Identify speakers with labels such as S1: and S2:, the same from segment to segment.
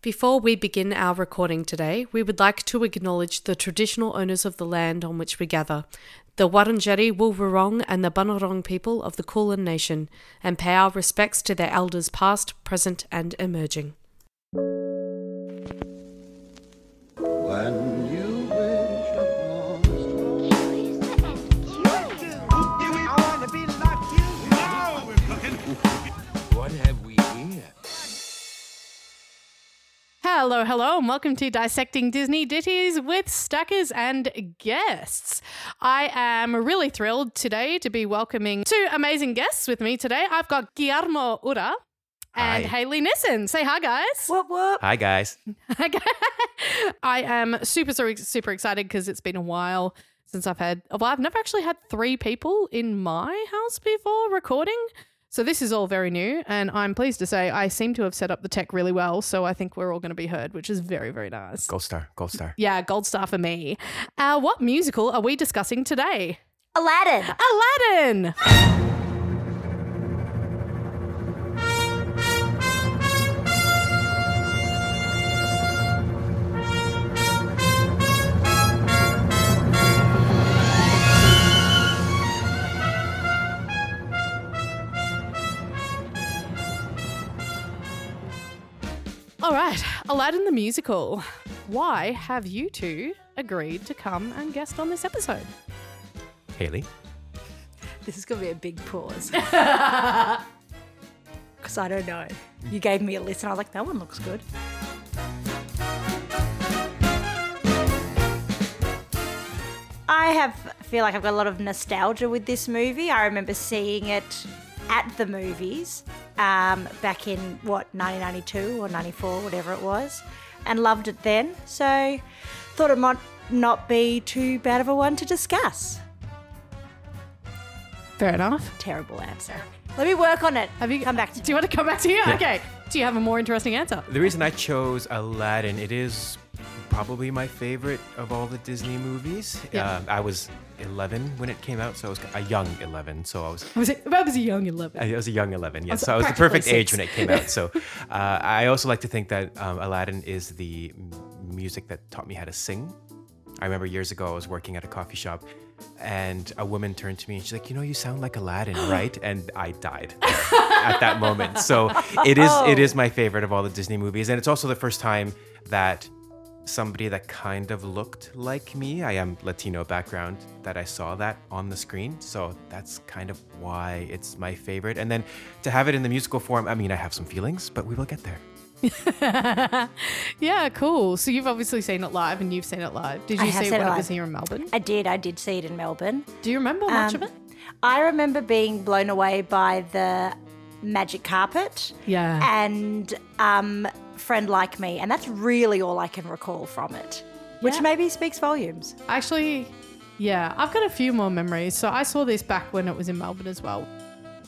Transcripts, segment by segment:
S1: Before we begin our recording today, we would like to acknowledge the traditional owners of the land on which we gather, the Wurundjeri Wulwurrung and the Bunurong people of the Kulin Nation, and pay our respects to their elders past, present, and emerging.
S2: When you wish upon a star.
S3: Do we want to be like you? No!
S4: What have we here?
S5: Hello, hello, and welcome to Dissecting Disney Ditties with Stackers and Guests. I am really thrilled today to be welcoming two amazing guests with me today. I've got Guillermo Ura and
S4: Hi.
S5: Haley Nissen. Say hi, guys.
S4: Hi, guys.
S5: Okay. I am super, super, super excited because it's been a while since I've had. Well, I've never actually had three people in my house before recording. So this is all very new. And I'm pleased to say I seem to have set up the tech really well. So I think we're all going to be heard, which is very, very nice.
S4: Gold star, gold star.
S5: Yeah, gold star for me. Uh, what musical are we discussing today?
S6: Aladdin.
S5: Aladdin! All right, Aladdin the musical. Why have you two agreed to come and guest on this episode?
S4: Haley.
S6: This is going to be a big pause. Because I don't know. You gave me a list and I was like, that one looks good. I have feel like I've got a lot of nostalgia with this movie. I remember seeing it at the movies um, back in what 1992 or 94, whatever it was, and loved it then. So thought it might not be too bad of a one to discuss.
S5: Fair enough.
S6: Terrible answer. Let me work on it.
S5: Have you
S6: come back to
S5: Do you want to come back to you? Okay. Do you have a more interesting answer?
S4: The reason I chose Aladdin, it is probably my favorite of all the Disney movies.
S5: Yeah.
S4: Um, I was 11 when it came out, so I was a young 11. So I was
S5: Was it? That was a young eleven.
S4: I was a young 11, yes.
S5: was
S4: So I was the
S5: practically
S4: perfect age
S5: six.
S4: when it came out. So uh, I also like to think that um, Aladdin is the m- music that taught me how to sing. I remember years ago, I was working at a coffee shop and a woman turned to me and she's like, You know, you sound like Aladdin, right? And I died at that moment. So it is, it is my favorite of all the Disney movies. And it's also the first time that somebody that kind of looked like me. I am Latino background that I saw that on the screen. So that's kind of why it's my favorite. And then to have it in the musical form, I mean, I have some feelings, but we will get there.
S5: yeah, cool. So you've obviously seen it live, and you've seen it live. Did
S6: I
S5: you
S6: have
S5: see
S6: seen
S5: when
S6: it
S5: it
S6: live.
S5: was here in Melbourne?
S6: I did. I did see it in Melbourne.
S5: Do you remember much
S6: Um,
S5: of it?
S6: I remember being blown away by the magic carpet.
S5: Yeah.
S6: And um, friend like me, and that's really all I can recall from it, which
S5: Yeah.
S6: maybe speaks volumes.
S5: Actually, yeah, I've got a few more memories. So I saw this back when it was in Melbourne as well.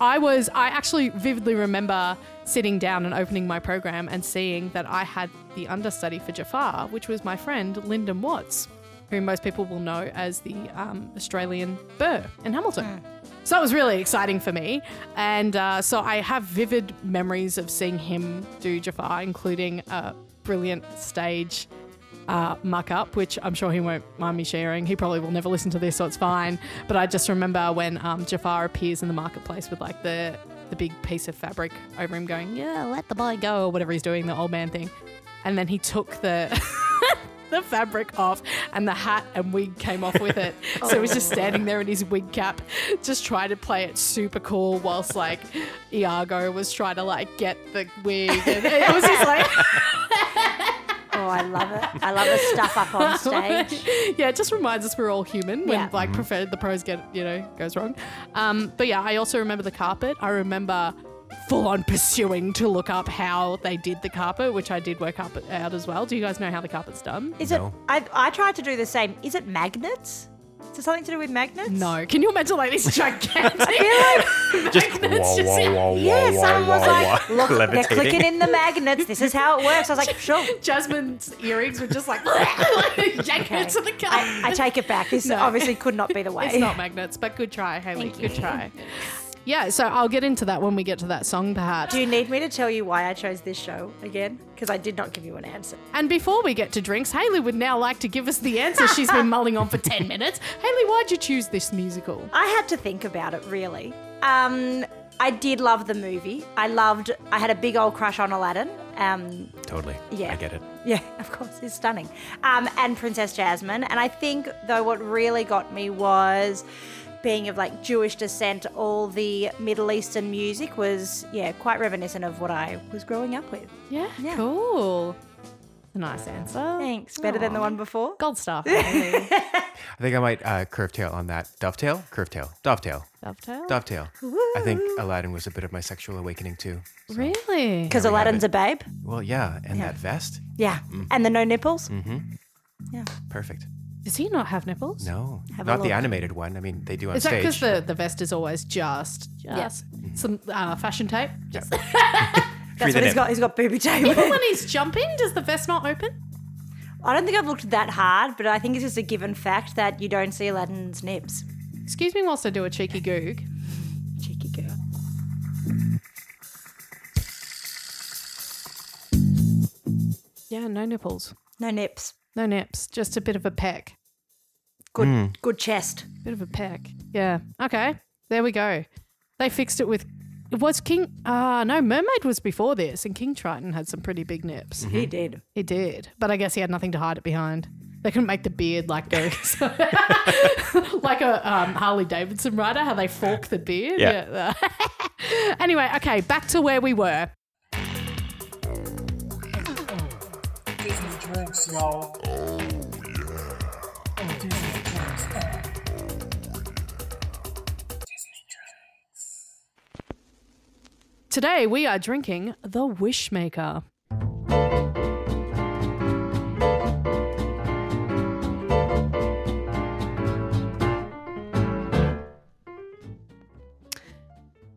S5: I was, I actually vividly remember sitting down and opening my program and seeing that I had the understudy for Jafar, which was my friend Lyndon Watts, who most people will know as the um, Australian Burr in Hamilton. So that was really exciting for me. And uh, so I have vivid memories of seeing him do Jafar, including a brilliant stage uh, muck up, which I'm sure he won't mind me sharing. He probably will never listen to this, so it's fine. But I just remember when um, Jafar appears in the marketplace with like the the big piece of fabric over him, going, "Yeah, let the boy go," or whatever he's doing, the old man thing. And then he took the the fabric off, and the hat and wig came off with it. so he was just standing there in his wig cap, just trying to play it super cool, whilst like Iago was trying to like get the wig. And it was just like.
S6: Oh, I love it. I love a stuff up on stage.
S5: yeah, it just reminds us we're all human when
S6: Yeah.
S5: like prefer the pros get you know goes wrong. Um, but yeah, I also remember the carpet. I remember full on pursuing to look up how they did the carpet, which I did work up out as well. Do you guys know how the carpet's done?
S6: Is
S4: No.
S6: it? I, I tried to do the same. Is it magnets? Is it something to do with magnets?
S5: No. Can you imagine like this gigantic?
S4: Just
S5: wah, just- wah,
S6: Yeah, someone was like, look, they're clicking in the magnets. This is how it works. I was like, sure.
S5: Jasmine's earrings were just like yank her to the carpet.
S6: I, I take it back. This
S5: No.
S6: obviously could not be the way.
S5: It's not magnets, but good try, Haley. Good try. Yeah, so I'll get into that when we get to that song, perhaps.
S6: Do you need me to tell you why I chose this show again? Because I did not give you an answer.
S5: And before we get to drinks, Haley would now like to give us the answer she's been mulling on for 10 minutes. Haley, why'd you choose this musical?
S6: I had to think about it really. Um, I did love the movie. I loved. I had a big old crush on Aladdin. Um,
S4: Totally.
S6: Yeah.
S4: I get it.
S6: yeah, of course, he's stunning. Um, and Princess Jasmine. And I think though what really got me was being of like Jewish descent. All the Middle Eastern music was yeah quite reminiscent of what I was growing up with.
S5: Yeah,
S6: Yeah.
S5: cool. Nice answer.
S6: Thanks. Better than the
S5: Aw.
S6: one before.
S5: Gold star. Haley.
S4: I think I might uh, curve tail on that. Dovetail? Curve tail. Dovetail.
S6: Oh.
S5: Dovetail.
S4: Dovetail. I think Aladdin was a bit of my sexual awakening too.
S5: Really?
S6: Because
S4: we have
S6: Aladdin's
S4: it. Mm.
S6: a babe.
S4: Well, yeah, and that vest.
S6: Yeah. And the no nipples.
S4: Mm. Perfect.
S5: Does he not have nipples?
S4: No,
S6: Have a
S4: not the
S6: look.
S4: animated one. I mean, they do on
S5: Is that
S4: stage.
S5: because the, the vest is always just, just some uh, fashion tape? Just
S6: That's
S4: the
S6: what he's
S4: nip.
S6: got. He's got booby tape.
S5: Even when he's jumping, does the vest not open?
S6: I don't think I've looked that hard, but I think it's just a given fact that you don't see Aladdin's nips.
S5: Excuse me whilst I do a cheeky goog.
S6: Cheeky girl.
S5: Yeah, no nipples.
S6: No nips.
S5: No nips. Just a bit of a peck.
S6: Good
S4: Mm.
S6: good chest.
S4: Mm-hmm.
S5: Bit of a peck. Yeah. Okay. There we go. They fixed it with. It was King. Ah, no. Mermaid was before this, and King Triton had some pretty big nips.
S6: He did.
S5: He did, but I guess he had nothing to hide it behind. They couldn't make the beard like go like a um, Harley Davidson rider, how they fork the beard.
S4: Yeah.
S5: Yeah. anyway, okay, back to where we were.
S7: Give me drinks, y'all. Oh, yeah. Give me drinks.
S5: Today we are drinking the Wishmaker.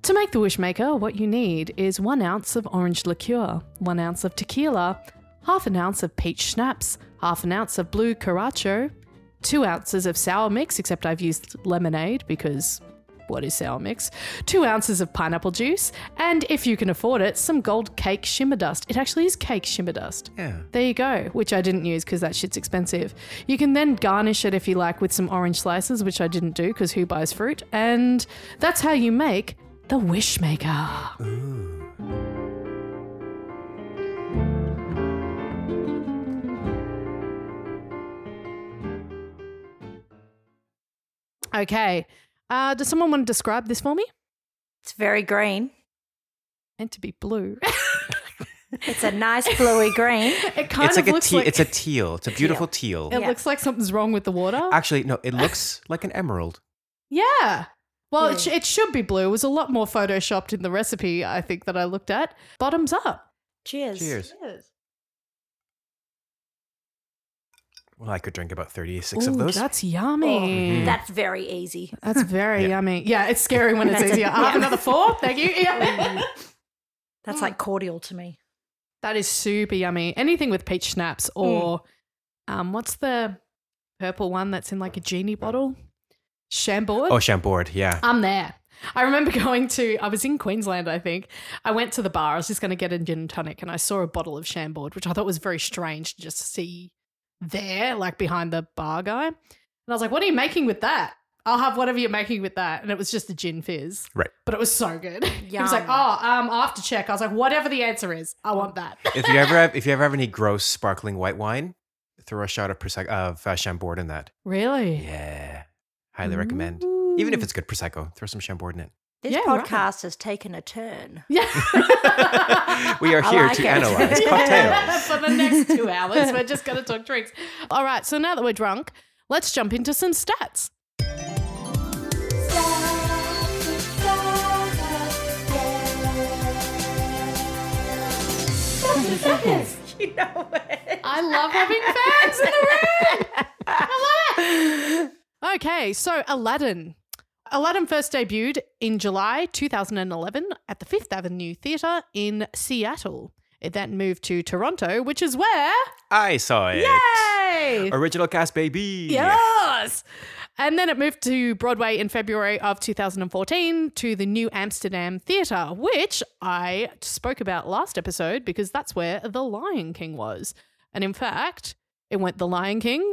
S5: To make the Wishmaker, what you need is one ounce of orange liqueur, one ounce of tequila, half an ounce of peach schnapps, half an ounce of blue caracho, two ounces of sour mix, except I've used lemonade because what is sour mix? Two ounces of pineapple juice, and if you can afford it, some gold cake shimmer dust. It actually is cake shimmer dust.
S4: yeah.
S5: There you go, which I didn't use because that shit's expensive. You can then garnish it if you like with some orange slices, which I didn't do because who buys fruit? And that's how you make the Wishmaker. Okay. Uh, does someone want to describe this for me?
S6: It's very green.
S5: Meant to be blue.
S6: It's a nice bluey green.
S5: it kind
S4: It's
S5: of
S4: like a
S5: looks
S4: teal.
S5: like
S4: It's a teal. It's a beautiful teal.
S5: it
S6: Yeah.
S5: looks like something's wrong with the water.
S4: Actually, no, it looks like an emerald.
S5: Yeah. Well,
S6: Yeah.
S5: It, sh- it should be blue. It was a lot more photoshopped in the recipe, I think, that I looked at. Bottoms up.
S6: Cheers.
S4: Cheers.
S5: Oh.
S4: Well, I could drink about thirty-six of
S5: Ooh,
S4: those.
S5: That's yummy.
S4: Mm-hmm.
S6: That's very easy.
S5: That's very yummy. Yeah, it's scary when it's easier. Ah,
S6: Yeah.
S5: Another four. Thank you. Yeah.
S6: That's
S5: Mm.
S6: like cordial to me.
S5: that is super yummy. Anything with peach schnapps or um, what's the purple one that's in like a genie bottle? Chambord.
S4: Oh, Chambord. Yeah.
S5: I'm there. I remember going to, I was in Queensland, I think. I went to the bar. I was just going to get a gin and tonic and I saw a bottle of Chambord, which I thought was very strange to just see there, like behind the bar guy. And I was like, what are you making with that? I'll have whatever you're making with that. And it was just a gin fizz.
S4: Right.
S5: But it was so good. He was like,
S6: Yum.
S5: oh, um, I'll have to check. I was like, whatever the answer is, I want that.
S4: If you ever have, if you ever have any gross sparkling white wine, throw a shot of prosecco of uh, Chambord in that.
S5: Really?
S4: Yeah. Highly recommend. Even if it's good prosecco, throw some Chambord in it.
S6: This
S5: Yeah, right.
S6: podcast has taken a turn.
S5: Yeah.
S4: We are
S6: I
S4: here
S6: like
S4: to
S6: it.
S4: analyze cocktails.
S5: For the next two hours, we're just going to talk drinks. All right, so now that we're drunk, let's jump into some stats.
S6: You know it.
S5: I love having fans in the room. I love it. Okay, so Aladdin. Aladdin first debuted in July 2011 at the Fifth Avenue Theatre in Seattle. It then moved to Toronto, which is where.
S4: I saw it.
S5: Hey!
S4: Original cast, baby.
S5: Yes! And then it moved to Broadway in February of 2014 to the New Amsterdam Theatre, which I spoke about last episode because that's where The Lion King was. And in fact, it went The Lion King,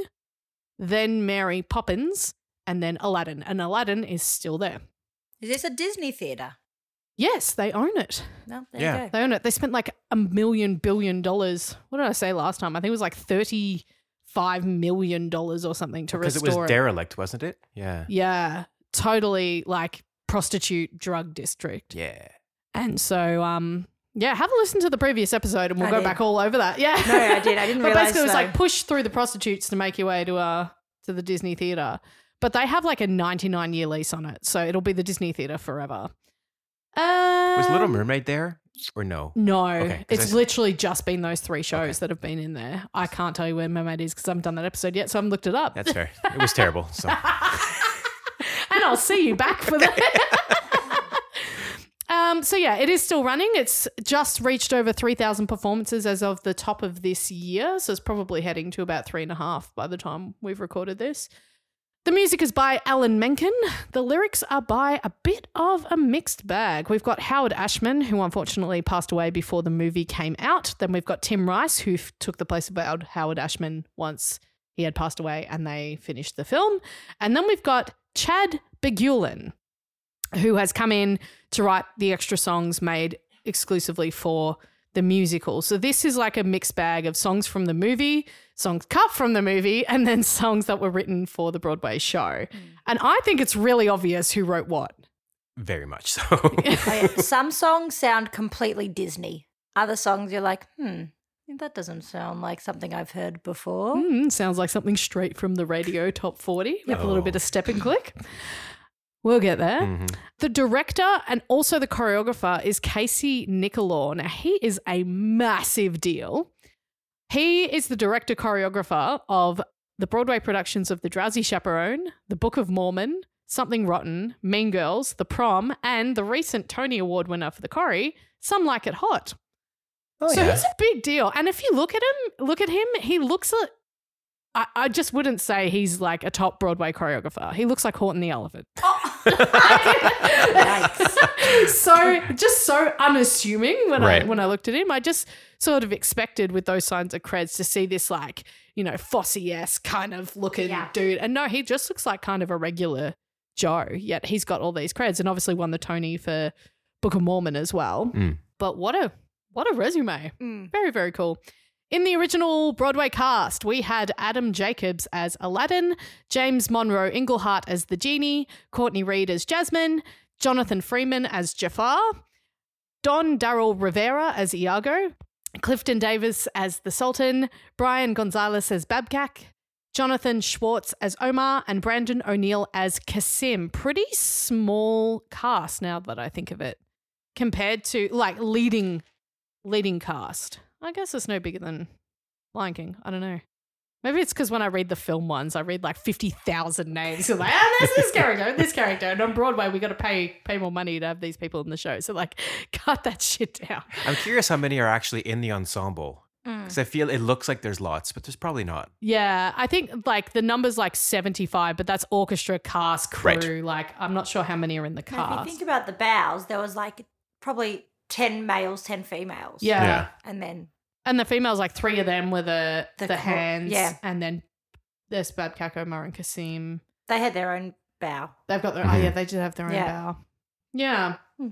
S5: then Mary Poppins, and then Aladdin. And Aladdin is still there.
S6: Is this a Disney theatre?
S5: Yes, they own it.
S6: No, there
S4: Yeah.
S6: you go.
S5: They own it. They spent like a million billion dollars. What did I say last time? I think it was like thirty-five million dollars or something to
S4: Because it
S5: restore
S4: was derelict, wasn't it? Yeah.
S5: Yeah, totally like prostitute drug district.
S4: Yeah.
S5: And so, um, yeah, have a listen to the previous episode, and we'll
S6: I
S5: go
S6: did.
S5: back all over that. Yeah,
S6: No, I did. I didn't
S5: but
S6: realize.
S5: basically, it was
S6: though.
S5: like push through the prostitutes to make your way to uh to the Disney Theater. But they have like a ninety-nine year lease on it, so it'll be the Disney Theater forever. Um,
S4: Was Little Mermaid there or no?
S5: No,
S4: Okay, 'cause I
S5: it's
S4: s-
S5: literally just been those three shows that have been in there. I can't tell you where Mermaid is because I haven't done that episode yet, so I haven't looked it up.
S4: That's fair. It was terrible. So
S5: and I'll see you back for that. um, so yeah, it is still running. It's just reached over three thousand performances as of the top of this year, so it's probably heading to about three and a half by the time we've recorded this. The music is by Alan Menken. The lyrics are by a bit of a mixed bag. We've got Howard Ashman, who unfortunately passed away before the movie came out. Then we've got Tim Rice, who f- took the place of Howard- Howard Ashman once he had passed away and they finished the film. And then we've got Chad Begulin, who has come in to write the extra songs made exclusively for the musical. So this is like a mixed bag of songs from the movie, songs cut from the movie, and then songs that were written for the Broadway show. And I think it's really obvious who wrote what.
S4: very much so.
S6: Oh, yeah. Some songs sound completely Disney. Other songs, you're like, hmm, that doesn't sound like something I've heard before.
S5: Hmm, sounds like something straight from the radio top 40 with a little
S4: Oh.
S5: bit of step and click. We'll get there.
S4: Mhm.
S5: The director and also the choreographer is Casey Nicolor. Now, he is a massive deal. He is the director choreographer of the Broadway productions of The Drowsy Chaperone, The Book of Mormon, Something Rotten, Mean Girls, The Prom, and the recent Tony Award winner for the Corrie, Some Like It Hot. so he's a big deal. And if you look at him, look at him, he looks at. I, I just wouldn't say he's like a top Broadway choreographer. He looks like Horton the Elephant. so just so unassuming when I
S4: Right.
S5: when I looked at him. I just sort of expected with those signs of creds to see this like, you know, Fosse esque kind of looking dude. And no, he just looks like kind of a regular Joe, yet he's got all these creds and obviously won the Tony for Book of Mormon as well.
S4: Mm.
S5: But what a what a resume.
S6: Mm.
S5: Very, very cool. In the original Broadway cast, we had Adam Jacobs as Aladdin, James Monroe Inglehart as the genie, Courtney Reed as Jasmine, Jonathan Freeman as Jafar, Don Darrell Rivera as Iago, Clifton Davis as the Sultan, Brian Gonzalez as Babcock, Jonathan Schwartz as Omar, and Brandon O'Neill as Kasim. Pretty small cast now that I think of it, compared to like leading leading cast. I guess it's no bigger than Lion King. I don't know. Maybe it's because when I read the film ones, I read like fifty thousand names. You're like, oh, there's this character, and this character, and on Broadway we got to pay pay more money to have these people in the show. So like, cut that shit down.
S4: I'm curious how many are actually in the ensemble.
S5: Mm.
S4: Because I feel it looks like there's lots, but there's probably not.
S5: Yeah, I think like the number's like seventy five, but that's orchestra, cast, crew.
S4: Right.
S5: Like, I'm not sure how many are in the
S6: Now, if you
S5: cast.
S6: think about the bows, there was like probably 10 males, 10 females.
S5: yeah.
S4: Yeah.
S6: And then
S5: and the females like three of them were the the,
S6: The cor-
S5: hands,
S6: yeah.
S5: and then there's Babcock, Omar, and Kasim.
S6: they had their own bow.
S5: They've got their oh
S4: Mhm.
S5: yeah, they did have their own
S6: Yeah.
S5: bow. Yeah.
S6: Hmm.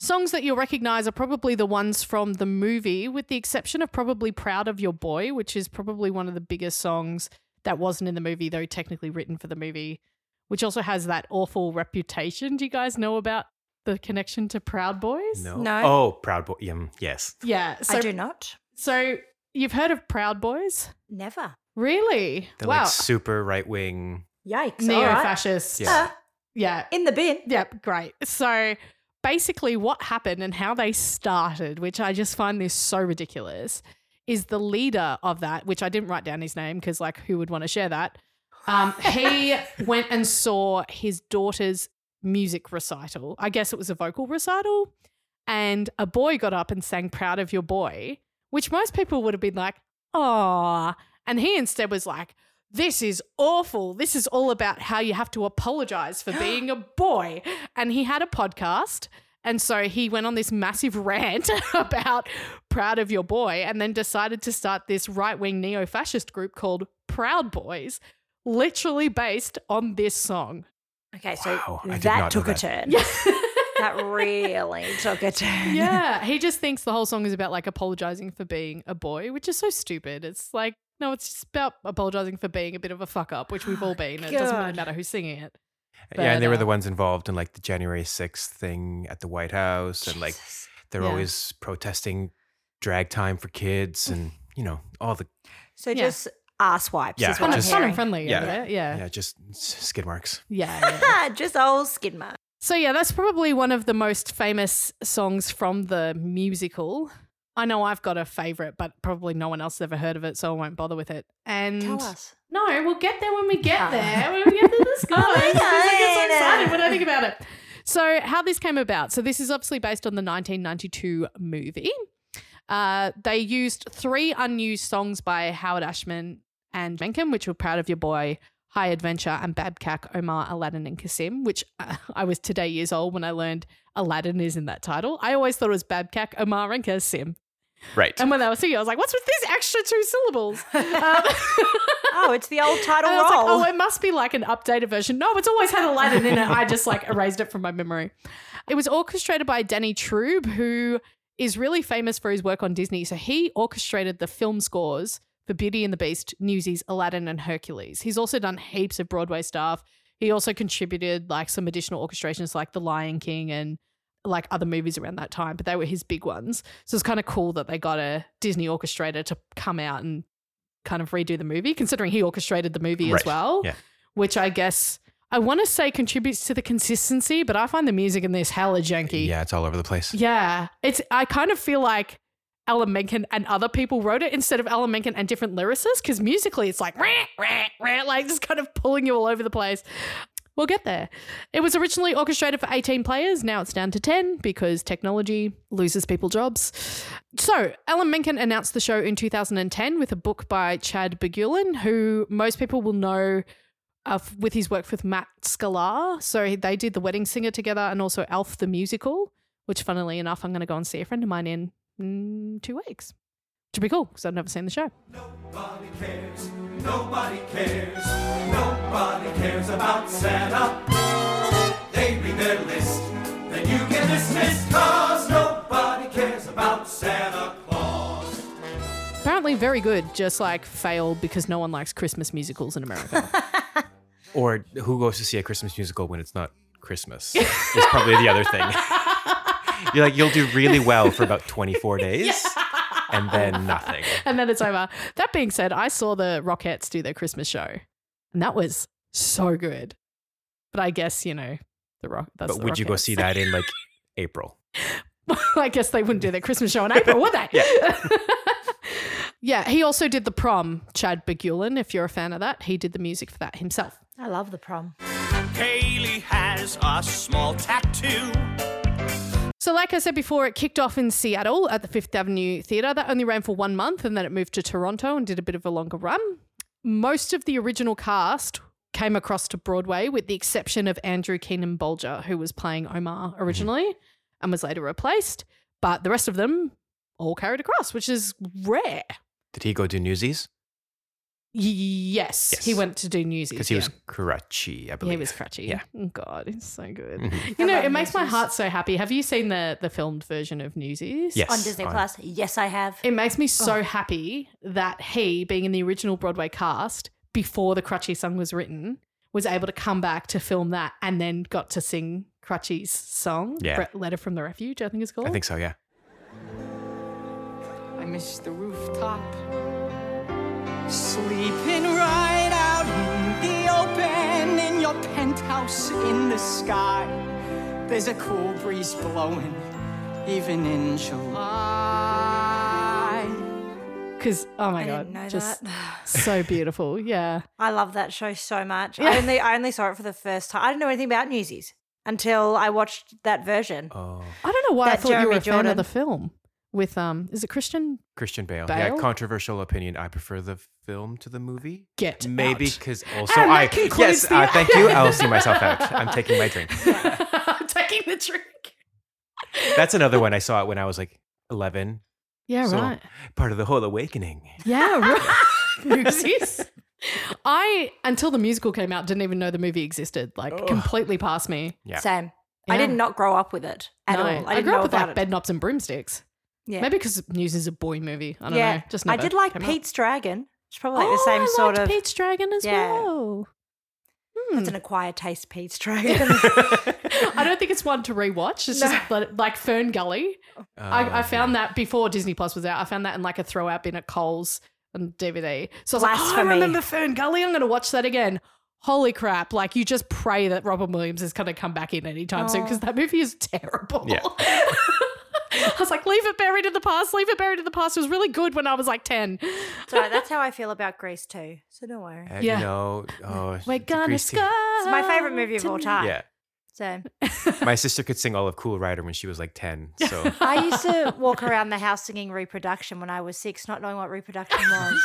S5: Songs that you'll recognize are probably the ones from the movie, with the exception of probably Proud of Your Boy, which is probably one of the biggest songs that wasn't in the movie, though technically written for the movie, which also has that awful reputation. Do you guys know about the connection to Proud Boys?
S4: No.
S6: No.
S4: Oh, Proud Boy. Um, yes.
S5: Yeah. So,
S6: I do not.
S5: so you've heard of Proud Boys?
S6: Never.
S5: Really?
S4: They're
S5: wow.
S4: like super right wing.
S6: Yikes. all
S5: Neo
S6: right.
S5: fascists.
S4: Yeah.
S6: Uh,
S5: yeah.
S6: in the bin.
S5: Yep, great. So basically, what happened and how they started, which I just find this so ridiculous, is the leader of that, which I didn't write down his name because, like, who would want to share that? Um, he went and saw his daughter's music recital. I guess it was a vocal recital. And a boy got up and sang Proud of Your Boy, which most people would have been like, "Aw." And he instead was like, This is awful. This is all about how you have to apologize for being a boy. And he had a podcast. And so he went on this massive rant about proud of your boy and then decided to start this right wing neo fascist group called Proud Boys, literally based on this song.
S6: Okay, so
S4: Wow, I did
S6: that
S4: not know
S6: took a
S4: that.
S6: turn. that really took a turn.
S5: yeah, he just thinks the whole song is about like apologizing for being a boy, which is so stupid. It's like, no, it's just about apologizing for being a bit of a fuck up, which we've all been. and It doesn't really
S6: God.
S5: matter who's singing it.
S4: yeah, and they were
S5: But, uh,
S4: the ones involved in like the January 6th thing at the White House and like
S6: Jesus.
S4: they're
S5: Yeah.
S4: always protesting drag time for kids and you know all the
S6: So
S5: Yeah.
S6: just ass wipes
S4: Yeah,
S6: is
S5: Fun,
S6: what
S5: and-
S6: I'm
S4: just-
S5: fun and
S6: hearing.
S5: friendly.
S4: Yeah.
S5: Yeah. Yeah.
S4: yeah just s- skid marks
S5: yeah, yeah.
S6: Ah, just old skid mark.
S5: So yeah, that's probably one of the most famous songs from the musical. I know I've got a favorite, but probably no one else has ever heard of it, so I won't bother with it. And
S6: Tell us.
S5: no, we'll get there when we
S6: Ah.
S5: get there. When we get to the sky,
S6: my
S5: It's just- I get so
S6: God.
S5: excited when I think about it. So how this came about? So this is obviously based on the 1992 movie. Uh, they used three unused songs by Howard Ashman and Menken, which were "Proud of Your Boy," "High Adventure," and "Babcock," Omar, Aladdin, and Kasim. Which uh, I was today years old when I learned Aladdin is in that title. I always thought it was Babcock, Omar, and Kasim.
S4: right
S5: And when they were singing, I was like, "What's with these extra two syllables?" Um,
S6: Oh, it's the old title
S5: And I was like,
S6: roll.
S5: oh, it must be like an updated version. No, it's always had Aladdin in it. I just like erased it from my memory. It was orchestrated by Danny Troob, who is really famous for his work on Disney. So he orchestrated the film scores for Beauty and the Beast, Newsies, Aladdin, and Hercules. He's also done heaps of Broadway stuff. He also contributed like some additional orchestrations like The Lion King and like other movies around that time, but they were his big ones. So it's kind of cool that they got a Disney orchestrator to come out and kind of redo the movie, considering he orchestrated the movie as
S4: Right.
S5: well,
S4: Yeah.
S5: which I guess I want to say contributes to the consistency, but I find the music in this hella janky.
S4: yeah it's all over the place
S5: Yeah. It's I kind of feel like Alan Menken and other people wrote it instead of Alan Menken and different lyricists because musically it's like rah, rah, rah, like just kind of pulling you all over the place. We'll get there. It was originally orchestrated for 18 players. Now it's down to 10 because technology loses people jobs. So, Alan Menken announced the show in 2010 with a book by Chad Begulin, who most people will know uh, f- with his work with Matt Scalar. So, they did The Wedding Singer together and also Elf the Musical which funnily enough, I'm going to go and see a friend of mine in mm, two weeks, which would be cool because I've never seen the show.
S8: Nobody cares, nobody cares, nobody cares about Santa. They read their list, then you get dismissed, cause nobody cares about Santa Claus.
S5: Apparently, very good, just like failed because no one likes Christmas musicals in America.
S4: or who goes to see a Christmas musical when it's not Christmas is probably the other thing you're like you'll do really well for about 24 days and then nothing
S5: and then it's over. That being said, I saw the Rockettes do their Christmas show, and that was so good. But I guess, you know, the rock. That's
S4: but
S5: the
S4: would you go
S5: Rockettes.
S4: see that in like April
S5: I guess they wouldn't do their Christmas show in April, would they? Yeah. he also did the prom, Chad Begulin. If you're a fan of that, he did the music for that himself.
S6: I love the prom.
S8: Kaylee has a small tattoo.
S5: So, like I said before, it kicked off in Seattle at the Fifth Avenue Theatre. That only ran for one month and then it moved to Toronto and did a bit of a longer run. Most of the original cast came across to Broadway, with the exception of Andrew Keenan Bolger, who was playing Omar
S4: Mm-hmm.
S5: originally and was later replaced. But the rest of them all carried across, which is rare.
S4: did he go do Newsies
S5: Y- yes,
S4: Yes.
S5: he went to do Newsies.
S4: because he
S5: yeah.
S4: was crutchy I
S5: Yeah,
S4: believe
S5: he was crutchy.
S4: Yeah.
S5: Oh, God, it's so good.
S4: Mhm.
S5: You know,
S6: love
S5: it makes my
S6: Newsies.
S5: heart so happy. Have you seen the the filmed version of Newsies?
S4: yes
S6: On Disney Plus. Yes, I have.
S5: It makes me so
S6: Oh.
S5: happy that he, being in the original Broadway cast before the Crutchy song was written, was able to come back to film that and then got to sing Crutchy's song,
S4: Yeah.
S5: Bre- Letter from the Refuge, I think it's called.
S4: I think so yeah
S9: I miss the rooftop. Sleeping right out in the open in your penthouse in the sky. There's a cool breeze blowing, even in July.
S5: Because, oh my
S6: I
S5: God,
S6: didn't know
S5: just
S6: that.
S5: so beautiful. Yeah.
S6: I love that show so much. I only I only saw it for the first time. I didn't know anything about Newsies until I watched that version.
S4: oh
S5: I don't know why I
S6: That
S5: thought you
S6: Jeremy
S5: were a fan
S6: Jordan-
S5: of the film. with um is it Christian?
S4: Christian Bale.
S5: Bale?
S4: Yeah, controversial opinion. I prefer the film to the movie.
S5: Get
S4: Maybe
S5: out.
S4: because also
S5: And that
S4: I
S5: concludes
S4: yes.
S5: the-
S4: Uh, thank you. I'll see myself out. I'm taking my drink.
S5: I'm taking the drink.
S4: That's another one I saw it when I was like 11.
S5: Yeah,
S4: So-
S5: right.
S4: Part of the whole awakening.
S5: Yeah, right. Movies. I until the musical came out didn't even know the movie existed. Like
S4: Ugh.
S5: completely past me.
S4: Yeah.
S6: Same. I
S5: Yeah.
S6: did not grow up with it at
S5: No.
S6: all. I
S5: I,
S6: didn't
S5: grew
S6: know
S5: up with
S6: about
S5: like
S6: it.
S5: bed knobs and broomsticks.
S6: yeah.
S5: Maybe because News is a boy movie. I don't
S6: yeah.
S5: know. Just
S6: I
S5: never
S6: did like
S5: came out.
S6: Pete's Dragon. It's probably like the
S5: Oh,
S6: same
S5: I
S6: sort of.
S5: liked Pete's Dragon as
S6: Yeah.
S5: well. Hmm.
S6: It's an acquired taste, Pete's Dragon.
S5: I don't think it's one to rewatch. It's just but, like Fern Gully.
S4: Um,
S5: I, I found that before Disney Plus was out. I found that in like a throwout bin at Coles on DVD. So I was like, oh, I
S6: Blasphemy.
S5: remember Fern Gully. I'm going to watch that again. Holy crap! Like you just pray that Robin Williams is going to come back in anytime soon
S6: Oh.
S5: because that movie is terrible.
S4: Yeah.
S5: I was like, leave it buried in the past. Leave it buried in the past. It was really good when I was like ten.
S6: Sorry, that's how I feel about Grease too. So don't worry.
S4: Uh,
S5: Yeah.
S4: No. Oh,
S5: We're
S4: it's a
S5: gonna
S4: greasy-
S5: score.
S6: It's my favorite movie of all time.
S4: Yeah.
S6: So
S4: My sister could sing all of Cool Rider when she was like 10. So
S6: I used to walk around the house singing reproduction when I was six, not knowing what reproduction was.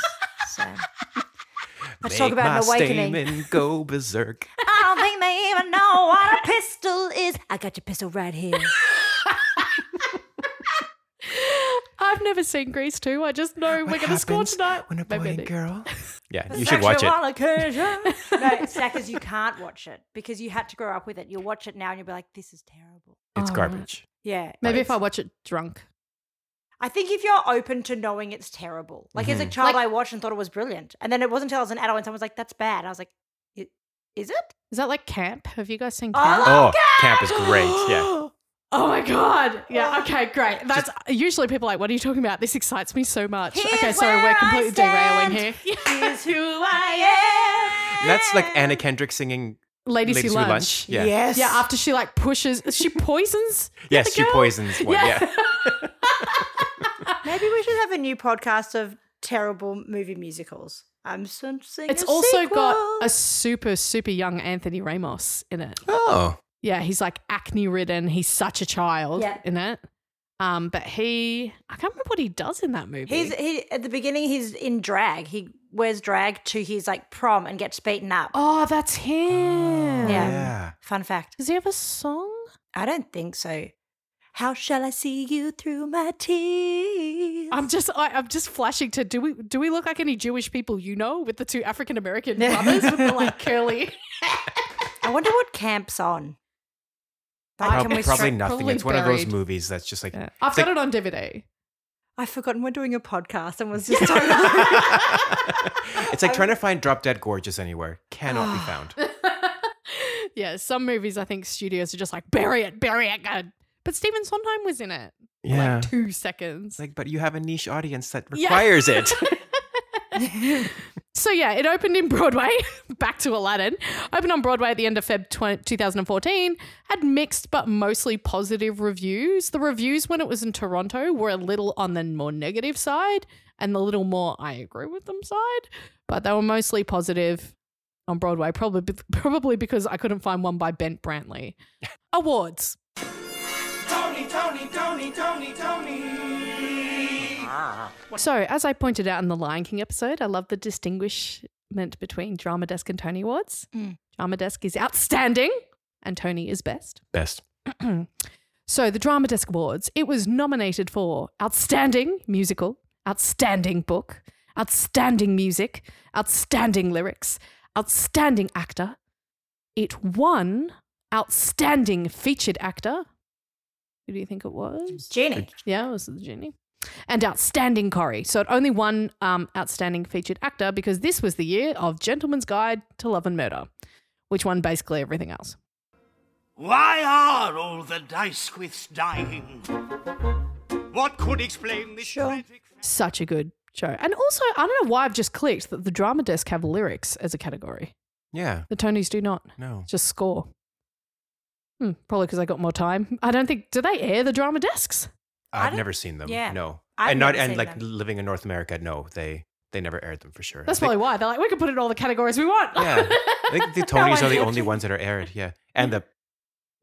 S6: So let's talk
S4: Make
S6: about an
S4: my
S6: awakening.
S4: stamen go berserk.
S6: I don't think they even know what a pistol is. I got your pistol right here.
S5: I've never seen Grease 2. I just know we're
S4: What
S5: going to score
S4: happens
S5: tonight.
S4: When a boy
S5: Maybe I
S4: and
S5: do.
S4: girl. Yeah, you should watch it.
S6: Sexual occasion. no, Sackers, you can't watch it because you had to grow up with it. You'll watch it now and you'll be like, this is terrible.
S4: It's
S5: Oh,
S4: garbage.
S6: Yeah.
S5: Maybe if I watch it drunk.
S6: I think if you're open to knowing it's terrible, like
S4: Mm-hmm.
S6: as a child, I watched and thought it was brilliant. And then it wasn't until I was an adult and someone was like, that's bad. I was like, "I- is it?
S5: Is that like camp? Have you guys seen
S6: Oh,
S5: camp?
S4: Oh, camp is great. Yeah.
S5: Ah! Oh my god! Yeah. Okay. Great. That's usually people are like, "What are you talking about?" This excites me so much.
S6: Here's
S5: okay, sorry,
S6: where
S5: we're
S6: I
S5: completely derailing
S6: stand.
S5: here.
S6: Here's who I am.
S4: That's like Anna Kendrick singing
S5: Ladies,
S4: Ladies
S5: Who
S4: Who
S5: lunch.
S4: Lunch. Yeah.
S6: Yes.
S5: Yeah. After she like pushes, she poisons. the
S4: Yes, she
S5: girl.
S4: poisons one. Yeah.
S6: Maybe we should have a new podcast of terrible movie musicals. I'm sensing
S5: It's
S6: a
S5: also
S6: sequel.
S5: got a super super young Anthony Ramos in it.
S4: Oh.
S5: yeah, he's like acne ridden. He's such a child
S6: Yeah.
S5: in it. Um, but he, I can't remember what he does in that movie.
S6: He's he at the beginning. He's in drag. He wears drag to his like prom and gets beaten up.
S5: oh, that's
S6: Yeah.
S5: him.
S4: Yeah.
S6: Fun fact.
S5: Does he have a song?
S6: I don't think so. How shall I see you through my tears?
S5: I'm just, I, I'm just flashing to. Do we, do we look like any Jewish people you know with the two African American brothers with the like curly?
S6: I wonder what camp's on. Like,
S4: Prob-
S6: can we
S4: probably
S6: stra-
S4: nothing.
S5: probably
S4: it's one of those
S5: buried.
S4: movies that's just like
S5: Yeah. I've
S4: It's
S5: got
S4: like-
S5: it on DVD.
S6: I've forgotten we're doing a podcast and was just talking.
S4: it's like trying to find Drop Dead Gorgeous anywhere. Cannot be found.
S5: yeah, some movies I think studios are just like bury it, bury it. God. But Stephen Sondheim was in it. for,
S4: Yeah.
S5: like two seconds.
S4: It's like, but you have a niche audience that
S5: Yeah.
S4: requires it.
S5: So yeah, it opened in Broadway. Back to Aladdin. Opened on Broadway at the end of Feb 20- 2014. Had mixed but mostly positive reviews. The reviews when it was in Toronto were a little on the more negative side and the little more I agree with them side, but they were mostly positive on Broadway, probably probably because I couldn't find one by Bent Brantley. Awards.
S3: Tony, Tony, Tony, Tony, Tony.
S5: So, as I pointed out in the Lion King episode, I love the distinguishment between Drama Desk and Tony Awards.
S6: Mm.
S5: Drama Desk is outstanding and Tony is best.
S4: Best.
S5: So, the Drama Desk Awards, it was nominated for Outstanding Musical, Outstanding Book, Outstanding Music, Outstanding Lyrics, Outstanding Actor. It won Outstanding Featured Actor. Who do you think it was?
S6: Jenny.
S5: Yeah, it was the genie. And outstanding Corrie. So it only won um, outstanding featured actor because this was the year of Gentleman's Guide to Love and Murder, which won basically everything else.
S3: Why are all the dice quiths dying? What could explain this
S6: Sure.
S3: tragic
S5: Such a good show. And also, I don't know why I've just clicked that the drama desk have lyrics as a category.
S4: Yeah.
S5: The Tonys do not.
S4: No.
S5: Just score. Hmm, probably because I got more time. I don't think. Do they air the drama desks?
S4: I've
S6: don't-
S4: never seen them.
S6: yeah.
S4: No.
S6: I've
S4: and not
S6: never
S4: and
S6: seen
S4: like
S6: them.
S4: living in North America, no, they they never aired them for sure. I
S5: That's
S4: think-
S5: probably why. They're like, we can put in all the categories we want.
S4: Yeah. I think the Tonys are
S6: one's
S4: the only
S6: watching.
S4: ones that are aired, yeah. And the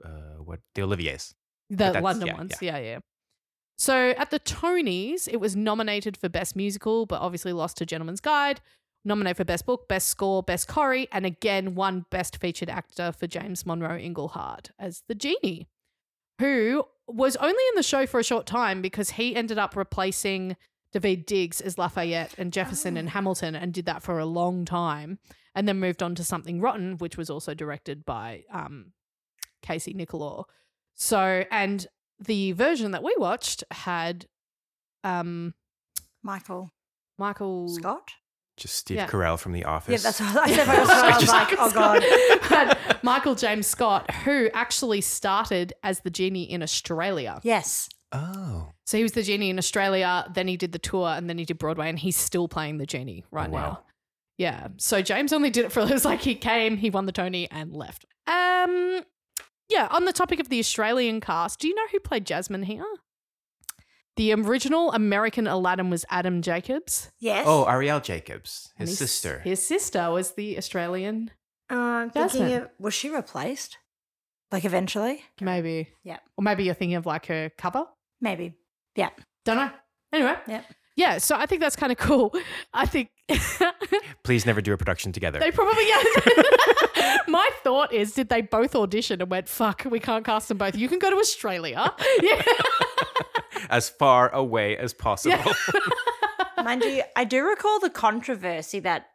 S4: uh what the Oliviers.
S5: The
S4: that's-
S5: London
S4: yeah,
S5: ones. Yeah. yeah, So at the Tonys, it was nominated for Best Musical, but obviously lost to Gentleman's Guide. Nominated for Best Book, Best Score, Best Corey, and again won Best Featured Actor for James Monroe Inglehart as the genie, who was only in the show for a short time because he ended up replacing David Diggs as Lafayette and Jefferson
S4: Oh.
S5: and Hamilton and did that for a long time, and then moved on to Something Rotten, which was also directed by um, Casey Nicolau. So, and the version that we watched had um,
S6: Michael
S5: Michael
S6: Scott.
S4: Just Steve
S5: Yeah.
S4: Carell from The Office.
S6: Yeah, that's what I said. Michael Scott. I was like, oh god.
S5: Had Michael James Scott, who actually started as the genie in Australia.
S6: Yes.
S4: Oh.
S5: So he was the genie in Australia, then he did the tour, and then he did Broadway, and he's still playing the genie right
S4: Oh, wow.
S5: now. Yeah. So James only did it for it was like he came, he won the Tony, and left. Um, yeah. On the topic of the Australian cast, do you know who played Jasmine here? The original American Aladdin was Adam Jacobs.
S6: Yes.
S4: Oh, Ariel Jacobs,
S5: and
S4: his sister.
S5: His sister was the Australian.
S6: Uh, I'm
S5: Jasmine.
S6: thinking of, was she replaced? Like eventually?
S5: Maybe.
S6: Yeah.
S5: Or maybe you're thinking of like her cover.
S6: Maybe. Yeah.
S5: Don't know. Anyway.
S6: Yep.
S5: Yeah. So I think that's kind of cool. I think
S4: Please never do a production together.
S5: they probably, yeah. My thought is, did they both audition and went, fuck, we can't cast them both. You can go to Australia. yeah.
S4: as far away as possible.
S6: Mind you, I do recall the controversy that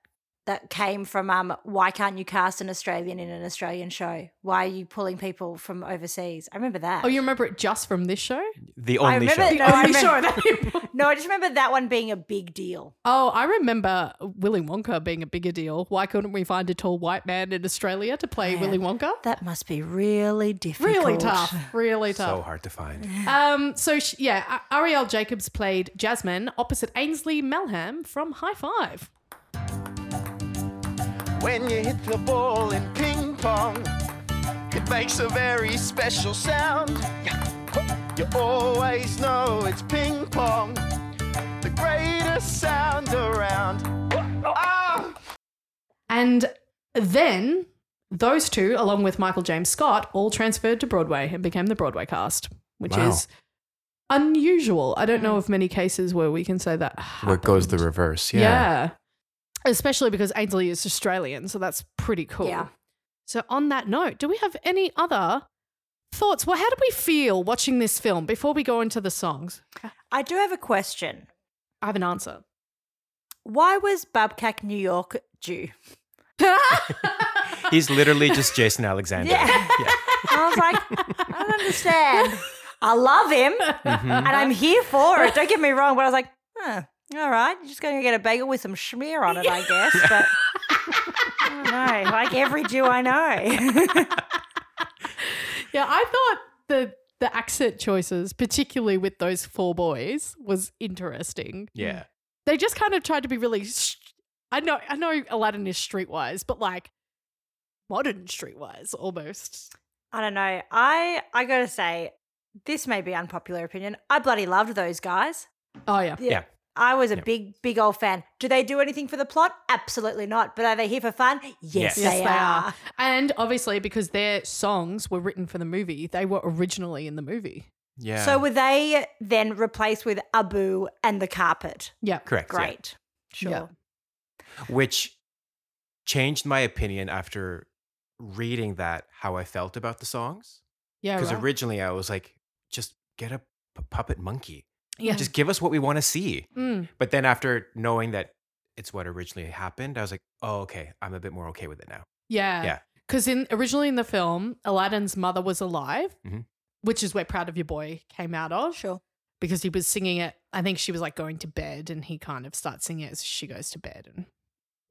S6: that came from um why can't you cast an Australian in an Australian show? Why are you pulling people from overseas? I remember that.
S5: Oh, you remember it just from this show?
S4: the
S6: I
S4: only
S6: remember
S4: show.
S6: it. No, I
S5: Only
S6: remember,
S5: show that-
S6: no, I just remember that one being a big deal.
S5: oh, I remember Willy Wonka being a bigger deal. Why couldn't we find a tall white man in Australia to play
S6: Man,
S5: Willy Wonka?
S6: That must be really difficult.
S5: Really tough. Really tough.
S4: So hard to find.
S5: Um, so sh yeah, A- Ariel Jacobs played Jasmine opposite Ainsley Melham from High Five.
S10: When you hit the ball in ping pong, it makes a very special sound. You always know it's ping pong, the greatest sound around. Ah!
S5: And then those two, along with Michael James Scott, all transferred to Broadway and became the Broadway cast, which
S4: Wow.
S5: is unusual. I don't know of many cases where we can say that.
S4: Where it goes the
S5: happened.
S4: reverse.
S5: Yeah.
S4: Yeah.
S5: Especially because Ainsley is Australian, so that's pretty cool.
S6: Yeah.
S5: So on that note, do we have any other thoughts? Well, how did we feel watching this film before we go into the songs?
S6: I do have a question.
S5: I have an answer.
S6: Why was Babcock New York Jew?
S4: He's literally just Jason Alexander.
S6: Yeah. I was like, I don't understand. I love him
S4: Mm-hmm.
S6: and I'm here for it. Don't get me wrong, but I was like, huh, all right, you're just going to get a bagel with some schmear on it, I guess. But I don't know, like every Jew I know.
S5: Yeah, I thought the the accent choices, particularly with those four boys, was interesting.
S4: Yeah.
S5: They just kind of tried to be really. s I I know, I know, Aladdin is streetwise, but like modern streetwise almost.
S6: I don't know. I I got to say, this may be unpopular opinion. I bloody loved those guys.
S5: Oh yeah,
S4: Yeah.
S6: I was a
S4: Yeah.
S6: big, big old fan. Do they do anything for the plot? Absolutely not. But are they here for fun? Yes,
S4: Yes.
S6: they,
S5: Yes, they
S6: are.
S5: are. and obviously because their songs were written for the movie, they were originally in the movie.
S4: Yeah.
S6: So were they then replaced with Abu and the carpet?
S5: Yeah,
S4: correct. yeah.
S6: Great. Sure.
S5: Yeah.
S4: Which changed my opinion after reading that how I felt about the songs.
S5: yeah,
S4: Because
S5: right.
S4: originally I was like, just get a p- puppet monkey.
S5: yeah.
S4: Just give us what we want to see.
S5: Mm.
S4: But then after knowing that it's what originally happened, I was like, oh, okay, I'm a bit more okay with it now.
S5: Yeah.
S4: Yeah.
S5: Because in originally in the film, Aladdin's mother was alive,
S4: Mhm.
S5: which is where "Proud of Your Boy" came out of.
S6: Sure.
S5: Because he was singing it. I think she was like going to bed, and he kind of starts singing it as she goes to bed, and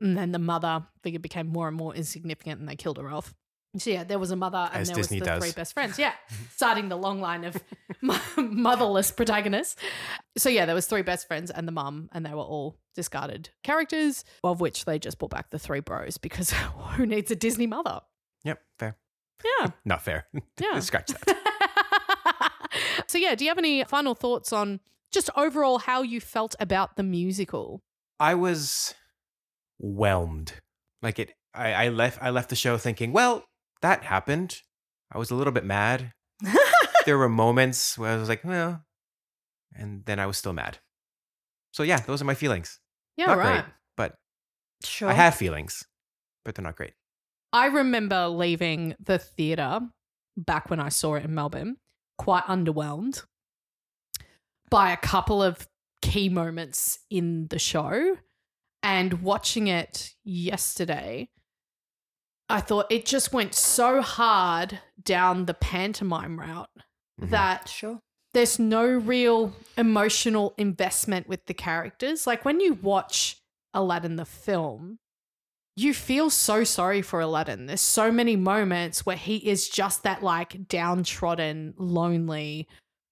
S5: and then the mother figure became more and more insignificant, and they killed her off. So yeah, there was a mother, and
S4: As
S5: there
S4: Disney
S5: was the
S4: does.
S5: three best friends. Yeah, starting the long line of mo- motherless protagonists. So yeah, there was three best friends and the mum, and they were all discarded characters, of which they just brought back the three bros because who needs a Disney mother?
S4: Yep, fair.
S5: Yeah,
S4: Not fair.
S5: yeah.
S4: Scratch that.
S5: so yeah, do you have any final thoughts on just overall how you felt about the musical?
S4: I was whelmed. Like it I, I left I left the show thinking, well, that happened. I was a little bit mad. there were moments where I was like, well, and then I was still mad. So yeah, those are my feelings.
S5: Yeah,
S4: not
S5: right.
S4: great, but
S6: Sure.
S4: I have feelings, but they're not great.
S5: I remember leaving the theatre back when I saw it in Melbourne, quite underwhelmed by a couple of key moments in the show. And watching it yesterday, I thought it just went so hard down the pantomime route
S4: Mhm.
S5: that
S6: Sure.
S5: there's no real emotional investment with the characters. Like when you watch Aladdin the film, you feel so sorry for Aladdin. There's so many moments where he is just that like downtrodden, lonely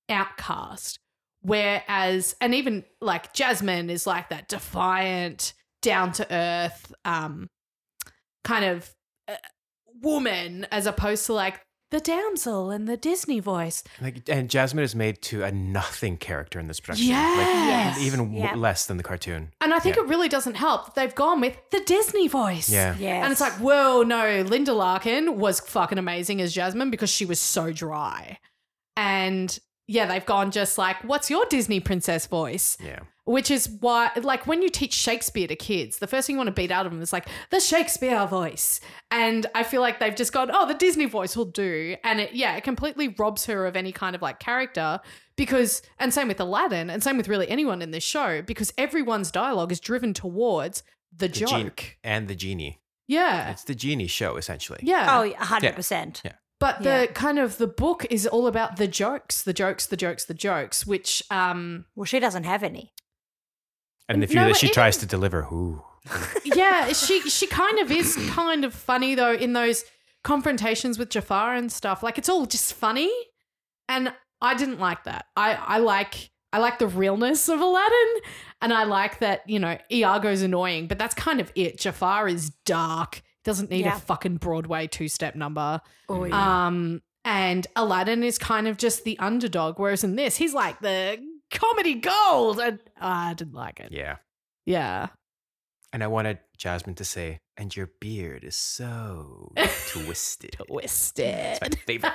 S5: outcast. Whereas, and even like Jasmine is like that defiant, down to earth, um, kind of uh, woman, as opposed to like the damsel and the Disney voice.
S4: Like, and Jasmine is made to a nothing character in this production.
S5: Yes.
S4: Like, even w-
S6: Yeah.
S4: less than the cartoon.
S5: And I think
S4: Yeah.
S5: it really doesn't help that they've gone with the Disney voice.
S4: Yeah.
S6: Yes.
S5: And it's like, well, no, Linda Larkin was fucking amazing as Jasmine because she was so dry. And yeah, they've gone just like, what's your Disney princess voice?
S4: Yeah.
S5: Which is why, like, when you teach Shakespeare to kids, the first thing you want to beat out of them is like the Shakespeare voice. And I feel like they've just gone, oh, the Disney voice will do. And it, yeah, it completely robs her of any kind of like character because, and same with Aladdin, and same with really anyone in this show, because everyone's dialogue is driven towards the,
S4: The
S5: joke.
S4: gen- and the genie.
S5: Yeah.
S4: It's the genie show, essentially.
S5: Yeah.
S6: Oh, yeah, 100%.
S4: Yeah.
S5: But
S6: Yeah.
S5: the kind of the book is all about the jokes, the jokes, the jokes, the jokes, which um
S6: Well, she doesn't have any.
S4: And the few
S5: No,
S4: that
S5: but
S4: she
S5: even-
S4: tries to deliver, who?
S5: yeah, she she kind of is kind of funny though in those confrontations with Jafar and stuff. Like it's all just funny, and I didn't like that. I I like I like the realness of Aladdin, and I like that you know Iago's annoying, but that's kind of it. Jafar is dark. Doesn't need
S6: Yeah.
S5: a fucking Broadway two step number.
S6: Oh,
S5: Um, and Aladdin is kind of just the underdog, whereas in this he's like the comedy gold, and uh, I didn't like it.
S4: Yeah.
S5: yeah.
S4: And I wanted Jasmine to say, and your beard is so twisted.
S5: twisted.
S4: my favorite.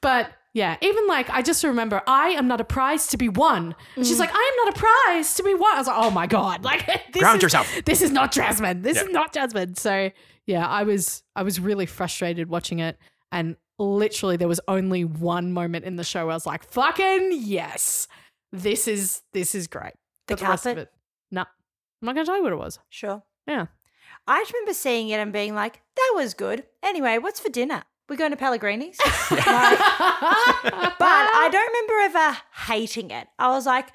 S5: but yeah, even like I just remember, I am not a prize to be won.
S4: Mm.
S5: She's like, I am not a prize to be won. I was like, oh my god, like this
S4: Ground
S5: is,
S4: yourself.
S5: This is not Jasmine. This
S4: Yeah.
S5: is not Jasmine. So yeah, I was I was really frustrated watching it, and literally there was only one moment in the show where I was like, fucking yes, this is this is great.
S6: The
S5: But rest of
S6: carpet?
S5: it- no, I'm not gonna tell you what it was.
S6: Sure.
S5: Yeah.
S6: I just remember seeing it and being like, that was good. Anyway, what's for dinner? We're going to Pellegrini's. Like,
S5: but
S6: but I don't remember ever hating it. I was like,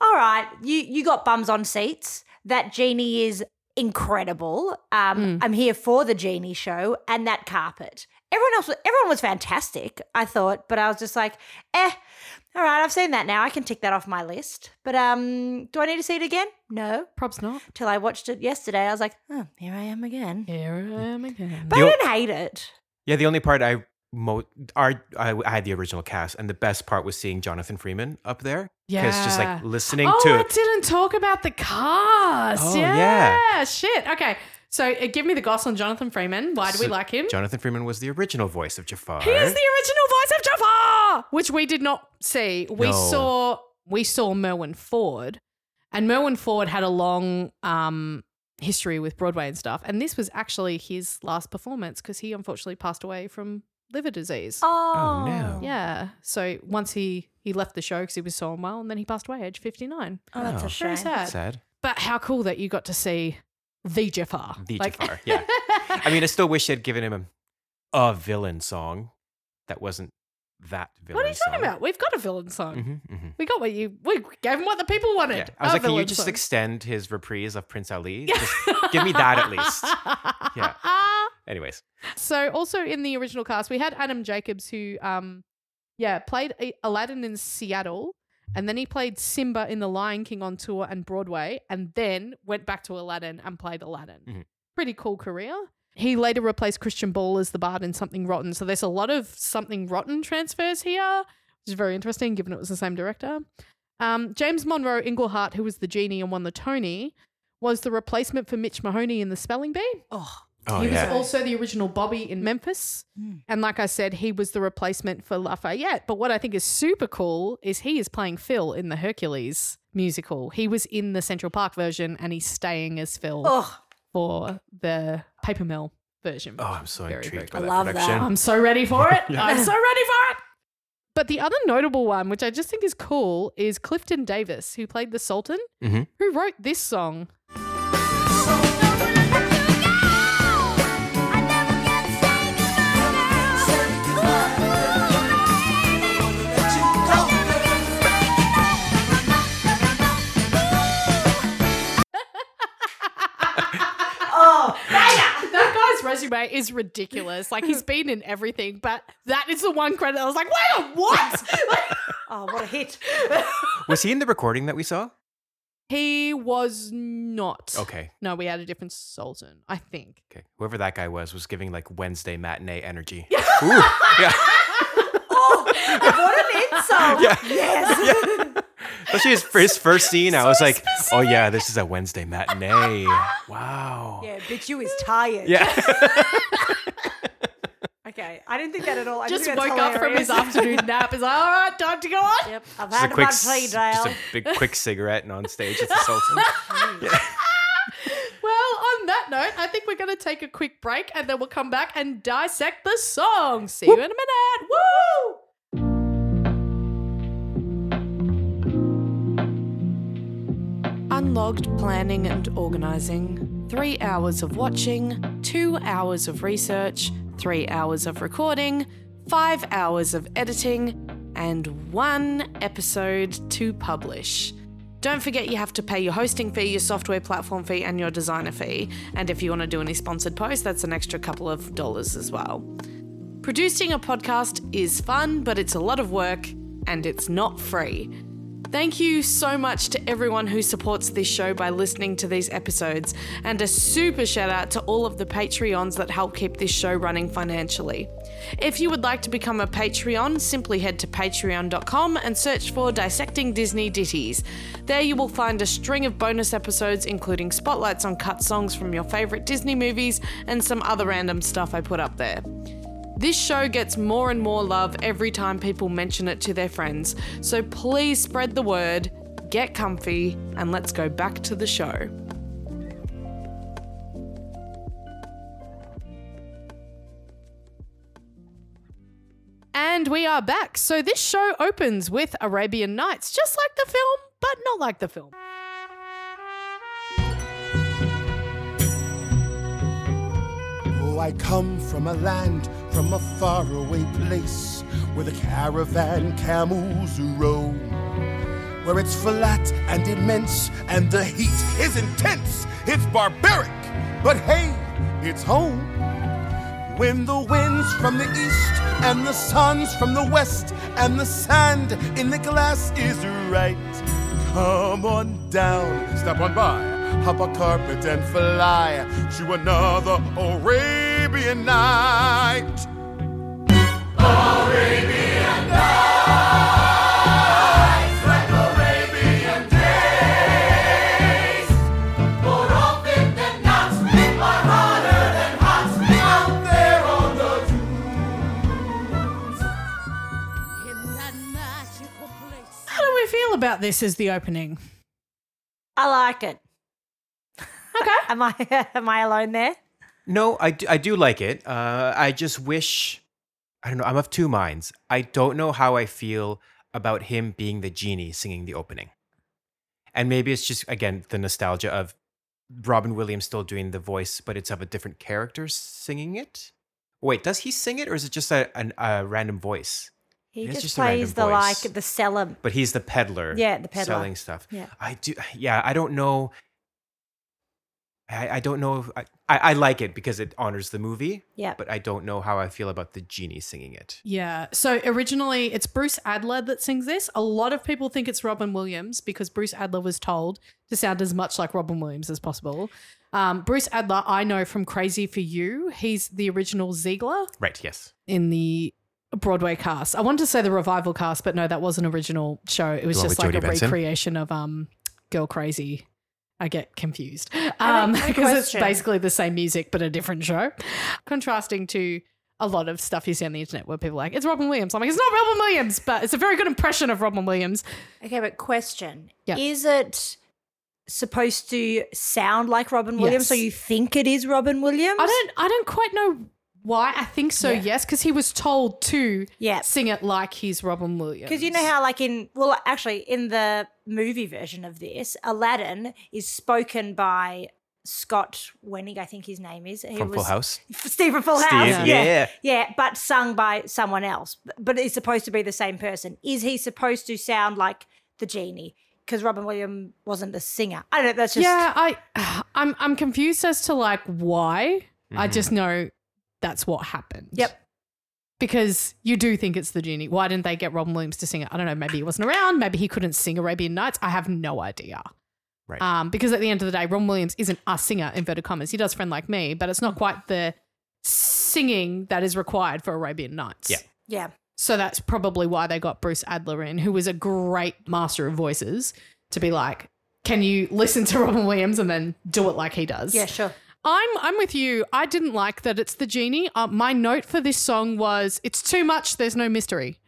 S6: all right, you you got bums on seats. That genie is incredible. Um, I'm here for the genie show and that carpet. Everyone else, was, everyone was fantastic. I thought, but I was just like, eh, all right, I've seen that now. I can tick that off my list. But um, do I need to see it again? No.
S5: Prob's not.
S6: Till I watched it yesterday, I was like, oh, here I am again.
S5: Here I am again.
S6: But
S4: The
S6: I
S4: o-
S6: didn't hate it.
S4: Yeah, the only part I mo- our, I, I had the original cast, and the best part was seeing Jonathan Freeman up there. Because just
S5: Yeah.
S4: like listening
S5: oh,
S4: to
S5: I didn't talk about the cast.
S4: Oh,
S5: yeah.
S4: yeah.
S5: Shit. Okay. So uh, give me the goss on Jonathan Freeman. Why do we
S4: So
S5: like him?
S4: Jonathan Freeman was the original voice of Jafar.
S5: he is the original voice of Jafar, which we did not see. We
S4: No.
S5: saw we saw Merwin Ford, and Merwin Ford had a long um, history with Broadway and stuff. And this was actually his last performance because he unfortunately passed away from liver disease.
S6: Oh,
S4: oh no.
S5: Yeah. So once he he left the show because he was so unwell, and then he passed away age fifty nine.
S6: Oh, that's a
S4: Oh.
S6: shame.
S5: Very sad.
S4: Sad.
S5: But how cool that you got to see the Jafar.
S4: The
S5: Like-
S4: Jafar. Yeah. I mean, I still wish they'd given him a, a villain song that wasn't that villain.
S5: what are you talking about? We've got a villain song.
S4: hmm hmm
S5: We got what you. We gave him what the people wanted.
S4: Yeah. I was
S5: A
S4: like, can you
S5: villain
S4: just
S5: song.
S4: extend his reprise of Prince Ali? Just give me that at least. Yeah. Anyways,
S5: So also in the original cast, we had Adam Jacobs, who, um, yeah, played A- Aladdin in Seattle, and then he played Simba in The Lion King on tour and Broadway, and then went back to Aladdin and played Aladdin.
S4: Mhm.
S5: Pretty cool career. He later replaced Christian Ball as the Bard in Something Rotten. So there's a lot of Something Rotten transfers here, which is very interesting given it was the same director. Um, James Monroe Inglehart, who was the genie and won the Tony, was the replacement for Mitch Mahoney in The Spelling Bee.
S6: Oh,
S4: Oh,
S5: he
S4: yeah.
S5: was also the original Bobby in Memphis. And like I said, he was the replacement for Lafayette. But what I think is super cool is he is playing Phil in the Hercules musical. He was in the Central Park version and he's staying as Phil
S6: Ugh.
S5: for the paper mill version.
S4: Oh, I'm so intrigued by
S6: I
S4: that
S6: love that.
S4: production.
S5: I'm so ready for it. I'm so ready for it. But the other notable one, which I just think is cool, is Clifton Davis, who played the Sultan,
S4: Mhm.
S5: who wrote this song. That guy's resume is ridiculous. Like he's been in everything, but that is the one credit I was like, wait, what?
S6: Oh, what a hit.
S4: Was he in the recording that we saw?
S5: he was not.
S4: Okay.
S5: No, we had a different Sultan, I think.
S4: Okay. Whoever that guy was was giving like Wednesday matinee energy. Ooh, yeah.
S6: What an insult.
S4: Yeah.
S6: Yes.
S4: Especially his, for his first scene, I was like, oh yeah, this is a Wednesday matinee. Wow.
S6: Yeah, bitch, you is tired.
S4: yeah.
S6: Okay, I didn't think that at all. I
S5: Just
S6: think
S5: woke
S6: that's
S5: up from his
S6: hilarious.
S5: afternoon nap. He's like, all right, time to go on.
S6: Yep, I've
S4: just
S6: had
S4: a quick,
S6: my
S4: c-
S6: play
S4: just
S6: dial.
S4: a big quick cigarette and on stage it's a Sultan.
S5: Well, on that note, I think we're going to take a quick break and then we'll come back and dissect the song. See you in a minute. Woo!
S1: Unlogged planning and organizing, three hours of watching, two hours of research, three hours of recording, five hours of editing, and one episode to publish. Don't forget you have to pay your hosting fee, your software platform fee, and your designer fee. And if you want to do any sponsored posts, that's an extra couple of dollars as well. Producing a podcast is fun, but it's a lot of work and it's not free. Thank you so much to everyone who supports this show by listening to these episodes, and a super shout out to all of the Patreons that help keep this show running financially. If you would like to become a Patreon, simply head to patreon.com and search for Dissecting Disney Ditties. There you will find a string of bonus episodes, including spotlights on cut songs from your favourite Disney movies and some other random stuff I put up there. This show gets more and more love every time people mention it to their friends, so please spread the word, get comfy, and let's go back to the show.
S5: And we are back. So this show opens with Arabian Nights, just like the film, but not like the film.
S2: Oh, I come from a land, from a faraway place, where the caravan camels roam. Where it's flat and immense, and the heat is intense, it's barbaric, but hey, it's home. When the wind's from the east, and the sun's from the west, and the sand in the glass is right. Come on down, step on by, hop a carpet and fly to another Arabian night.
S5: How do we feel about this as the opening?
S6: I like it. Okay. am I am I alone there?
S4: No, I do, I do like it. Uh, I just wish, I don't know, I'm of two minds. I don't know how I feel about him being the genie singing the opening. And maybe it's just, again, the nostalgia of Robin Williams still doing the voice, but it's of a different character singing it. Wait, does he sing it or is it just a, an, a random voice?
S6: He
S4: It's
S6: just,
S4: just a random
S6: plays the
S4: voice.
S6: like the seller.
S4: But he's the peddler.
S6: Yeah, the peddler.
S4: Selling stuff.
S6: Yeah.
S4: I do. Yeah, I don't know. I, I don't know. If I, I, I like it because it honors the movie
S6: Yeah.
S4: but I don't know how I feel about the genie singing it.
S5: Yeah. So originally it's Bruce Adler that sings this. A lot of people think it's Robin Williams because Bruce Adler was told to sound as much like Robin Williams as possible. Um, Bruce Adler, I know from Crazy for You. He's the original Ziegler
S4: Right, yes.
S5: in the Broadway cast. I wanted to say the revival cast, but no, that was an original show. It was
S4: one
S5: just
S4: with
S5: like
S4: Jodie
S5: a
S4: Benson?
S5: recreation of um, Girl Crazy. I get confused
S6: I
S5: um,
S6: like the
S5: because it's
S6: question.
S5: basically the same music but a different show, contrasting to a lot of stuff you see on the internet where people are like it's Robin Williams. I'm like it's not Robin Williams, but it's a very good impression of Robin Williams.
S6: Okay, but question.
S5: Yeah.
S6: Is it supposed to sound like Robin Williams? So
S5: Yes.
S6: you think it is Robin Williams?
S5: I don't I don't quite know why. I think so, yes, because he was told to
S6: Yeah.
S5: sing it like he's Robin Williams.
S6: Because you know how, like in well, actually, in the movie version of this, Aladdin is spoken by Scott Wenning, I think his name is. He
S4: From Full
S6: was-
S4: House?
S6: Steve from Full
S4: Steve,
S6: House.
S4: yeah.
S6: yeah, yeah, but sung by someone else. B- But it's supposed to be the same person. Is he supposed to sound like the genie? Because Robin Williams wasn't the singer. I don't know. That's just
S5: yeah, I I'm I'm confused as to like why. I just know that's what happened.
S6: Yep.
S5: Because you do think it's the genie. Why didn't they get Robin Williams to sing it? I don't know. Maybe he wasn't around. Maybe he couldn't sing Arabian Nights. I have no idea.
S4: Right.
S5: Um, because at the end of the day, Ron Williams isn't a singer, inverted commas. He does Friend Like Me, but it's not quite the singing that is required for Arabian Nights.
S4: Yeah.
S6: yeah.
S5: So that's probably why they got Bruce Adler in, who was a great master of voices, to be like, can you listen to Robin Williams and then do it like he does?
S6: Yeah, sure.
S5: I'm I'm with you. I didn't like that it's the genie. Uh, my note for this song was it's too much. There's no mystery.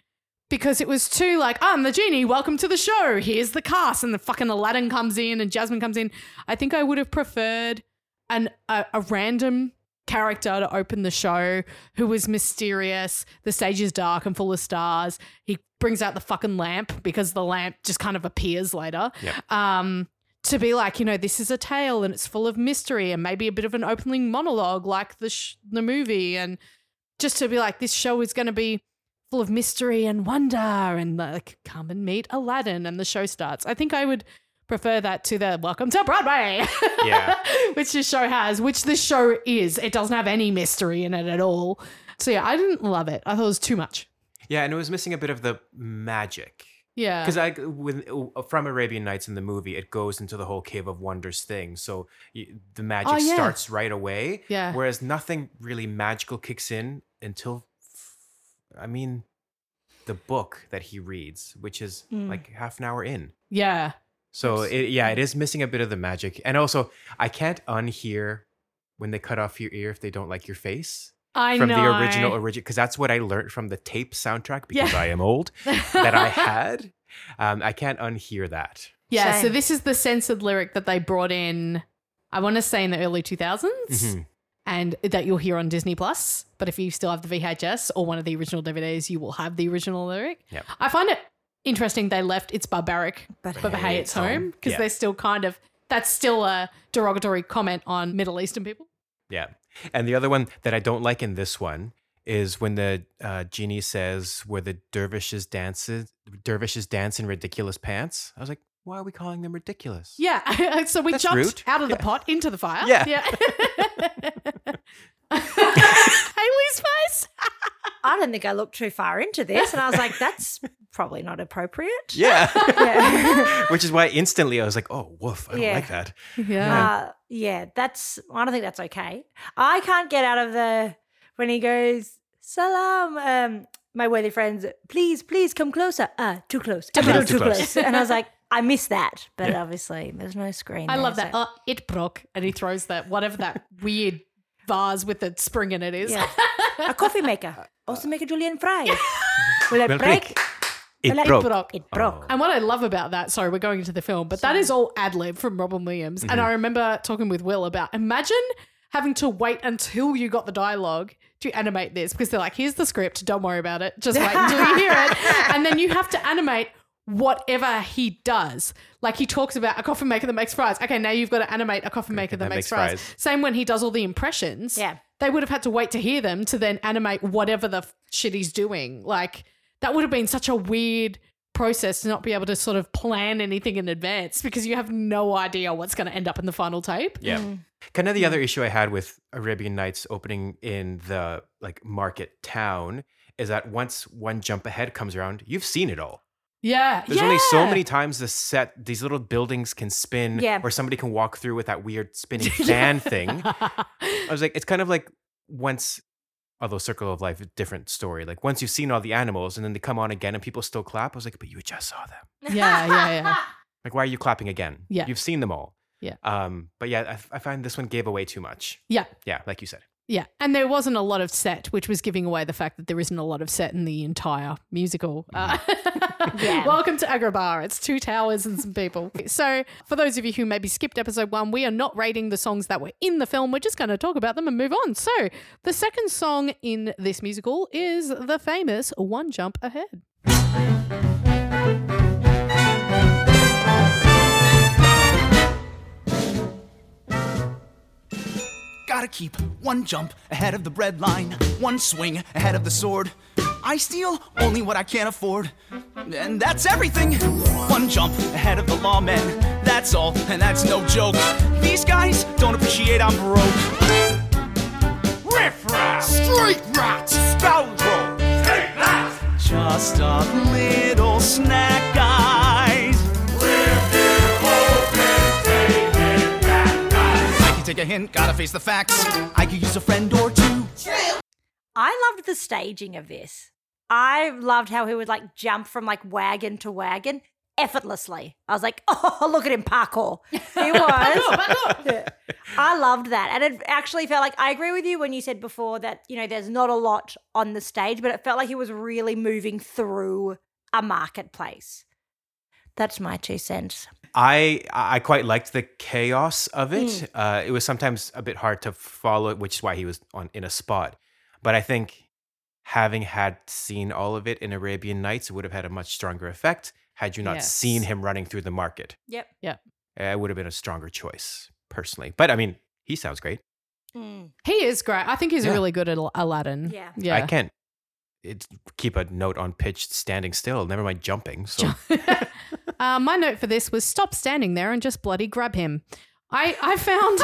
S5: Because it was too like, I'm the genie, welcome to the show. Here's the cast. And the fucking Aladdin comes in and Jasmine comes in. I think I would have preferred an a, a random character to open the show who was mysterious. The stage is dark and full of stars. He brings out the fucking lamp because the lamp just kind of appears later.
S4: Yep.
S5: Um, to be like, you know, this is a tale and it's full of mystery and maybe a bit of an opening monologue like the sh- the movie and just to be like this show is going to be full of mystery and wonder and like come and meet Aladdin and the show starts. I think I would prefer that to the welcome to Broadway.
S4: Yeah.
S5: which this show has, which this show is. It doesn't have any mystery in it at all. So yeah, I didn't love it. I thought it was too much.
S4: Yeah, and it was missing a bit of the magic.
S5: Yeah.
S4: Because I with uh, from Arabian Nights in the movie, it goes into the whole Cave of Wonders thing. So you, the magic
S5: Oh, yeah.
S4: starts right away.
S5: Yeah.
S4: Whereas nothing really magical kicks in until, I mean, the book that he reads, which is
S5: Mm.
S4: like half an hour in.
S5: yeah.
S4: So it, yeah,
S5: Mm.
S4: it is missing a bit of the magic, and also I can't unhear when they cut off your ear if they don't like your face
S5: I
S4: from
S5: know.
S4: the original original because that's what I learned from the tape soundtrack because
S5: Yeah.
S4: I am old that I had. Um, I can't unhear that.
S5: Yeah, so
S6: Shame.
S5: this is the censored lyric that they brought in, I want to say in the early 2000s,
S4: Mhm.
S5: and that you'll hear on Disney Plus. But if you still have the VHS or one of the original DVDs, you will have the original lyric.
S4: Yep.
S5: I find it interesting they left It's Barbaric, but,
S6: But
S5: hey, it's home, because
S4: Yeah.
S5: they're still kind of, that's still a derogatory comment on Middle Eastern people.
S4: Yeah, and the other one that I don't like in this one is when the uh, genie says where the dervishes dances, dervishes dance in ridiculous pants. I was like, why are we calling them ridiculous?
S5: Yeah, so we
S4: That's
S5: jumped
S4: rude.
S5: out of the pot into the fire.
S4: Yeah.
S5: Haley's face.
S6: I don't think I looked too far into this, and I was like, that's probably not appropriate.
S4: Yeah.
S6: Yeah.
S4: Which is why instantly I was like, oh, woof, I don't
S6: Yeah.
S4: like that.
S5: Yeah.
S6: Uh, yeah, that's. I don't think that's okay. I can't get out of the when he goes salam. Um, my worthy friends, please, please come closer. Uh, too close. a
S4: Too
S6: little
S4: close, too close.
S6: and I was like, I miss that, but obviously there's no screen.
S5: I
S6: there,
S5: love that.
S6: so-
S5: Uh, it broke. And he throws that, whatever that weird vase with the spring in it is.
S6: Yeah. a coffee maker. Also make a julienne fry. Will it
S4: Uh, Well,
S6: break?
S4: It
S6: Will it
S4: broke.
S5: broke.
S6: It broke.
S5: Oh. And what I love about that, sorry, we're going into the film, but that is all ad lib from Robin Williams. And I remember talking with Will about imagine having to wait until you got the dialogue to animate this because they're like, here's the script, don't worry about it, just wait until you hear it. And then you have to animate whatever he does. Like he talks about a coffin maker that makes fries. Okay, now you've got to animate a coffin maker that, makes, fries. Same when he does all the impressions.
S6: Yeah.
S5: They would have had to wait to hear them to then animate whatever the f- shit he's doing. Like that would have been such a weird process to not be able to sort of plan anything in advance because you have no idea what's going to end up in the final tape.
S4: Yeah. Kind of
S5: Mm.
S4: the other issue I had with Arabian Nights opening in the like market town is that once one jump ahead comes around, you've seen it all.
S5: Yeah.
S4: There's only so
S5: yeah.
S4: many times the set these little buildings can spin
S6: Yeah.
S4: or somebody can walk through with that weird spinning fan thing. I was like, it's kind of like once although Circle of Life is a different story. Like once you've seen all the animals and then they come on again and people still clap, I was like, but you just saw them.
S5: yeah, yeah, yeah.
S4: Like, why are you clapping again?
S5: Yeah.
S4: You've seen them all.
S5: Yeah.
S4: Um, but yeah, I, f- I find this one gave away too much.
S5: Yeah.
S4: Yeah, like you said.
S5: Yeah, and there wasn't a lot of set, which was giving away the fact that there isn't a lot of set in the entire musical. Uh, Welcome to Agrabar. It's two towers and some people. So, for those of you who maybe skipped episode one, we are not rating the songs that were in the film. We're just going to talk about them and move on. So, the second song in this musical is the famous One Jump Ahead.
S11: Gotta keep one jump ahead of the bread line, one swing ahead of the sword. I steal only what I can't afford, and that's everything. One jump ahead of the lawmen, that's all, and that's no joke. These guys don't appreciate I'm broke. Riff raff, street rat, scoundrel, take that! Just a little snack, guys. I can take a hint, gotta face the facts. I could use a friend or two.
S6: I loved the staging of this. I loved how he would like jump from like wagon to wagon effortlessly. I was like, oh, look at him parkour. He was. I loved that. And it actually felt like I agree with you when you said before that, you know, there's not a lot on the stage, but it felt like he was really moving through a marketplace. That's my two cents.
S4: I I quite liked the chaos of it.
S5: Mm.
S4: Uh, it was sometimes a bit hard to follow, which is why he was on in a spot. But I think having had seen all of it in Arabian Nights, it would have had a much stronger effect had you not
S5: Yes.
S4: seen him running through the market.
S6: Yep.
S5: Yep.
S4: Uh, It would have been a stronger choice personally. But I mean, he sounds great.
S5: He is great. I think he's
S4: Yeah.
S5: really good at Al- Aladdin.
S6: Yeah.
S5: Yeah.
S4: I can't it's, keep a note on pitch standing still. Never mind jumping. So
S5: Uh, my note for this was stop standing there and just bloody grab him. I, I found.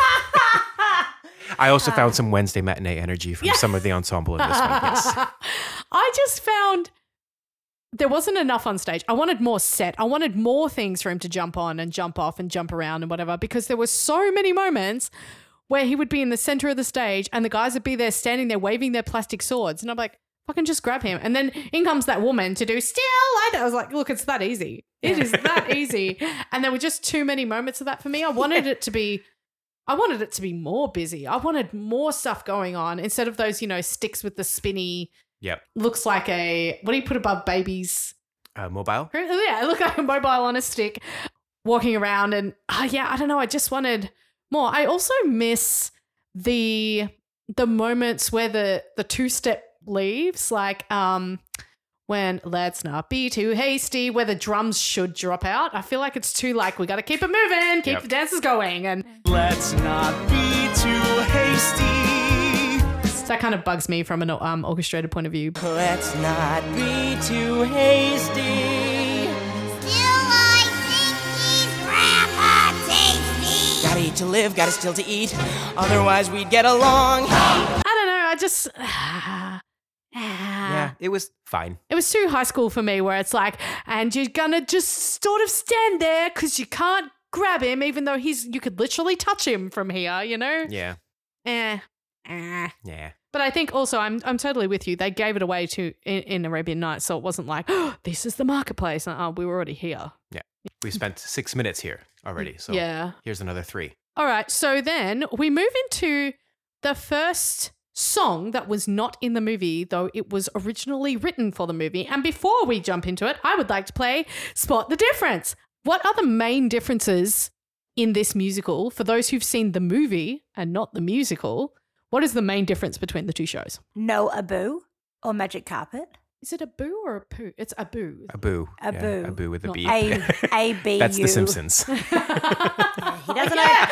S4: I also found some Wednesday matinee energy from some of the ensemble in this one. Yes.
S5: I just found there wasn't enough on stage. I wanted more set. I wanted more things for him to jump on and jump off and jump around and whatever because there were so many moments where he would be in the center of the stage and the guys would be there standing there waving their plastic swords. And I'm like, fucking just grab him. And then in comes that woman to do still. I don't-" I was like, look, it's that easy. It is that easy. And there were just too many moments of that for me. I wanted it to be. I wanted it to be more busy. I wanted more stuff going on instead of those, you know, sticks with the spinny
S4: Yep.
S5: looks like a what do you put above babies? Oh,
S4: Uh, mobile.
S5: Yeah, it looked like a mobile on a stick, walking around, and oh yeah, I don't know. I just wanted more. I also miss the the moments where the the two step leaves, like um when let's not be too hasty, where the drums should drop out. I feel like it's too like we got to keep it moving, keep
S11: Yep.
S5: the dances going, and
S11: Let's not be too hasty.
S5: so that kind of bugs me from an um, orchestrated point of view.
S11: Let's not be too hasty.
S12: Still, I think he's rather tasty.
S11: Gotta eat to live, gotta steal to eat, otherwise we'd get along.
S5: I don't know. I just Ah.
S4: Yeah, it was fine.
S5: It was too high school for me, where it's like, and you're gonna just sort of stand there because you can't grab him, even though he's you could literally touch him from here, you know?
S4: Yeah.
S5: Eh. Eh.
S4: Yeah.
S5: But I think also I'm I'm totally with you. They gave it away to in, in Arabian Nights, so it wasn't like oh, this is the marketplace. Uh, we were already here.
S4: Yeah. We spent six minutes here already. So
S5: Yeah.
S4: here's another three.
S5: All right. So then we move into the first song that was not in the movie, though it was originally written for the movie. And before we jump into it, I would like to play Spot the Difference. What are the main differences in this musical for those who've seen the movie and not the musical? What is the main difference between the two shows?
S6: No Abu or Magic Carpet.
S5: Is it a boo or a poo? It's a boo.
S4: A boo.
S6: A boo.
S4: Yeah, a boo with a
S6: Not-
S4: B.
S6: A- A B
S4: That's
S6: U.
S4: The Simpsons.
S6: He doesn't own.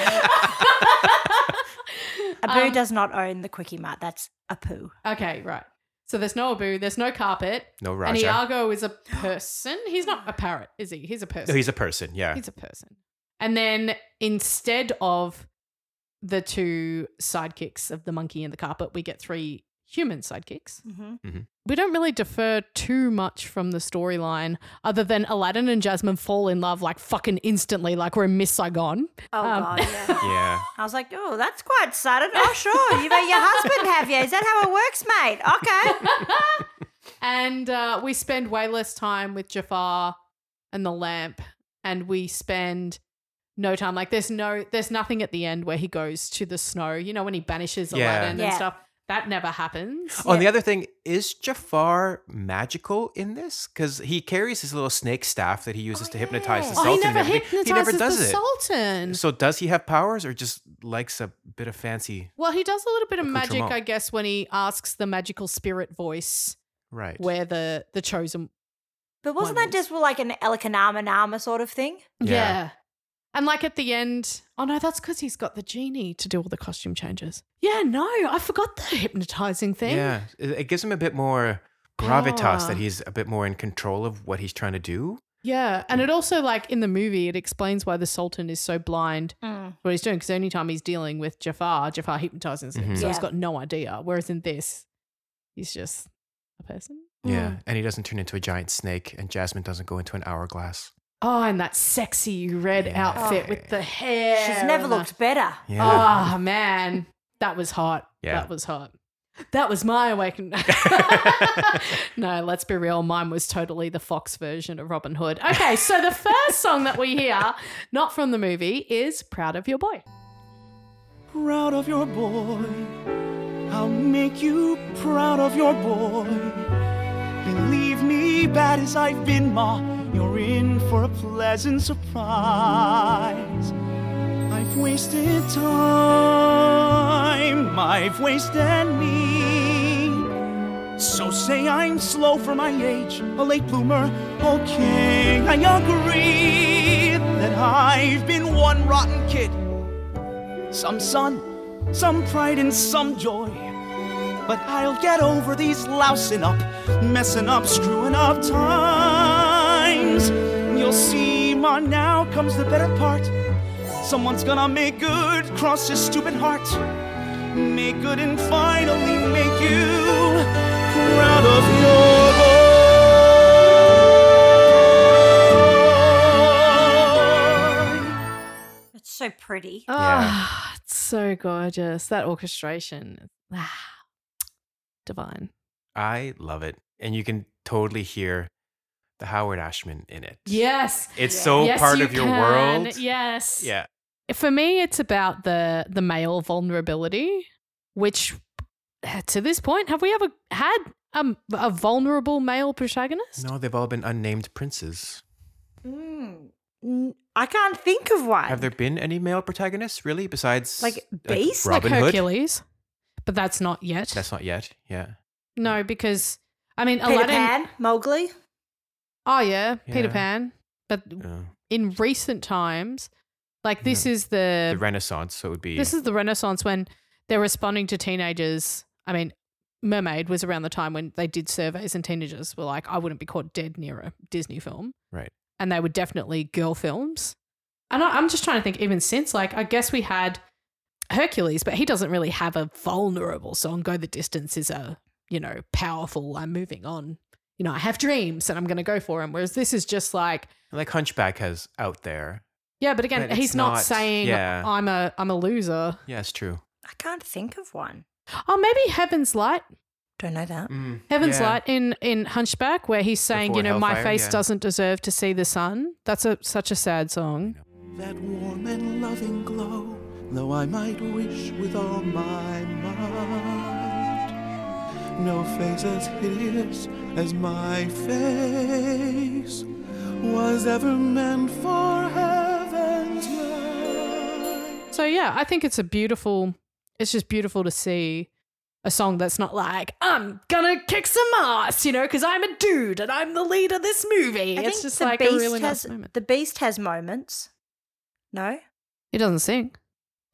S6: Abu
S5: Um,
S6: does not own the Quickie Mart. That's a poo.
S5: Okay, right. So there's no Abu, there's no carpet.
S4: No
S5: And
S4: Raja.
S5: Iago is a person. He's not a parrot, is he? He's a person.
S4: No, he's a person. Yeah.
S5: He's a person. And then instead of the two sidekicks of the monkey and the carpet, we get three human sidekicks.
S4: Mhm.
S5: We don't really defer too much from the storyline other than Aladdin and Jasmine fall in love like fucking instantly, like we're in Miss Saigon.
S6: Oh, God, yeah.
S4: yeah.
S6: I was like, oh, that's quite sudden. Oh, sure. You made your husband have you. Is that how it works, mate? Okay.
S5: And uh, we spend way less time with Jafar and the lamp, and we spend no time. Like there's no there's nothing at the end where he goes to the snow. You know when he banishes
S4: Yeah.
S5: Aladdin
S4: Yeah.
S5: and stuff. That never happens.
S4: Oh, and the other thing is Jafar magical in this because he carries his little snake staff that he uses to hypnotize the
S5: Oh,
S4: Sultan.
S5: he never
S4: and everything.
S5: hypnotizes
S4: He never does
S5: the
S4: it.
S5: Sultan.
S4: So does he have powers or just likes a bit of fancy?
S5: Well, he does a little bit
S4: Oh,
S5: of magic,
S4: Accoutrement.
S5: I guess, when he asks the magical spirit voice
S4: Right.
S5: where the the chosen.
S6: But wasn't that just like an Elkanama sort of thing?
S5: Yeah. And like at the end, oh no, that's because he's got the genie to do all the costume changes. Yeah, no, I forgot the hypnotizing thing.
S4: Yeah, it it gives him a bit more gravitas
S5: Power.
S4: that he's a bit more in control of what he's trying to do.
S5: Yeah, and it also like in the movie, it explains why the Sultan is so blind
S6: Mm.
S5: to what he's doing because only time he's dealing with Jafar, Jafar hypnotizes him,
S4: Mhm.
S5: so
S6: Mm-hmm.
S5: he's
S4: Yeah.
S5: got no idea. Whereas in this, he's just a person.
S4: Yeah,
S5: Mm.
S4: and he doesn't turn into a giant snake, and Jasmine doesn't go into an hourglass.
S5: Oh, and that sexy red outfit with the hair.
S6: She's never
S5: and the-
S6: looked better.
S4: Yeah.
S5: Oh man, that was hot.
S4: Yeah.
S5: That was hot. That was my awakening. no, let's be real. Mine was totally the Fox version of Robin Hood. Okay, so the first song that we hear, not from the movie, is Proud of Your Boy.
S7: proud of your boy. I'll make you proud of your boy. Believe me, bad as I've been, Ma, you're in for a pleasant surprise. I've wasted time, I've wasted me. So say I'm slow for my age, a late bloomer. Okay, I agree that I've been one rotten kid some sun, some pride, and some joy. But I'll get over these lousing up, messing up, screwing up times. You'll see, Ma, now comes the better part. Someone's gonna make good, cross your stupid heart. Make good and finally make you proud of your
S6: It's so pretty.
S5: Oh, it's so gorgeous. That orchestration. Wow. Divine.
S4: I love it, and you can totally hear the Howard Ashman in it.
S5: Yes.
S4: It's so part
S5: you
S4: of your
S5: can.
S4: world.
S5: Yes.
S4: Yeah,
S5: For me, it's about the the male vulnerability, which uh, to this point, have we ever had a, a vulnerable male protagonist?
S4: no, they've all been unnamed princes.
S6: Mm. N- I can't think of one.
S4: Have there been any male protagonists really besides
S6: Like Beast?
S5: Like
S4: Robin Hood?
S5: Hercules, but that's not yet.
S4: That's not yet. Yeah.
S5: No, because I mean,
S6: Peter
S5: Aladdin.
S6: Pan, Mowgli.
S5: Oh yeah, Peter
S4: Yeah.
S5: Pan. But
S4: Yeah.
S5: in recent times, like this is the
S4: the Renaissance, so it would be
S5: This is the Renaissance when they're responding to teenagers. I mean, Mermaid was around the time when they did surveys and teenagers were like, I wouldn't be caught dead near a Disney film.
S4: right.
S5: And they were definitely girl films. And I, I'm just trying to think, even since, like, I guess we had Hercules, but he doesn't really have a vulnerable song. Go the Distance is a, you know, powerful, I'm moving on. You know, I have dreams and I'm going to go for them. Whereas this is just like,
S4: Like Hunchback has out there.
S5: yeah, but again,
S4: But it's
S5: he's not,
S4: not-
S5: saying
S4: yeah.
S5: I'm a I'm a loser.
S4: Yeah, it's true.
S6: I can't think of one.
S5: Oh, maybe Heaven's Light.
S6: Don't know that.
S4: Mm,
S5: Heaven's
S4: yeah.
S5: Light in in Hunchback, where he's saying,
S4: Before
S5: you know, my
S4: Hellfire,
S5: face
S4: yeah.
S5: doesn't deserve to see the sun. That's a such a sad song.
S7: That warm and loving glow, though I might wish with all my might. No face as hideous as my face was ever meant for heaven's light.
S5: So yeah, I think it's a beautiful. It's just beautiful to see a song that's not like I'm gonna kick some ass, you know, because I'm a dude and I'm the lead of this movie.
S6: I
S5: it's
S6: think
S5: just
S6: the
S5: like
S6: Beast
S5: a really
S6: has
S5: nice moment.
S6: the Beast has moments. No,
S5: He doesn't sing.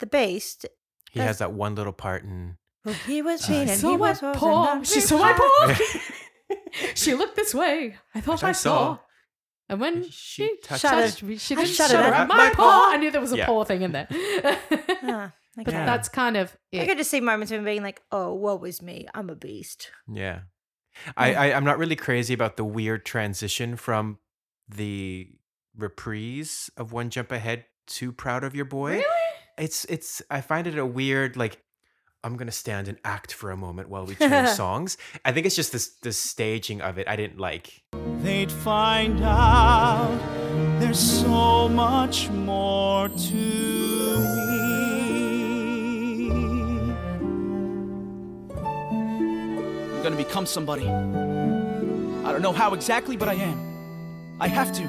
S6: the Beast.
S4: He has that one little part in
S6: Well, he
S4: Uh,
S6: was mean and
S5: saw
S6: he
S5: my
S6: was was
S5: paw.
S6: and I-
S5: She saw my paw. she looked this way. I thought
S4: Which
S5: I,
S4: I
S5: saw.
S4: saw.
S5: And when she,
S4: touched-
S5: touched,
S4: Shuddered.
S5: she
S4: I
S5: didn't
S4: shuddered
S5: shudder
S4: at
S5: at my,
S4: my
S5: paw.
S4: paw.
S5: I knew there was a
S4: Yeah.
S5: paw thing in there. But
S6: okay.
S5: that's kind of
S6: I
S5: it.
S6: get to see moments of him being like, "Oh, woe is me, I'm a beast."
S4: Yeah. I, I I'm not really crazy about the weird transition from the reprise of One Jump Ahead to Proud of Your Boy. Really? It's it's I find it a weird like I'm gonna stand and act for a moment while we change songs. I think it's just this the staging of it I didn't like.
S7: They'd find out there's so much more more to me.
S11: I'm gonna become somebody. I don't know how exactly, but I am. I have to.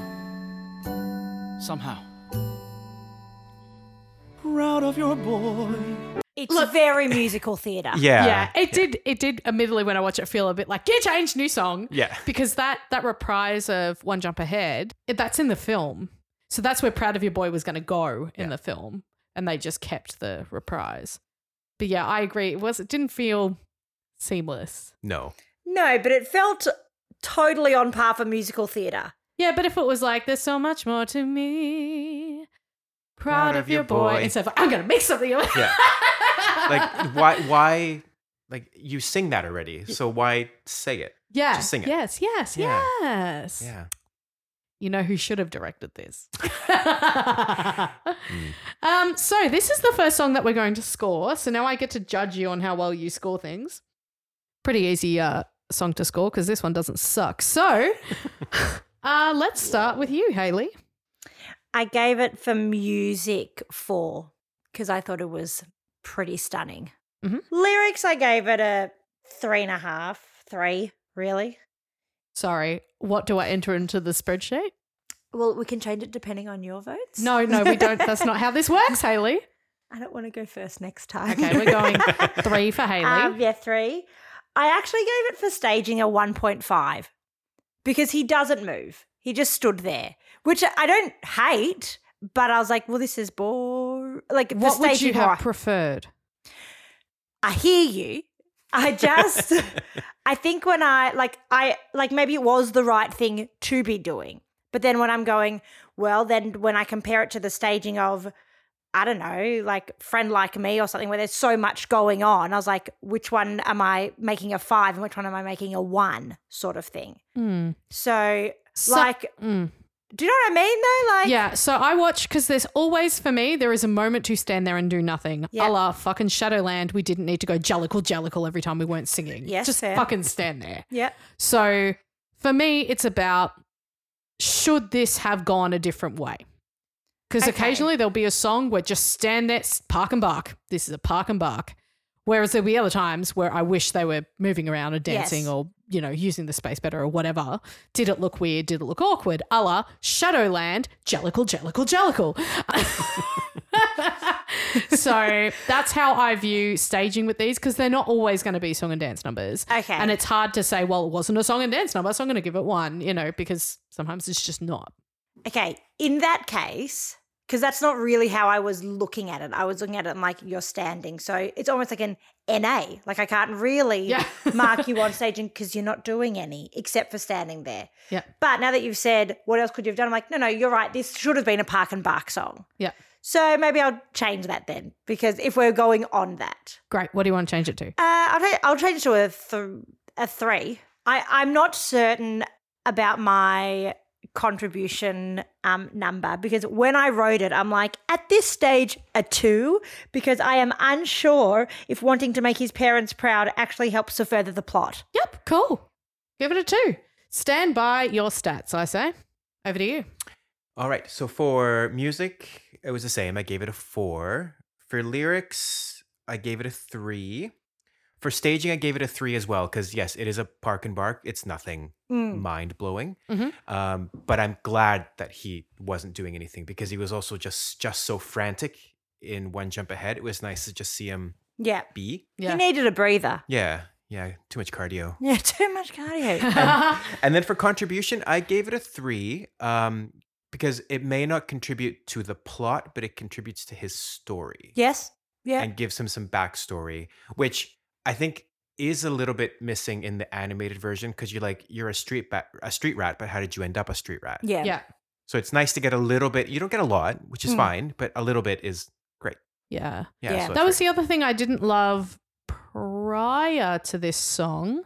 S11: Somehow.
S7: Proud of your boy.
S6: It's very musical theatre.
S4: Yeah.
S5: Yeah. It did it did admittedly when I watch it feel a bit like gear change, new song.
S4: Yeah.
S5: Because that that reprise of One Jump Ahead, it, that's in the film. So that's where Proud of Your Boy was gonna go in the film. And they just kept the reprise. But yeah, I agree. It was it didn't feel seamless.
S4: No.
S6: No, but it felt totally on par for musical theatre.
S5: Yeah, but if it was like there's so much more to me. Proud, of, your boy.
S4: boy.
S5: Instead of I'm gonna make something of it.
S4: Yeah. like why why like you sing that already? So why say it?
S5: Yeah.
S4: Just sing it.
S5: Yes, yes,
S4: Yeah.
S5: yes.
S4: Yeah.
S5: You know who should have directed this. um, so this is the first song that we're going to score. So now I get to judge you on how well you score things. Pretty easy uh, song to score because this one doesn't suck. So uh, let's start with you, Haley.
S6: I gave it for music four because I thought it was pretty stunning.
S5: Mm-hmm.
S6: Lyrics, I gave it a three and a half, three, really.
S5: Sorry, what do I enter into the spreadsheet?
S6: Well, we can change it depending on your votes.
S5: No, no, we don't. That's not how this works, Haley.
S6: I don't want to go first next time.
S5: Okay, we're going three for Haley.
S6: Um, yeah, three. I actually gave it for staging a 1.5 because he doesn't move. He just stood there, which I don't hate, but I was like, well, this is boring. Like, for
S5: what would you
S6: staging
S5: have
S6: right-
S5: preferred?
S6: I hear you. I just, I think when I, like, I, like, maybe it was the right thing to be doing. But then when I'm going, well, then when I compare it to the staging of, I don't know, like Friend Like Me or something where there's so much going on, I was like, which one am I making a five and which one am I making a one sort of thing.
S5: Hmm.
S6: So,
S5: So-
S6: like,
S5: Mm.
S6: do you know what I mean though? Like,
S5: yeah, so I watch because there's always for me there is a moment to stand there and do nothing. A la fucking Shadowland, we didn't need to go jellicle jellicle every time we weren't singing.
S6: Yes,
S5: just
S6: fair.
S5: fucking stand there.
S6: Yep.
S5: So for me, it's about should this have gone a different way? Because
S6: Okay.
S5: occasionally there'll be a song where just stand there, s- park and bark. This is a park and bark. Whereas there'll be other times where I wish they were moving around or dancing
S6: Yes.
S5: or, you know, using the space better or whatever. Did it look weird? Did it look awkward? A la Shadowland, Jellicle, Jellicle, Jellicle. so that's how I view staging with these because they're not always going to be song and dance numbers.
S6: Okay.
S5: And it's hard to say, well, it wasn't a song and dance number, so I'm going to give it one, you know, because sometimes it's just not.
S6: Okay, in that case, because that's not really how I was looking at it. I was looking at it and like you're standing, so it's almost like an NA. Like I can't really mark you on staging because you're not doing any except for standing there.
S5: Yeah.
S6: But now that you've said what else could you have done, I'm like, no, no, you're right. This should have been a park and bark song.
S5: Yeah.
S6: So maybe I'll change that then because if we're going on that,
S5: Great. What do you want to change it to?
S6: uh, I'll, ta- I'll change it to a, th- a three. I, I'm not certain about my contribution um, number because when I wrote it, I'm like, at this stage, a two, because I am unsure if wanting to make his parents proud actually helps to further the plot.
S5: Yep, cool. Give it a two. Stand by your stats, I say. Over to you.
S4: All right. So for music, it was the same. I gave it a four. For lyrics, I gave it a three. For staging, I gave it a three as well because yes, it is a park and bark. It's nothing
S5: Mm.
S4: mind blowing,
S5: Mhm.
S4: um, but I'm glad that he wasn't doing anything because he was also just just so frantic in one jump ahead. It was nice to just see him
S6: Yeah.
S4: be.
S6: He needed a breather.
S4: Yeah, yeah, too much cardio.
S6: Yeah, too much cardio.
S5: and,
S4: and then for contribution, I gave it a three um, because it may not contribute to the plot, but it contributes to his story
S6: yes. Yeah.
S4: and gives him some backstory, which I think is a little bit missing in the animated version because you're like you're a street bat, a street rat, but how did you end up a street rat?
S6: yeah.
S5: Yeah.
S4: So it's nice to get a little bit. You don't get a lot, which is
S6: Mm.
S4: fine, but a little bit is great.
S5: Yeah.
S4: Yeah, Yeah. so
S5: that was
S4: it's
S5: the other thing I didn't love prior to this song.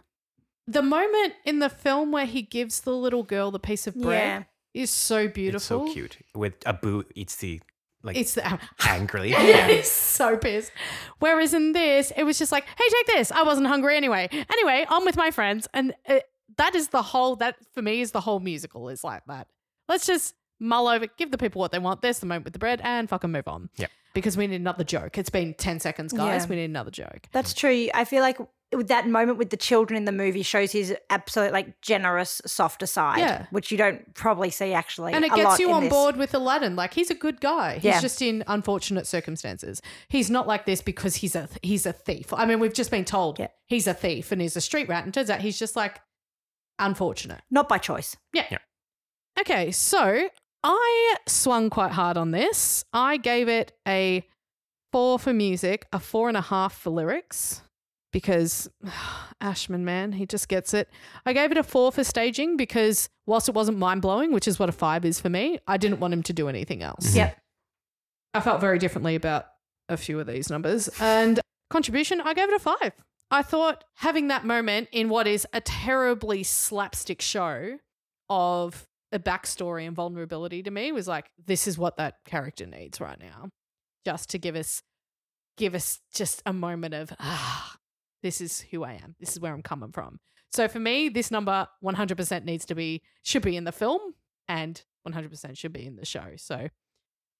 S5: The moment in the film where he gives the little girl the piece of bread is so
S4: It's so
S5: beautiful.
S4: cute with Abu eats the like
S5: It's the
S4: angrily.
S5: He's so pissed. Whereas in this, it was just like, hey, take this. I wasn't hungry anyway. Anyway, I'm with my friends. And uh that is the whole, that for me is the whole musical is like that. Let's just mull over, give the people what they want. There's the moment with the bread, and fucking move on.
S4: Yeah.
S5: Because we need another joke. It's been 10 seconds, guys.
S6: Yeah.
S5: We need another joke.
S6: That's true. I feel like with that moment with the children in the movie shows his absolute like generous, softer side,
S5: Yeah.
S6: which you don't probably see actually.
S5: And it
S6: a
S5: gets
S6: lot
S5: you
S6: in
S5: on
S6: this.
S5: board with Aladdin. Like he's a good guy. He's
S6: Yeah.
S5: just in unfortunate circumstances. He's not like this because he's a he's a thief. I mean, we've just been told he's a thief and he's a street rat, and turns out he's just like unfortunate.
S6: Not by choice.
S5: Yeah. Okay, so I swung quite hard on this. I gave it a four for music, a four and a half for lyrics because Ashman, man, he just gets it. I gave it a four for staging because whilst it wasn't mind blowing, which is what a five is for me, I didn't want him to do anything else.
S6: Yep.
S5: I felt very differently about a few of these numbers. And contribution, I gave it a five. I thought having that moment in what is a terribly slapstick show of a backstory and vulnerability to me was like, this is what that character needs right now. Just to give us give us just a moment of ah, this is who I am. This is where I'm coming from. So for me, this number 100% needs to be should be in the film and 100% should be in the show. So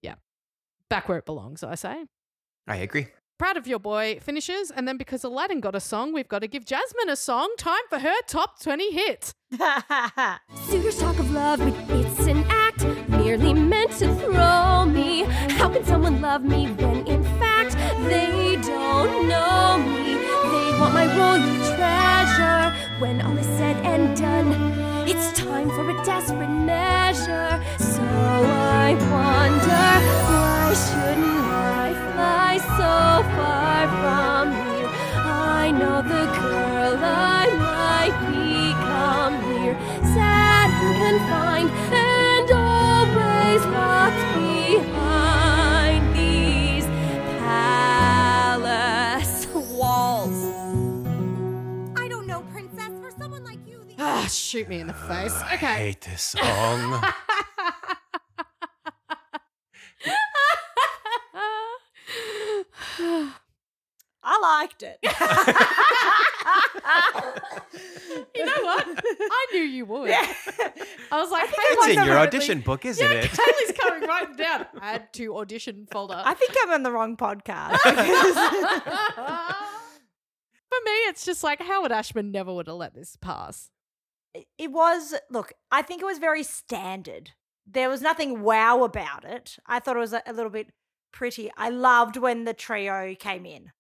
S5: yeah, back where it belongs, I say.
S4: I agree.
S5: Proud of your boy finishes, and then because Aladdin got a song, we've got to give Jasmine a song. Time for her top 20 hit.
S13: Suitors talk of love, but it's an act merely meant to throw me. How can someone love me when, in fact, they don't know me? They want my royal treasure when all is said and done. It's time for a desperate measure. So I wonder why shouldn't I fly so far from here? I know the girl I might become here, sad and confined, and always locked behind these palace walls.
S12: I don't know, princess. For someone like you, the
S5: Ah, shoot me in the face.
S4: I
S5: Okay.
S4: hate this song.
S6: I liked it.
S5: you know what? I knew you would. I was like,
S6: I
S4: it's
S5: Haley's
S4: in your
S5: apparently-
S4: audition book, isn't
S5: yeah,
S4: it?
S5: Haley's coming right down. Add to audition folder.
S6: I think I'm on the wrong podcast.
S5: For me, it's just like Howard Ashman never would have let this pass.
S6: it was look i think it was very standard there was nothing wow about it i thought it was a, a little bit pretty i loved when the trio came in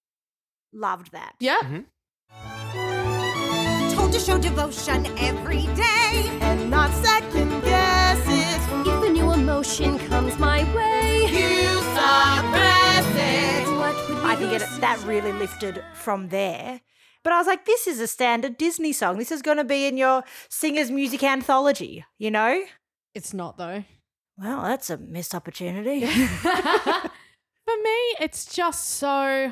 S6: loved that
S5: yeah
S4: Mm-hmm.
S12: told to show devotion every day.
S13: And not second guesses. If a new emotion comes my way, you suppress it. What would
S6: i think it, that really lifted from there but i was like this is a standard disney song this is going to be in your singer's music anthology you know
S5: it's not though
S6: well that's a missed opportunity
S5: For me, it's just so.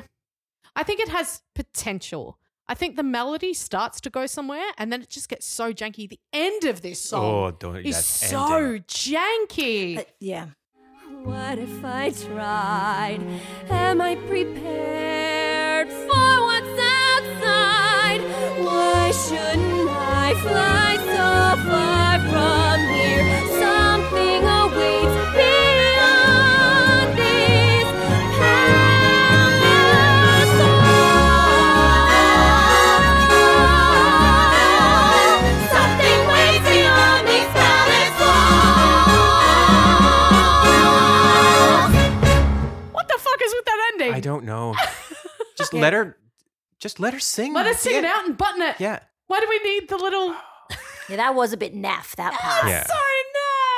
S5: I think it has potential. I think the melody starts to go somewhere and then it just gets so janky. The end of this song
S4: Oh, don't-
S5: is
S4: that's
S5: so janky.
S6: yeah.
S13: What if I tried? Am I prepared for what's outside? Why shouldn't I fly so far from here? Something awaits beyond these palace walls. Something waits beyond these palace walls.
S5: What the fuck is with that ending?
S4: I don't know. Just let her. Just let her sing.
S5: Let us
S4: at the
S5: sing it
S4: end.
S5: out and button it.
S4: Yeah.
S5: Why do we need the little.
S6: yeah that was a bit naff that part
S4: Yeah.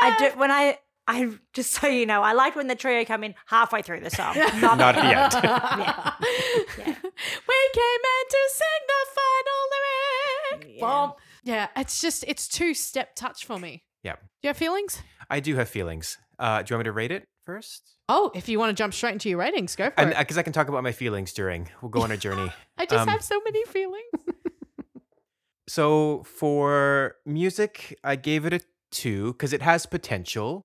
S6: I do when I I just so you know, I liked when the trio come in halfway through the song.
S4: Not yet.
S6: yeah.
S5: We came in to sing the final lyric. Yeah. yeah, it's just, it's two step touch for me.
S4: Yeah.
S5: Do you have feelings?
S4: I do have feelings. Uh, do you want me to rate it first?
S5: Oh, if you want to jump straight into your ratings, go for
S4: And
S5: it.
S4: because I can talk about my feelings during. We'll go on a journey.
S5: I just
S4: Um,
S5: have so many feelings.
S4: So for music, I gave it a two because it has potential,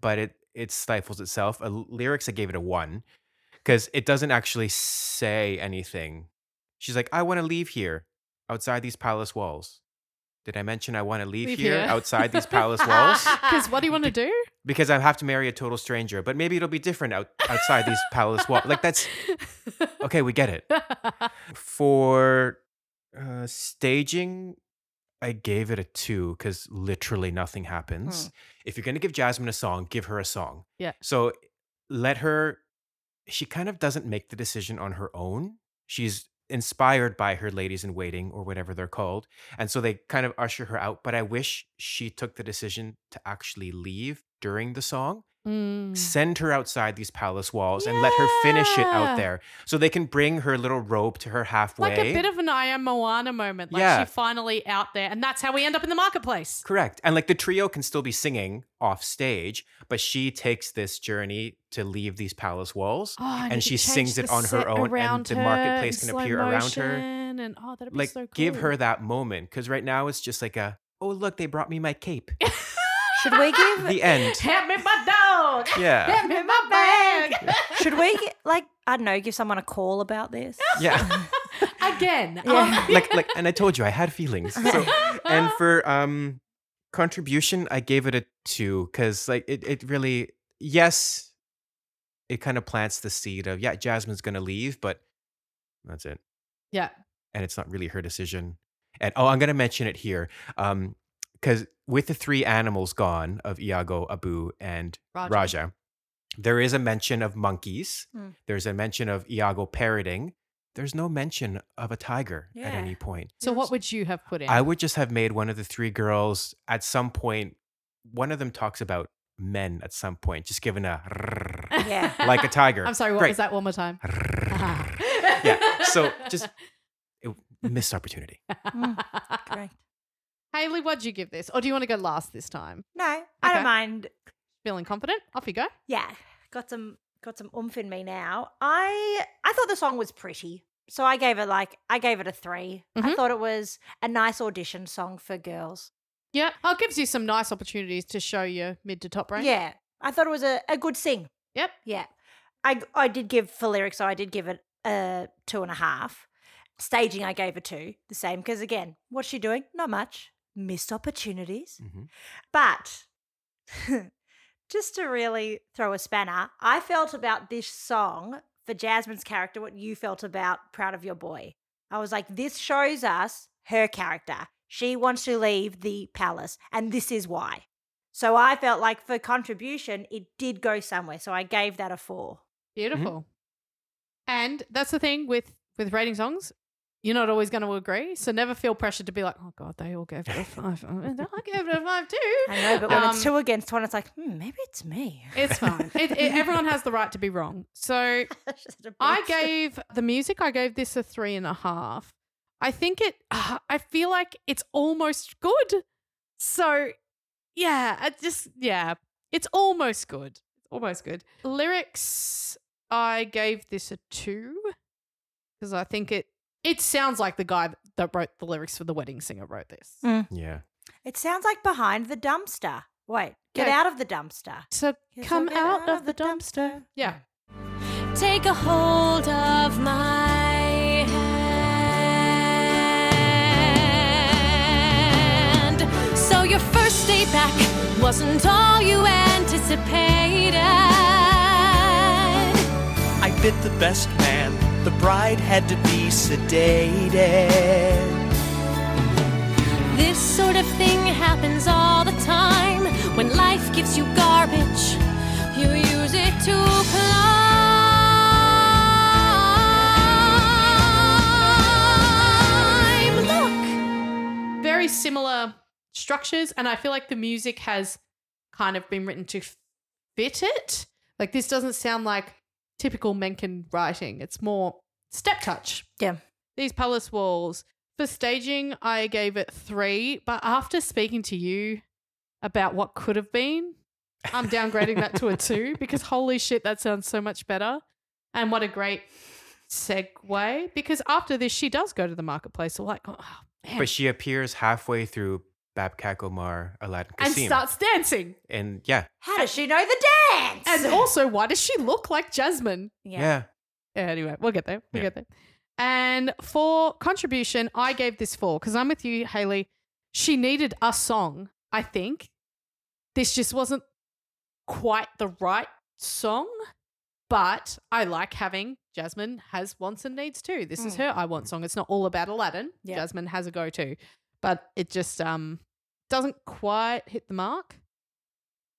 S4: but it it stifles itself. Uh, lyrics, I gave it a one because it doesn't actually say anything. She's like, "I want to leave here, outside these palace walls." Did I mention I want to leave, here, outside these palace walls?
S5: Ah. Because what do you want to do?
S4: because I have to marry a total stranger. But maybe it'll be different out, outside these palace walls. Like that's okay. We get it. For uh, staging, I gave it a two because literally nothing happens.
S5: Hmm.
S4: If you're gonna give Jasmine a song, give her a song.
S5: Yeah.
S4: So let her. She kind of doesn't make the decision on her own. She's inspired by her ladies in waiting or whatever they're called. And so they kind of usher her out. But I wish she took the decision to actually leave during the song.
S5: Mm.
S4: Send her outside these palace walls and let her finish it
S5: Yeah.
S4: out there. So they can bring her little robe to her halfway.
S5: Like a bit of an I am Moana moment. Like
S4: Yeah.
S5: she finally out there, and that's how we end up in the marketplace.
S4: Correct. And like the trio can still be singing off stage, but she takes this journey to leave these palace walls
S5: Oh, and
S4: and
S5: you
S4: she
S5: could change
S4: sings it
S5: the
S4: on
S5: set
S4: her own
S5: around
S4: and the
S5: her
S4: marketplace can
S5: in slow
S4: appear around her.
S5: motion, And oh, that'd be
S4: Like
S5: so cool.
S4: give her that moment cuz right now it's just like a oh look they brought me my cape.
S6: Should we give
S4: The end.
S6: Hand me my dog.
S4: Yeah.
S6: Hand me my bag. Should we like I don't know, give someone a call about this?
S4: Yeah.
S5: Again. Um,
S6: Yeah.
S4: like like and I told you I had feelings. So and for um contribution I gave it a 2 cuz like it it really yes it kind of plants the seed of yeah Jasmine's going to leave but that's it.
S5: Yeah.
S4: and it's not really her decision. And oh, I'm going to mention it here because with the three animals gone of Iago, Abu, and
S5: Raja.
S4: Raja, there is a mention of monkeys.
S5: Mm.
S4: There's a mention of Iago parroting. There's no mention of a tiger
S5: Yeah.
S4: at any point.
S5: So what would you have put in?
S4: I would just have made one of the three girls at some point. One of them talks about men at some point, just given a
S5: Yeah.
S4: like a tiger.
S5: I'm sorry, what
S4: Great.
S5: was that one more time?
S4: Yeah. So just it, missed opportunity.
S6: Mm, Great.
S5: Haley, what'd you give this? Or do you want to go last this time?
S6: No, I
S5: Okay.
S6: don't mind.
S5: Feeling confident? Off you go.
S6: Yeah. Got some got some oomph in me now. I I thought the song was pretty. So I gave it like I gave it a 3. I thought it was a nice audition song for girls.
S5: Yeah. Oh, it gives you some nice opportunities to show your mid to top range.
S6: Yeah. I thought it was a, a good sing.
S5: Yep.
S6: Yeah. I I did give for lyrics, I did give it a two and a half. Staging I gave a two, the same, because again, what's she doing? Not much. Missed opportunities. But just to really throw a spanner, I felt about this song for Jasmine's character what you felt about Proud of Your Boy. I was like, this shows us her character. She wants to leave the palace, and this is why. So I felt like for contribution, it did go somewhere. So I gave that a four.
S5: Beautiful.
S4: Mm-hmm.
S5: And that's the thing with with rating songs. You're not always going to agree, so never feel pressured to be like, "Oh God, they all gave it a five. I gave it a five too."
S6: I know, but when
S5: Um,
S6: it's two against one, it's like, hmm, maybe it's me.
S5: It's fine. It, it, everyone has the right to be wrong. So I gave the music, I gave this a three and a half. I think it, ah, I feel like it's almost good. So yeah, it just, yeah, it's almost good. Almost good. Lyrics, I gave this a two because I think it, it sounds like the guy that wrote the lyrics for The Wedding Singer wrote this.
S6: Mm.
S4: Yeah.
S6: It sounds like behind the dumpster. Wait, get
S5: Yeah.
S6: out of the dumpster.
S5: So
S13: come out
S6: of, the dumpster.
S5: Yeah.
S13: Take a hold of my hand. So your first day back wasn't all you anticipated.
S7: I bit the best man. The bride had to be sedated.
S13: This sort of thing happens all the time. When life gives you garbage, you use it to climb. Look!
S5: very similar structures and i feel like the music has kind of been written to f- fit it like this doesn't sound like typical menken writing it's more step touch
S6: yeah
S5: these palace walls for staging i gave it three but after speaking to you about what could have been i'm downgrading that to a two because holy shit that sounds so much better and what a great segue because after this she does go to the marketplace so like oh, man.
S4: But she appears halfway through Babcock Omar Aladdin
S5: and
S4: Kasim.
S5: starts dancing.
S4: And yeah,
S6: How does she know the dance?
S5: And also, why does she look like Jasmine?
S4: yeah.
S5: Yeah, Anyway, we'll get there. We'll
S4: Yeah.
S5: get there. And for contribution, I gave this four because I'm with you, Haley. She needed a song, I think. This just wasn't quite the right song, but I like having Jasmine has wants and needs too. This is
S1: Mm.
S5: her I want song. It's not all about Aladdin.
S1: Yeah.
S5: Jasmine has a go to, but it just um doesn't quite hit the mark.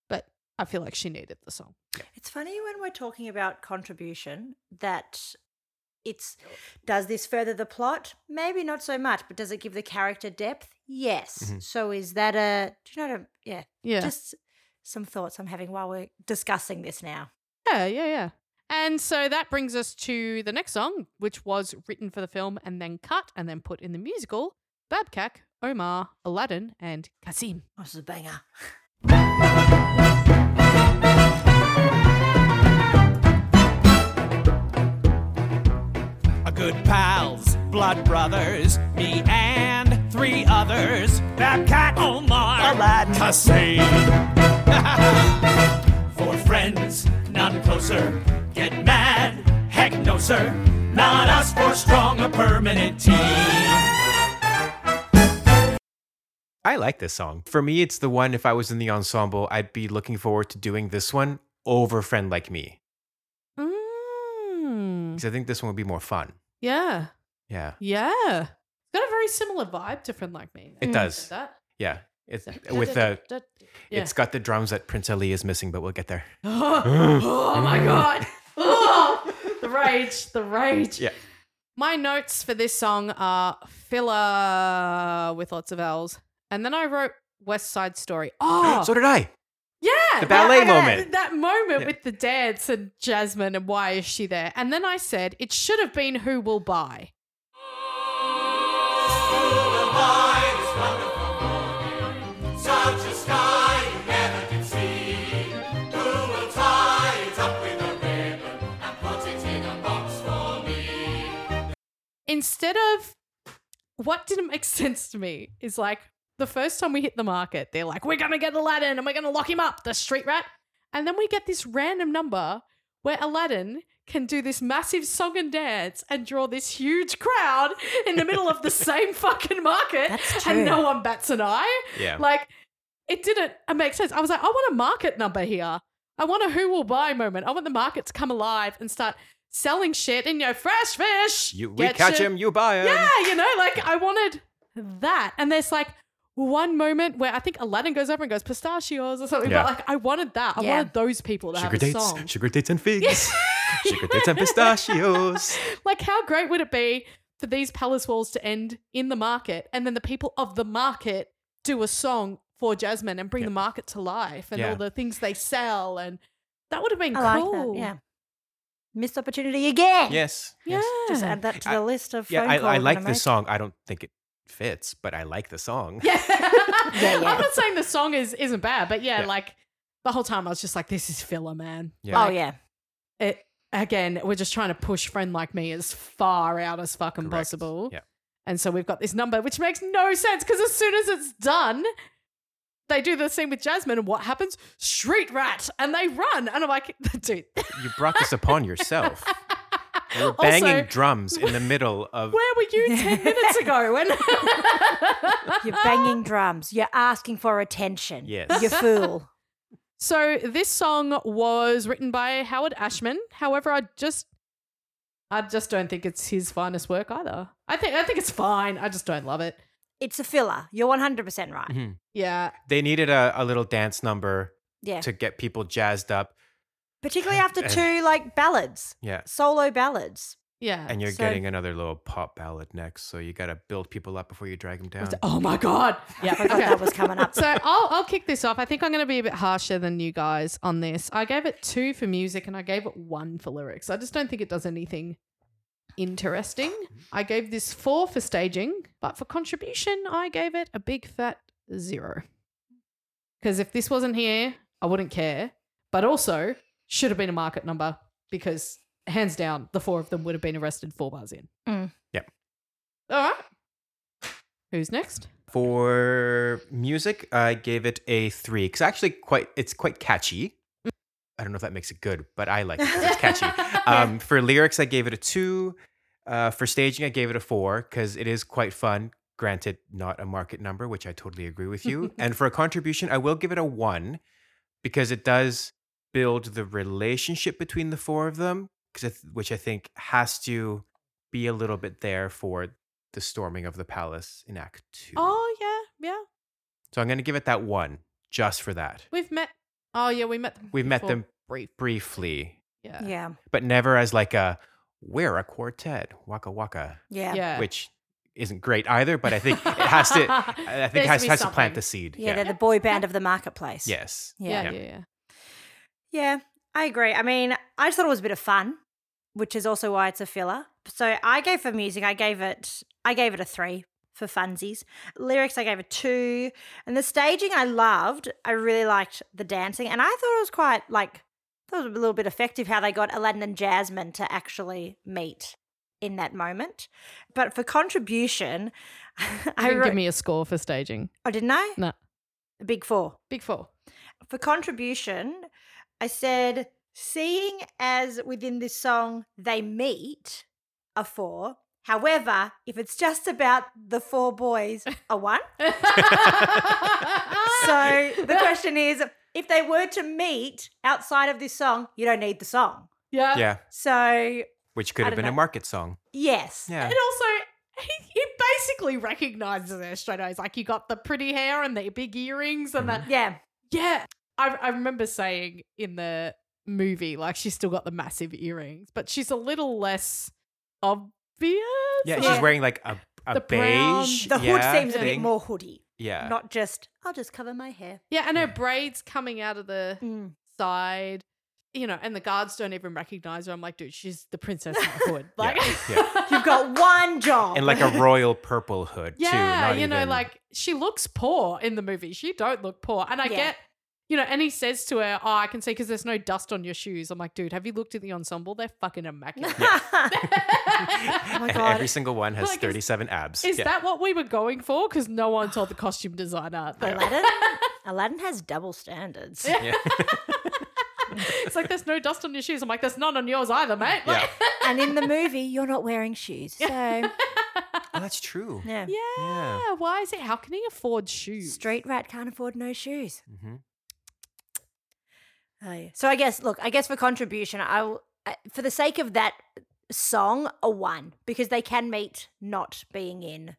S5: But I feel like she needed the song.
S6: It's funny when we're talking about contribution that it's does this further the plot? Maybe not so much, but does it give the character depth? Yes.
S4: Mm-hmm.
S5: Mhm.
S6: So is that a do you know what I'm, yeah.
S5: Yeah.
S6: Just some thoughts I'm having while we're discussing this now.
S5: Yeah, yeah, yeah. And so that brings us to the next song, which was written for the film and then cut and then put in the musical Babcock, Omar, Aladdin, and Kasim.
S6: Oh, This is a banger.
S14: are good pals, blood brothers, me and three others. Babcock, Omar, Aladdin, Hussein. Four friends, none closer. Get mad, heck no, sir. Not us for strong, a permanent team.
S4: I like this song. For me, it's the one, if I was in the ensemble, I'd be looking forward to doing this one over Friend Like Me.
S5: Mm.
S4: Because I think this one would be more fun.
S5: Yeah.
S4: Yeah.
S5: Yeah. It's got a very similar vibe to Friend Like Me.
S4: It
S5: Mm.
S4: does.
S5: That.
S4: Yeah. It's with the
S5: Yeah.
S4: it's got the drums that Prince Ali is missing, but we'll get there.
S5: oh my
S4: Mm.
S5: god. Oh, the rage, the rage.
S4: Yeah.
S5: My notes for this song are filler with lots of L's. And then I wrote West Side Story. Oh,
S4: so did I.
S5: Yeah.
S4: The ballet
S5: that-
S4: moment.
S5: That moment
S4: Yeah.
S5: with the dance and Jasmine and why is she there? And then I said, it should have been Who Will Buy.
S8: Such a sky you never can see. Who will tie it up with a ribbon and put it in a box for me?
S5: Instead of what didn't make sense to me is like the first time we hit the market, they're like, we're going to get Aladdin and we're going to lock him up, the street rat. And then we get this random number where Aladdin can do this massive song and dance and draw this huge crowd in the middle of the same fucking market and no one bats an eye.
S8: Yeah.
S5: Like, it didn't make sense. I was like, I want a market number here. I want a who will buy moment. I want the market to come alive and start selling shit and, you know, fresh fish.
S4: You, we
S5: get
S4: catch
S5: shit.
S4: him, you buy him.
S5: Yeah, you know, like I wanted that. And there's like one moment where I think Aladdin goes over and goes pistachios or something,
S4: Yeah.
S5: but like I wanted that. I
S4: Yeah.
S5: wanted those people to
S4: Sugar
S5: have a
S4: dates,
S5: song.
S4: sugar dates and figs,
S5: Yes.
S4: sugar dates and pistachios.
S5: like how great would it be for these palace walls to end in the market and then the people of the market do a song for Jasmine and bring the market to life and
S6: Yeah.
S5: all the things they sell and that would have been
S6: I like that,
S5: cool.
S6: yeah. Missed opportunity again.
S4: Yes.
S5: Yeah.
S6: Just add that to the list of
S4: Yeah,
S6: phone
S4: I,
S6: calls
S4: I
S6: I'm
S4: like
S6: gonna
S4: this
S6: make.
S4: song. I don't think it fits, but I like the song.
S5: I'm not saying the song is isn't bad, but yeah,
S4: Yeah.
S5: like the whole time I was just like, this is filler, man.
S4: Yeah. Oh,
S5: Like,
S4: yeah.
S5: It again, we're just trying to push friend like me as far out as fucking possible.
S4: Yeah.
S5: And so we've got this number, which makes no sense because as soon as it's done, they do the scene with Jasmine, and what happens? Street rat, and they run, and I'm like, dude,
S4: You brought this upon yourself. You were banging
S5: Also-
S4: drums in the middle of.
S5: where were you ten minutes ago? When
S6: You're banging drums. You're asking for attention.
S4: Yes.
S6: You fool.
S5: So this song was written by Howard Ashman. However, I just I just don't think it's his finest work either. I think I think it's fine. I just don't love it.
S6: It's a filler. You're 100% right.
S4: Mhm.
S5: Yeah.
S4: They needed a, a little dance number
S6: Yeah.
S4: to get people jazzed up.
S6: Particularly after
S4: And-
S6: two like ballads.
S4: Yeah.
S6: Solo ballads.
S5: Yeah.
S4: And you're getting another little pop ballad next, so you gotta build people up before you drag them down.
S5: Oh my god. Yeah.
S6: I forgot that was coming up.
S5: So I'll I'll kick this off. I think I'm going to be a bit harsher than you guys on this. I gave it 2 for music and I gave it 1 for lyrics. I just don't think it does anything interesting. I gave this 4 for staging, but for contribution I gave it a big fat 0. Cuz if this wasn't here, I wouldn't care. But also should have been a market number because hands down the four of them would have been arrested 4 bars in.
S4: Yep.
S5: All right. Who's next?
S4: For music, I gave it a three because actually, quite it's quite catchy. I don't know if that makes it good, but I like it 'cause it's catchy. Um, for lyrics, I gave it a two. Uh, for staging, I gave it a four because it is quite fun. Granted, not a market number, which I totally agree with you. and for a contribution, I will give it a one because it does build the relationship between the four of them, 'cause I th- which I think has to be a little bit there for the storming of the palace in Act Two.
S5: Oh yeah, yeah.
S4: So I'm going to give it that one just for that.
S5: We've met. Oh yeah, we met them.
S4: We've met
S5: before.
S4: them
S5: brief.
S4: briefly,
S5: Yeah.
S6: Yeah.
S4: but never as like a we're a quartet, waka waka.
S6: Yeah. Yeah.
S4: Which isn't great either, but I think it has to. I think
S6: There's
S4: it has,
S6: to be
S4: has to plant
S6: something.
S4: the seed.
S6: Yeah, they're the boy band of the marketplace.
S4: Yes.
S6: Yeah.
S5: yeah, yeah.
S6: Yeah, I agree. I mean, I just thought it was a bit of fun, which is also why it's a filler. So I gave for music, I gave it, I gave it a three for funsies. Lyrics, I gave a two, and the staging I loved. I really liked the dancing, and I thought it was quite like, I thought it was a little bit effective how they got Aladdin and Jasmine to actually meet in that moment. But for contribution, I
S5: didn't
S6: wrote,
S5: give me a score for staging.
S6: oh, didn't I?
S5: No.
S6: The Big Four.
S5: Big Four.
S6: For contribution, I said, seeing as within this song they meet a four. However, if it's just about the four boys, a one. so the question is if they were to meet outside of this song, you don't need the song.
S5: Yeah.
S4: Yeah.
S6: So,
S4: Which could
S6: Oh, I
S4: have
S6: don't
S4: been a
S6: know.
S4: market song.
S6: yes.
S4: Yeah.
S5: And also, he, he basically recognizes her straight away. He's like, you got the pretty hair and the big earrings and
S4: Mm-hmm.
S5: that.
S6: Yeah.
S5: Yeah. I, I remember saying in the movie, like, she's still got the massive earrings, but she's a little less obvious.
S4: Yeah,
S5: Like,
S4: she's wearing like a, a
S5: The brown-
S4: beige.
S6: The hood
S4: yeah,
S6: seems a bit
S4: thing.
S6: more hoodie,
S4: Yeah.
S6: not just, I'll just cover my hair.
S5: Yeah, and her braids coming out of the
S4: Mm.
S5: side, you know, and the guards don't even recognize her. I'm like, dude, she's the princess in the hood. Like,
S4: yeah.
S6: You've got one job.
S4: and like a royal purple hood too.
S5: yeah,
S4: Not
S5: you know,
S4: even-
S5: like she looks poor in the movie. She don't look poor, and I
S6: Yeah.
S5: get. You know, and he says to her, "Oh, I can see because there's no dust on your shoes." I'm like, "Dude, have you looked at the ensemble? They're fucking immaculate."
S6: oh my
S4: and
S6: God.
S4: e-, every single one has
S5: Like, is-
S4: 37 abs.
S5: Is
S4: yeah.
S5: that what we were going for? Because no one told the costume designer. that-
S6: Aladdin, Aladdin has double standards.
S4: Yeah.
S5: it's like there's no dust on your shoes. I'm like, "There's none on yours either, mate." Like,
S4: yeah.
S6: and in the movie, you're not wearing shoes. So, yeah.
S4: Oh, that's true.
S6: yeah.
S4: Yeah.
S5: Why is it? How can he afford shoes?
S6: Street rat can't afford no shoes.
S4: Mhm.
S6: Oh, yeah. So I guess, look, I guess for contribution, I, will- I for the sake of that song, a one because they can meet not being in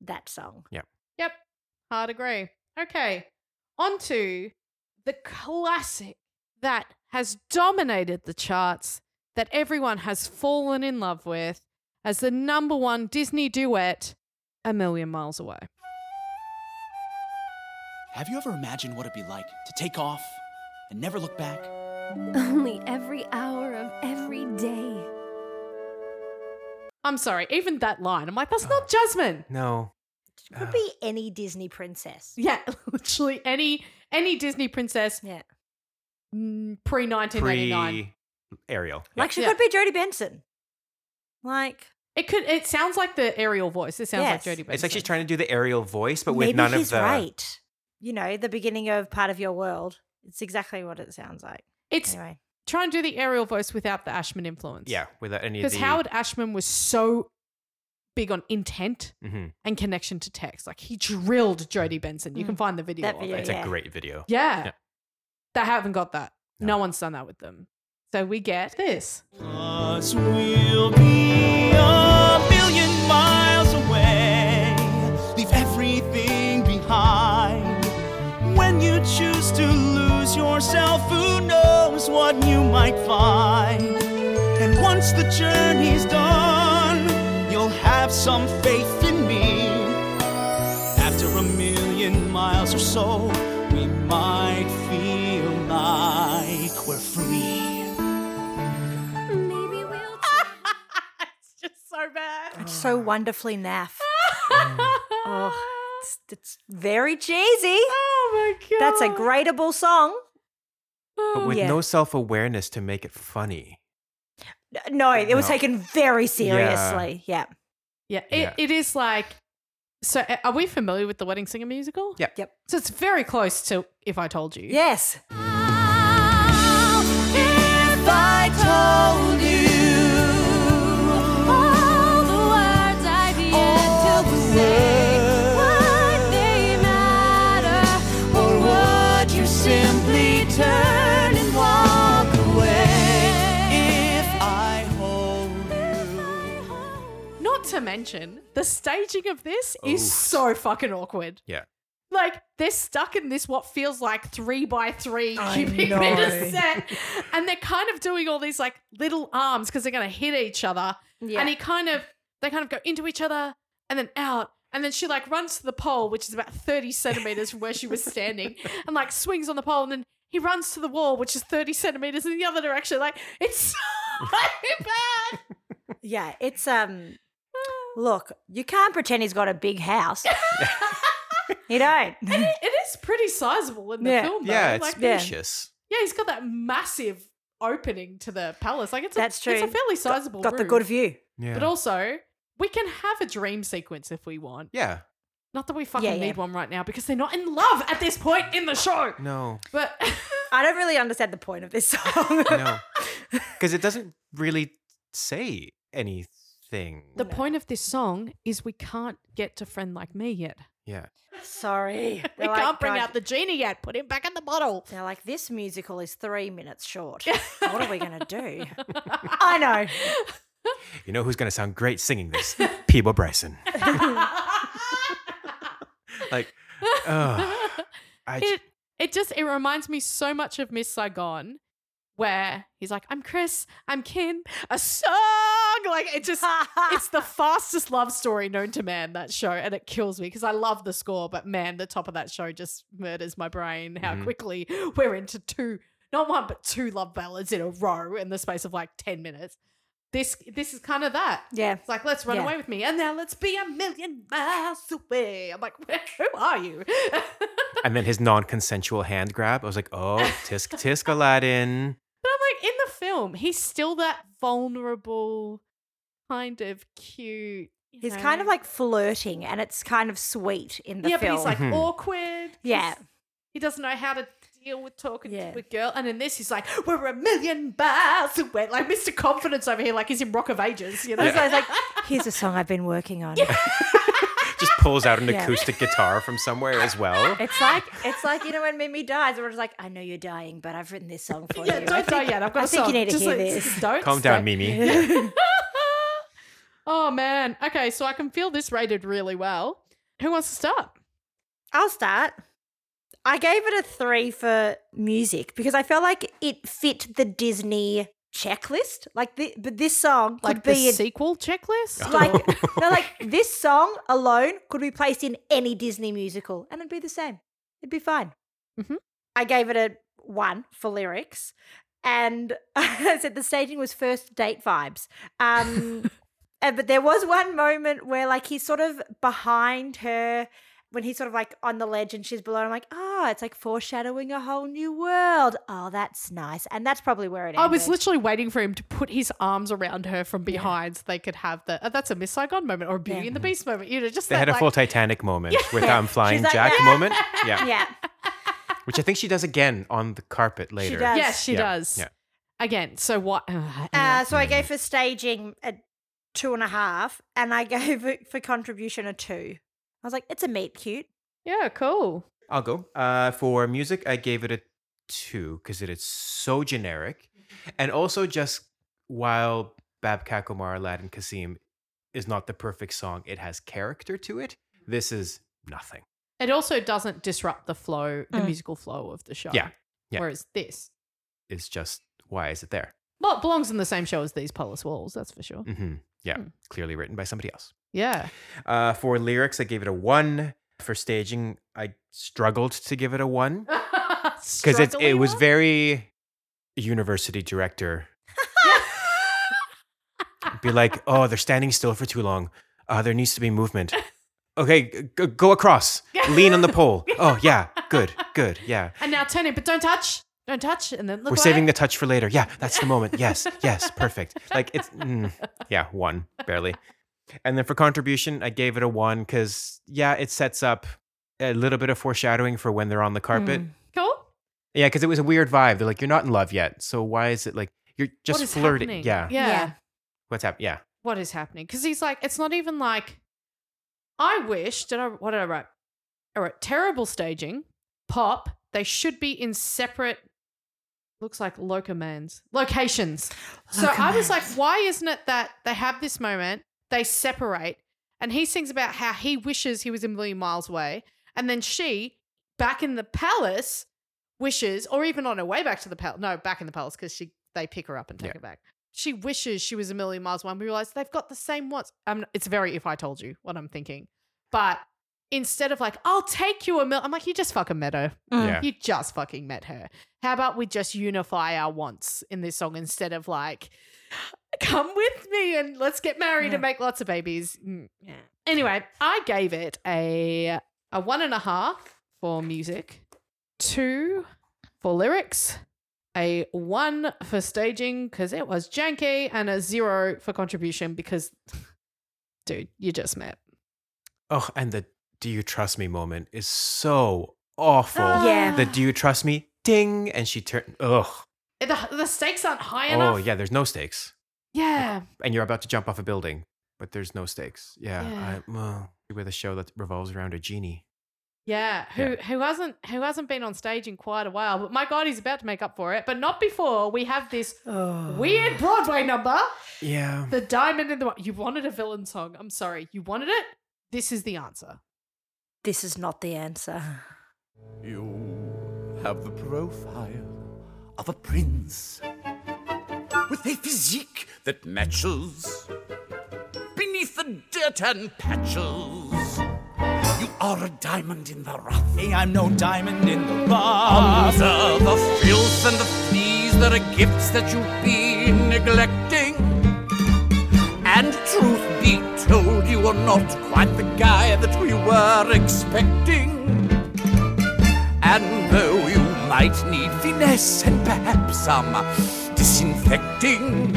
S6: that song.
S5: Yep. Hard agree. Okay. On to the classic that has dominated the charts, that everyone has fallen in love with as the number one Disney duet, A Million Miles Away.
S11: Have you ever imagined what it'd be like to take off and never look back?
S13: Only every hour of every day.
S5: I'm sorry, even that line, I'm like, that's
S4: Ah.
S5: not Jasmine.
S4: No.
S6: It could be
S4: Ah.
S6: any Disney princess.
S5: Yeah, literally any any Disney princess mm,
S6: Yeah.
S5: pre 1989.
S4: Pre Ariel. Yeah.
S6: Like she
S5: Yeah.
S6: could be Jodie Benson. Like
S5: It could. It sounds like the aerial voice. It sounds
S6: Yes.
S5: like Jodie Benson.
S4: It's like she's trying to do the Ariel voice, but with
S6: maybe
S4: none
S6: he's
S4: of the.
S6: right. You know, the beginning of part of your world. It's exactly what it sounds like.
S5: It's
S6: Anyway,
S5: trying to do the aerial voice without the Ashman influence.
S4: Yeah, without any of
S5: because
S4: the.
S5: Howard Ashman was so big on intent
S4: Mhm.
S5: and connection to text. Like he drilled Jodie Benson. You can find the video.
S6: Mm. That
S5: of
S6: video,
S5: it.
S4: It's
S6: yeah.
S4: a great video.
S5: Yeah.
S4: Mm. Yeah.
S5: They haven't got that. No. one's done that with them. So we get this.
S7: Cause we'll be a million miles away. Leave everything behind. When you choose to lose yourself, who knows what you might find? And once the journey's done, you'll have some faith in me. After a million miles or so, we might feel like we're free.
S13: Maybe we'll.
S5: It's just so bad.
S6: it's so wonderfully naff. oh, it's, it's very cheesy.
S5: Oh my god.
S6: That's a gradable song.
S4: But with
S6: Oh, Yeah.
S4: no self awareness to make it funny.
S6: No, it was
S4: No.
S6: taken very seriously. Yeah.
S5: Yeah, it,
S4: Yeah.
S5: it is like. So a- are we familiar with the Wedding Singer musical?
S4: Yeah.
S6: Yep.
S5: So it's very close to If I Told You.
S6: Yes.
S12: If I told you all the words I've yet to say, would they matter, or would you simply turn and walk?
S5: to mention, the staging of this is so fucking awkward.
S4: Yeah.
S5: Like they're stuck in this what feels like three by three
S15: I
S5: cubic
S15: know.
S5: meter set, and they're kind of doing all these like little arms because they're gonna hit each other.
S15: Yeah.
S5: And he kind of they kind of go into each other and then out, and then she like runs to the pole, which is about thirty centimeters from where she was standing, and like swings on the pole, and then he runs to the wall, which is thirty centimeters in the other direction. Like it's so bad.
S6: Yeah, it's um. Look, you can't pretend he's got a big house. you don't.
S5: And it, it is pretty sizable in the
S6: Yeah.
S5: film. Though.
S4: yeah, it's
S5: like,
S4: spacious.
S5: Yeah, he's got that massive opening to the palace. Like it's a,
S6: That's true.
S5: It's a fairly sizable.
S6: Got, got the
S5: roof.
S6: good view.
S4: Yeah.
S5: But also, we can have a dream sequence if we want.
S4: Yeah.
S5: Not that we fucking
S6: Yeah, yeah.
S5: need one right now because they're not in love at this point in the show.
S4: No,
S5: But
S6: I don't really understand the point of this song.
S4: no, because it doesn't really say anything.
S5: The point of this song is we can't get to friend like me yet.
S4: Yeah.
S6: Sorry.
S5: We can't bring out the genie yet. Put him back in the bottle.
S6: They're like, this musical is three minutes short. what are we going to do? I know.
S4: You know who's going to sound great singing this? Peebo Bryson. Like, oh, I j-
S5: it, it just it reminds me so much of Miss Saigon, where he's like, "I'm Chris, I'm Kin, a song." Like it just it's the fastest love story known to man. That show, and it kills me because I love the score, but man, the top of that show just murders my brain. How
S15: Mhm.
S5: quickly we're into two, not one but two love ballads in a row in the space of like ten minutes. This this is kind of that.
S6: Yeah.
S5: It's like let's run
S6: Yeah.
S5: away with me, and now let's be a million miles away. I'm like, who are you?
S4: and then his non-consensual hand grab. I was like, oh, tisk tisk, Aladdin.
S5: But I'm like, in the film, he's still that vulnerable, kind of cute. you
S6: He's
S5: know.
S6: kind of like flirting and it's kind of sweet in the
S5: yeah,
S6: film.
S5: but he's like
S4: Mm-hmm.
S6: Mhm.
S5: awkward.
S6: Yeah.
S5: He's- he doesn't know how to deal with talking
S6: Yeah.
S5: to a girl. And in this, he's like, we're a million miles away. Like Mr. Confidence over here, like he's in Rock of Ages. You know,
S6: Also, it's like, here's a song I've been working on.
S4: Just pulls out an
S6: Yeah.
S4: acoustic guitar from somewhere as well.
S6: It's like it's like you know when Mimi dies, we're just like, I know you're dying, but I've written this song for you.
S5: Yeah,
S6: I
S5: don't die
S6: think-
S5: yet. I've got
S6: I
S5: a
S6: think
S5: song.
S6: you need to
S5: Just
S6: hear
S5: like,
S6: this.
S5: Don't
S4: Calm down, Mimi.
S5: oh, man. Okay, so I can feel this rated really well. Who wants to start?
S6: I'll start. I gave it a three for music because I felt like it fit the Disney checklist. Like, the, but this song could
S5: Like
S6: be
S5: the
S6: in-
S5: sequel checklist?
S6: Like, no, like this song alone could be placed in any Disney musical, and it'd be the same. It'd be fine.
S5: Mhm.
S6: I gave it a one for lyrics, and I said the staging was first date vibes. Um, and, but there was one moment where, like, he's sort of behind her. When he's sort of like on the ledge and she's below, I'm like, oh, it's like foreshadowing a whole new world. Oh, that's nice. And that's probably where it ended.
S5: I was literally waiting for him to put his arms around her from behind so they could have the. Uh, that's a Miss Saigon moment or a Beauty
S6: Yeah.
S5: and the Beast moment. You know, just
S4: They
S5: that,
S4: had a
S5: like,
S4: full Titanic moment with
S5: Yeah.
S4: um, flying
S5: She's like, "Ah."
S4: Jack
S5: "Yeah."
S4: moment. Yeah.
S6: Yeah.
S4: Which I think she does again on the carpet later.
S6: does.
S5: Yes, she
S4: Yeah,
S5: does.
S4: Yeah.
S5: Again, so what?
S6: Uh, so I gave for staging a two and a half, and I gave it for contribution a two. I was like, it's a meet cute.
S5: Yeah, cool.
S4: I'll go. Uh, for music, I gave it a two because it is so generic.
S5: Mm-hmm.
S4: And also, just while Babcock Omar, Aladdin Kasim is not the perfect song, it has character to it.
S5: Mm-hmm.
S4: This is nothing.
S5: It also doesn't disrupt the flow, the
S4: Mm.
S5: musical flow of the show.
S4: Yeah. Yeah.
S5: Whereas this,
S4: It's just, why is it there?
S5: well, it belongs in the same show as these palace walls, that's for sure.
S4: hmm Yeah. Clearly written by somebody else.
S5: Yeah.
S4: Uh, for lyrics, I gave it a one. For staging, I struggled to give it a one because it, it was very university director. be like, oh, they're standing still for too long. Uh, there needs to be movement. Okay, g- g- go across. Lean on the pole. Oh, yeah. Good, good. Yeah.
S5: And now turn it, but don't touch. Don't touch. And then look
S4: We're
S5: away.
S4: saving the touch for later. Yeah, that's the moment. Yes, yes, perfect. Like it's, mm, yeah, one, barely. And then for contribution, I gave it a one because, yeah, it sets up a little bit of foreshadowing for when they're on the carpet.
S5: Hmm. Cool.
S4: Yeah, because it was a weird vibe. They're like, you're not in love yet. So why is it like, you're just
S5: is
S4: flirting?
S5: happening?
S4: Yeah.
S5: Yeah. Yeah.
S4: What's happening? Yeah.
S5: what is happening because he's like it's not even like i wish did i what did i write i wrote terrible staging pop they should be in separate looks like locomans locations so i was like why isn't it that they have this moment They separate, and he sings about how he wishes he was a million miles away. And then she, back in the palace, wishes, or even on her way back to the palace, no, back in the palace, because she they pick her up and take her back. She wishes she was a million miles away. And we realize they've got the same wants. Um, it's very if I told you what I'm thinking. But instead of like, I'll take you a mil, I'm like, you just fucking met her.
S4: Mm. Yeah.
S5: You just fucking met her. How about we just unify our wants in this song instead of like, come with me and let's get married and make lots of babies. Mm. Anyway, I gave it a a one and a half for music, two for lyrics, a one for staging because it was janky, and a zero for contribution because, dude, you just met.
S4: Oh, and the do you trust me moment is so awful.
S5: Yeah.
S4: The do you trust me ding and she turned. Ugh.
S5: The, the stakes aren't high enough.
S4: Oh yeah, there's no stakes,
S5: Yeah.
S4: and you're about to jump off a building, but there's no stakes. Yeah.
S5: Yeah.
S4: I, well, with a show that revolves around a genie.
S5: Yeah, who who hasn't who hasn't been on stage in quite a while, but my god, he's about to make up for it. But not before we have this weird Broadway number,
S4: Oh. Yeah.
S5: the Diamond in the Rough. You wanted a villain song. I'm sorry, you wanted it. This is the answer.
S6: This is not the answer.
S15: have the profile of a prince with a physique that matches beneath the dirt and patches. You are a diamond in the rough.
S11: Hey, I'm no diamond in the rough.
S15: Under the filth and the fleas, there are gifts that you've been neglecting. And truth be told, you are not quite the guy that we were expecting. And though you might need finesse and perhaps some disinfecting,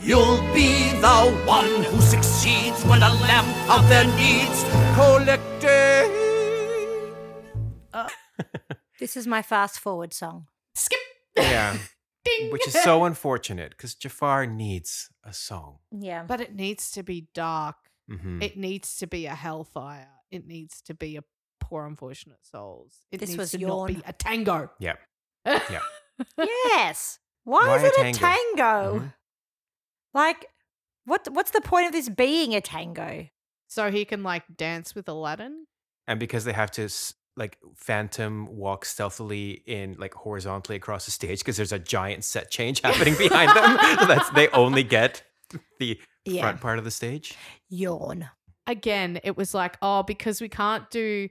S15: you'll be the one who succeeds when a lamp of their needs collected.
S6: This is my fast forward song.
S5: Skip.
S4: Yeah. Which is so unfortunate because Jafar needs a song.
S6: Yeah.
S5: But it needs to be dark.
S4: Mhm.
S5: It needs to be a hellfire. It needs to be a poor unfortunate souls. It
S6: This
S5: needs
S6: was
S5: to
S6: yawn.
S5: not be a tango.
S4: Yeah. Yeah.
S6: yes. Why,
S5: Why
S6: is
S5: a
S6: it a
S5: tango?
S6: tango? Mm-hmm. Like, what? What's the point of this being a tango?
S5: So he can like dance with Aladdin.
S4: and because they have to s- like phantom walk stealthily in like horizontally across the stage because there's a giant set change happening behind them so that's they only get the
S5: Yeah.
S4: front part of the stage
S6: Yawn.
S5: Again, it was like, oh, because we can't do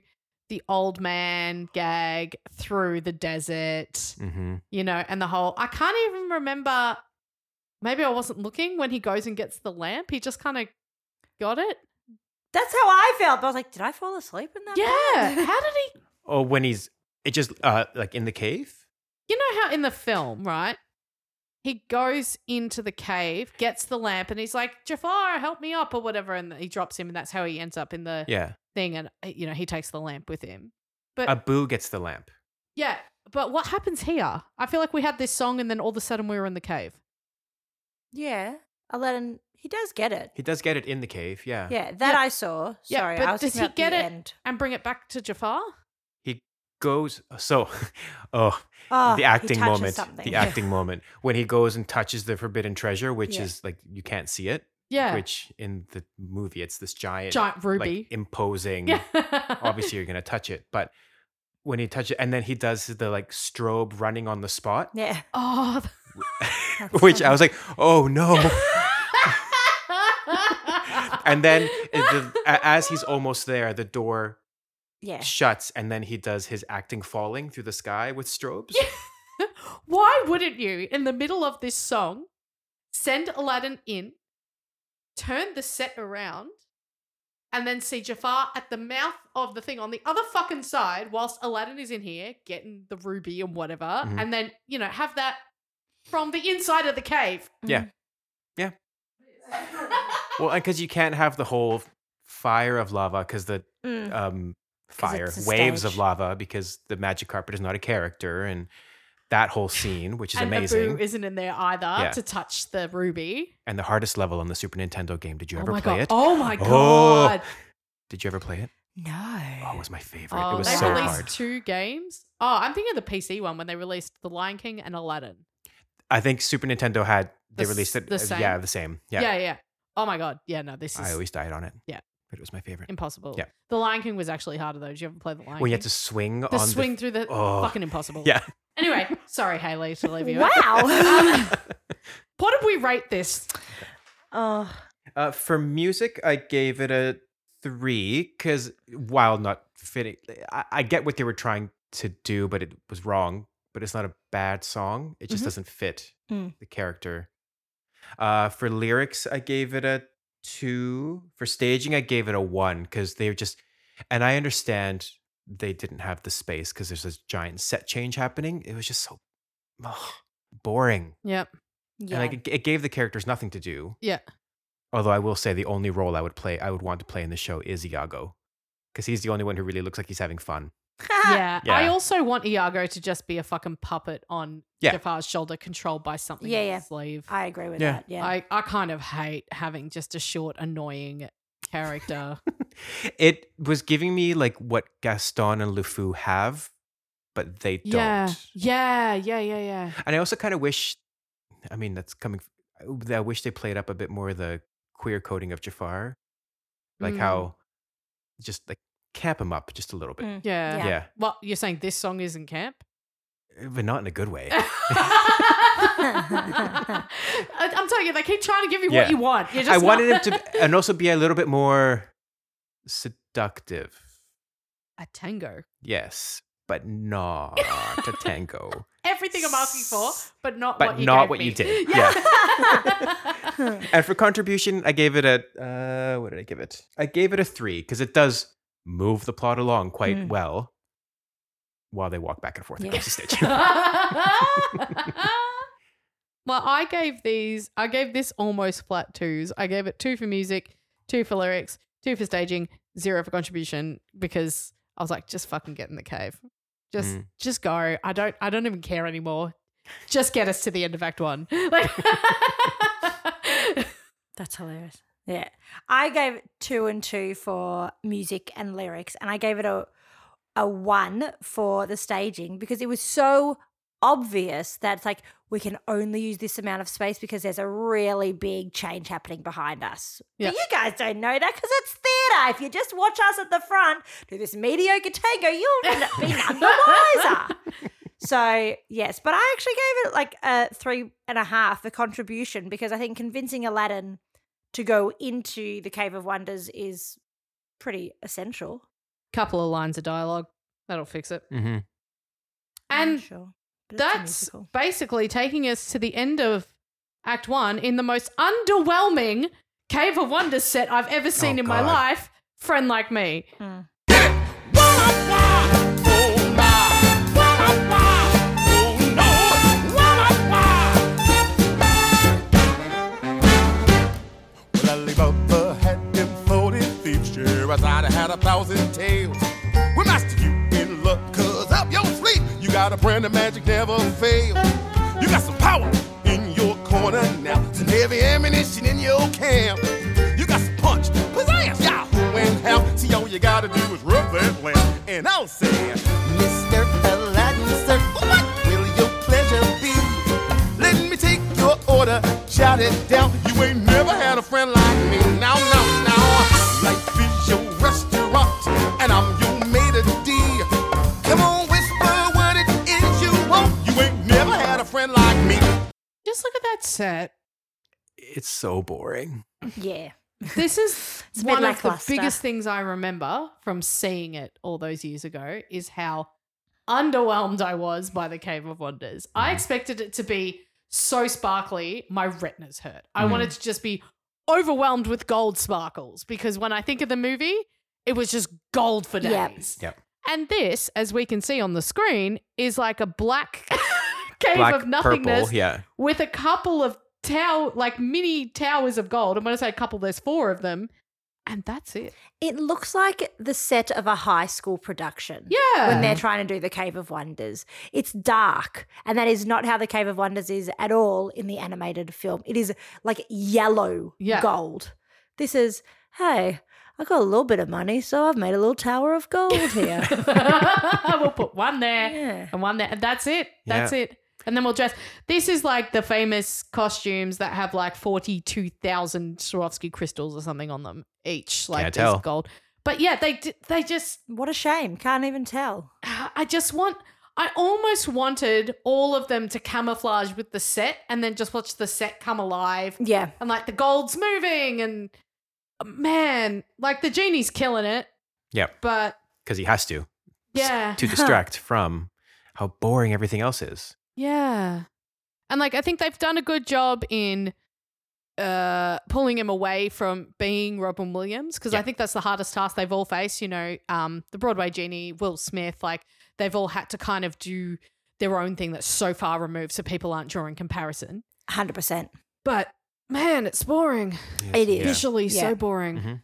S5: the old man gag through the desert,
S4: mm-hmm.
S5: you know, and the whole. I can't even remember. Maybe I wasn't looking when he goes and gets the lamp. He just kind of got it.
S6: That's how I felt. But I was like, did I fall asleep in that?
S5: Yeah.
S6: part?
S5: How did he
S4: oh when he's it just uh like in the cave
S5: You know how in the film, right? He goes into the cave, gets the lamp, and he's like, Jafar, help me up, or whatever. And he drops him, and that's how he ends up in the
S4: yeah
S5: thing. And, uh, you know, he takes the lamp with him. But
S4: abu gets the lamp
S5: yeah, but what happens here? I feel like we had this song, and then all of a sudden we were in the cave.
S6: Yeah. Aladdin. He does get it.
S4: he does get it in the cave yeah
S6: Yeah. That I saw.
S5: Yeah,
S6: Sorry.
S5: but
S6: I was
S5: does
S6: thinking
S5: he
S6: about
S5: get
S6: the
S5: it
S6: end.
S5: and bring it back to Jafar?
S4: he goes so oh
S5: Ah, he
S4: the acting
S5: touches
S4: moment
S5: something.
S4: the
S5: Yeah.
S4: acting moment when he goes and touches the forbidden treasure which
S5: Yeah.
S4: is like you can't see it
S5: Yeah.
S4: which in the movie it's this giant
S5: Giant
S4: like,
S5: ruby.
S4: imposing
S5: Yeah.
S4: obviously you're gonna touch it but when he touches it and then he does the like strobe running on the spot
S6: Yeah.
S5: Oh.
S4: which i was like oh no and then it- the- a- as he's almost there the door
S6: Yeah.
S4: shuts and then he does his acting falling through the sky with strobes
S5: Why wouldn't you, in the middle of this song, send Aladdin in, turn the set around, and then see Jafar at the mouth of the thing on the other fucking side whilst Aladdin is in here getting the ruby and whatever,
S4: Mhm.
S5: and then, you know, have that from the inside of the cave?
S4: Yeah. Yeah. well, and because you can't have the whole fire of lava because the
S5: Mm.
S4: um,
S5: 'Cause
S4: fire,
S5: it's a
S4: waves of
S5: stage.
S4: lava because the magic carpet is not a character and that whole scene, which is
S5: and
S4: amazing.
S5: Abu isn't in there either
S4: Yeah.
S5: to touch the ruby.
S4: and the hardest level on the Super Nintendo game. Did you
S5: Oh
S4: ever
S5: my
S4: play
S5: God.
S4: it?
S5: Oh my
S4: Oh.
S5: God.
S4: Did you ever play it?
S6: No.
S4: Oh, it was my favorite.
S5: Oh,
S4: it was
S5: they
S4: so
S5: released
S4: hard.
S5: two games. Oh, I'm thinking of the PC one when they released The Lion King and Aladdin.
S4: I think Super Nintendo had they
S5: The s-
S4: released it.
S5: the
S4: uh,
S5: same?
S4: Yeah, the same. Yeah.
S5: yeah, yeah. Oh my god, yeah, no, this is
S4: I always died on it.
S5: Yeah.
S4: But it was my favorite.
S5: impossible.
S4: Yeah.
S5: The Lion King was actually harder though. Did you ever play the Lion?
S4: When you had
S5: King?
S4: to swing
S5: the
S4: on
S5: swing through the
S4: Oh.
S5: fucking impossible.
S4: Yeah.
S5: Anyway, sorry, Haley, to leave you.
S6: Wow.
S5: Um, what did we rate this?
S6: Oh,
S4: Uh, for music, I gave it a three because while not fitting, I, I get what they were trying to do, but it was wrong. But it's not a bad song; it just
S6: Mhm.
S4: doesn't fit
S6: Mm.
S4: the character. Uh, for lyrics, I gave it a two. For staging, I gave it a one because they were just, and I understand they didn't have the space because there's this giant set change happening. It was just so ugh, boring,
S5: Yep.
S4: and like it, it gave the characters nothing to do.
S5: Yeah.
S4: Although I will say the only role I would play, I would want to play in the show is Iago, because he's the only one who really looks like he's having fun.
S5: yeah.
S4: Yeah.
S5: Ah. I also want Iago to just be a fucking puppet on
S4: Yeah.
S5: Jafar's shoulder, controlled by something
S6: Yeah,
S5: on
S6: yeah.
S5: his sleeve.
S6: I agree with
S4: Yeah.
S6: that. Yeah.
S5: I, I kind of hate having just a short, annoying character.
S4: It was giving me like what Gaston and LeFou have, but they don't.
S5: yeah. Yeah. Yeah. Yeah. Yeah.
S4: And I also kind of wish, I mean, that's coming. I wish they played up a bit more the queer coding of Jafar, like
S5: Mm.
S4: how just like camp him up just a little bit,
S5: Mm. Yeah.
S4: Yeah. Yeah.
S5: Well, you're saying this song isn't camp?
S4: but not in a good way.
S5: I- I'm telling you, they keep trying to give you
S4: Yeah.
S5: what you want. You're just
S4: I wanted
S5: not-
S4: him to, and also be a little bit more seductive.
S5: a tango.
S4: Yes, but not a tango.
S5: Everything I'm asking for, but not
S4: But
S5: what you
S4: not
S5: gave
S4: what
S5: me.
S4: you did.
S5: Yeah.
S4: And for contribution, I gave it a uh, what did I give it? I gave it a three because it does move the plot along quite
S5: Mm.
S4: well while they walk back and forth
S5: Yeah.
S4: across the stage.
S5: well, I gave these. I gave this almost flat twos. I gave it two for music, two for lyrics, two for staging, zero for contribution because I was like, just fucking get in the cave. Just,
S4: Mm.
S5: just go. I don't. I don't even care anymore. Just get us to the end of Act One. Like,
S6: That's hilarious. Yeah. I gave two and two for music and lyrics, and I gave it a a one for the staging because it was so obvious that it's like we can only use this amount of space because there's a really big change happening behind us.
S5: Yeah.
S6: But you guys don't know that because it's theatre. If you just watch us at the front do this mediocre tango, you'll n- be none the wiser. So yes, but I actually gave it like a three and a half for contribution because I think convincing Aladdin to go into the Cave of Wonders is pretty essential.
S5: couple of lines of dialogue that'll fix it.
S4: Mm-hmm.
S5: And
S6: sure. But it's a
S5: that's
S6: musical.
S5: basically taking us to the end of Act One in the most underwhelming Cave of Wonders set I've ever seen in my
S14: God.
S5: life. Friend like me.
S2: Well, Alibaba had them forty thieves. Sure, as I'd have had a thousand tails. We master you in luck, cause up your sleep, you got a brand of magic never fails. You got some power in your corner now, some heavy ammunition in your camp. You got some punch, pizzazz, yahoo, and how. See, all you gotta do is rub that lamp, and I'll say, Mr. Aladdin, sir, what will your pleasure be? Let me take your order, jot it down. You ain't never had a friend like me. Now, now, now. Life is your restaurant, and I'm your maid of D. Come on, whisper what it is you want. You ain't never had a friend like me.
S5: Just look at that set.
S4: It's so boring.
S6: Yeah.
S5: This is
S6: It's a bit
S5: one of the
S6: lackluster.
S5: biggest things I remember from seeing it all those years ago is how underwhelmed I was by the Cave of Wonders.
S6: Mm.
S5: I expected it to be so sparkly, my retinas hurt. I
S1: Mm.
S5: wanted to just be overwhelmed with gold sparkles because when I think of the movie, it was just gold for
S1: Yep.
S5: days.
S4: Yep.
S5: And this, as we can see on the screen, is like a black cave
S4: Black,
S5: of nothingness
S4: purple, yeah.
S5: with a couple of tower, like mini towers of gold. And when I say a couple, there's four of them, and that's it.
S6: It looks like the set of a high school production.
S5: Yeah.
S6: When they're trying to do the Cave of Wonders. It's dark, and that is not how the Cave of Wonders is at all in the animated film. It is like yellow
S5: Yeah.
S6: gold. This is, hey, I got a little bit of money, so I've made a little tower of gold here.
S5: we'll put one there and one there, and that's it. That's
S4: Yeah.
S5: it. and then we'll dress. This is like the famous costumes that have like 42,000 Swarovski crystals or something on them each. Like
S4: Can't
S5: there's
S4: tell.
S5: gold. But yeah, they d- they just
S6: what a shame. Can't even tell.
S5: I just want I almost wanted all of them to camouflage with the set and then just watch the set come alive.
S6: Yeah.
S5: And like the gold's moving and man, like the genie's killing it,
S4: Yep.
S5: but
S4: Because he has to.
S5: yeah.
S4: To distract from how boring everything else is.
S5: Yeah. And like I think they've done a good job in uh pulling him away from being Robin Williams because I think that's the hardest task they've all faced, you know, um the Broadway genie, Will Smith, like they've all had to kind of do their own thing that's so far removed so people aren't drawing comparison.
S6: 100%.
S5: But man, it's boring.
S6: It is.
S5: Visually
S6: Yeah.
S5: so boring.
S4: Mhm.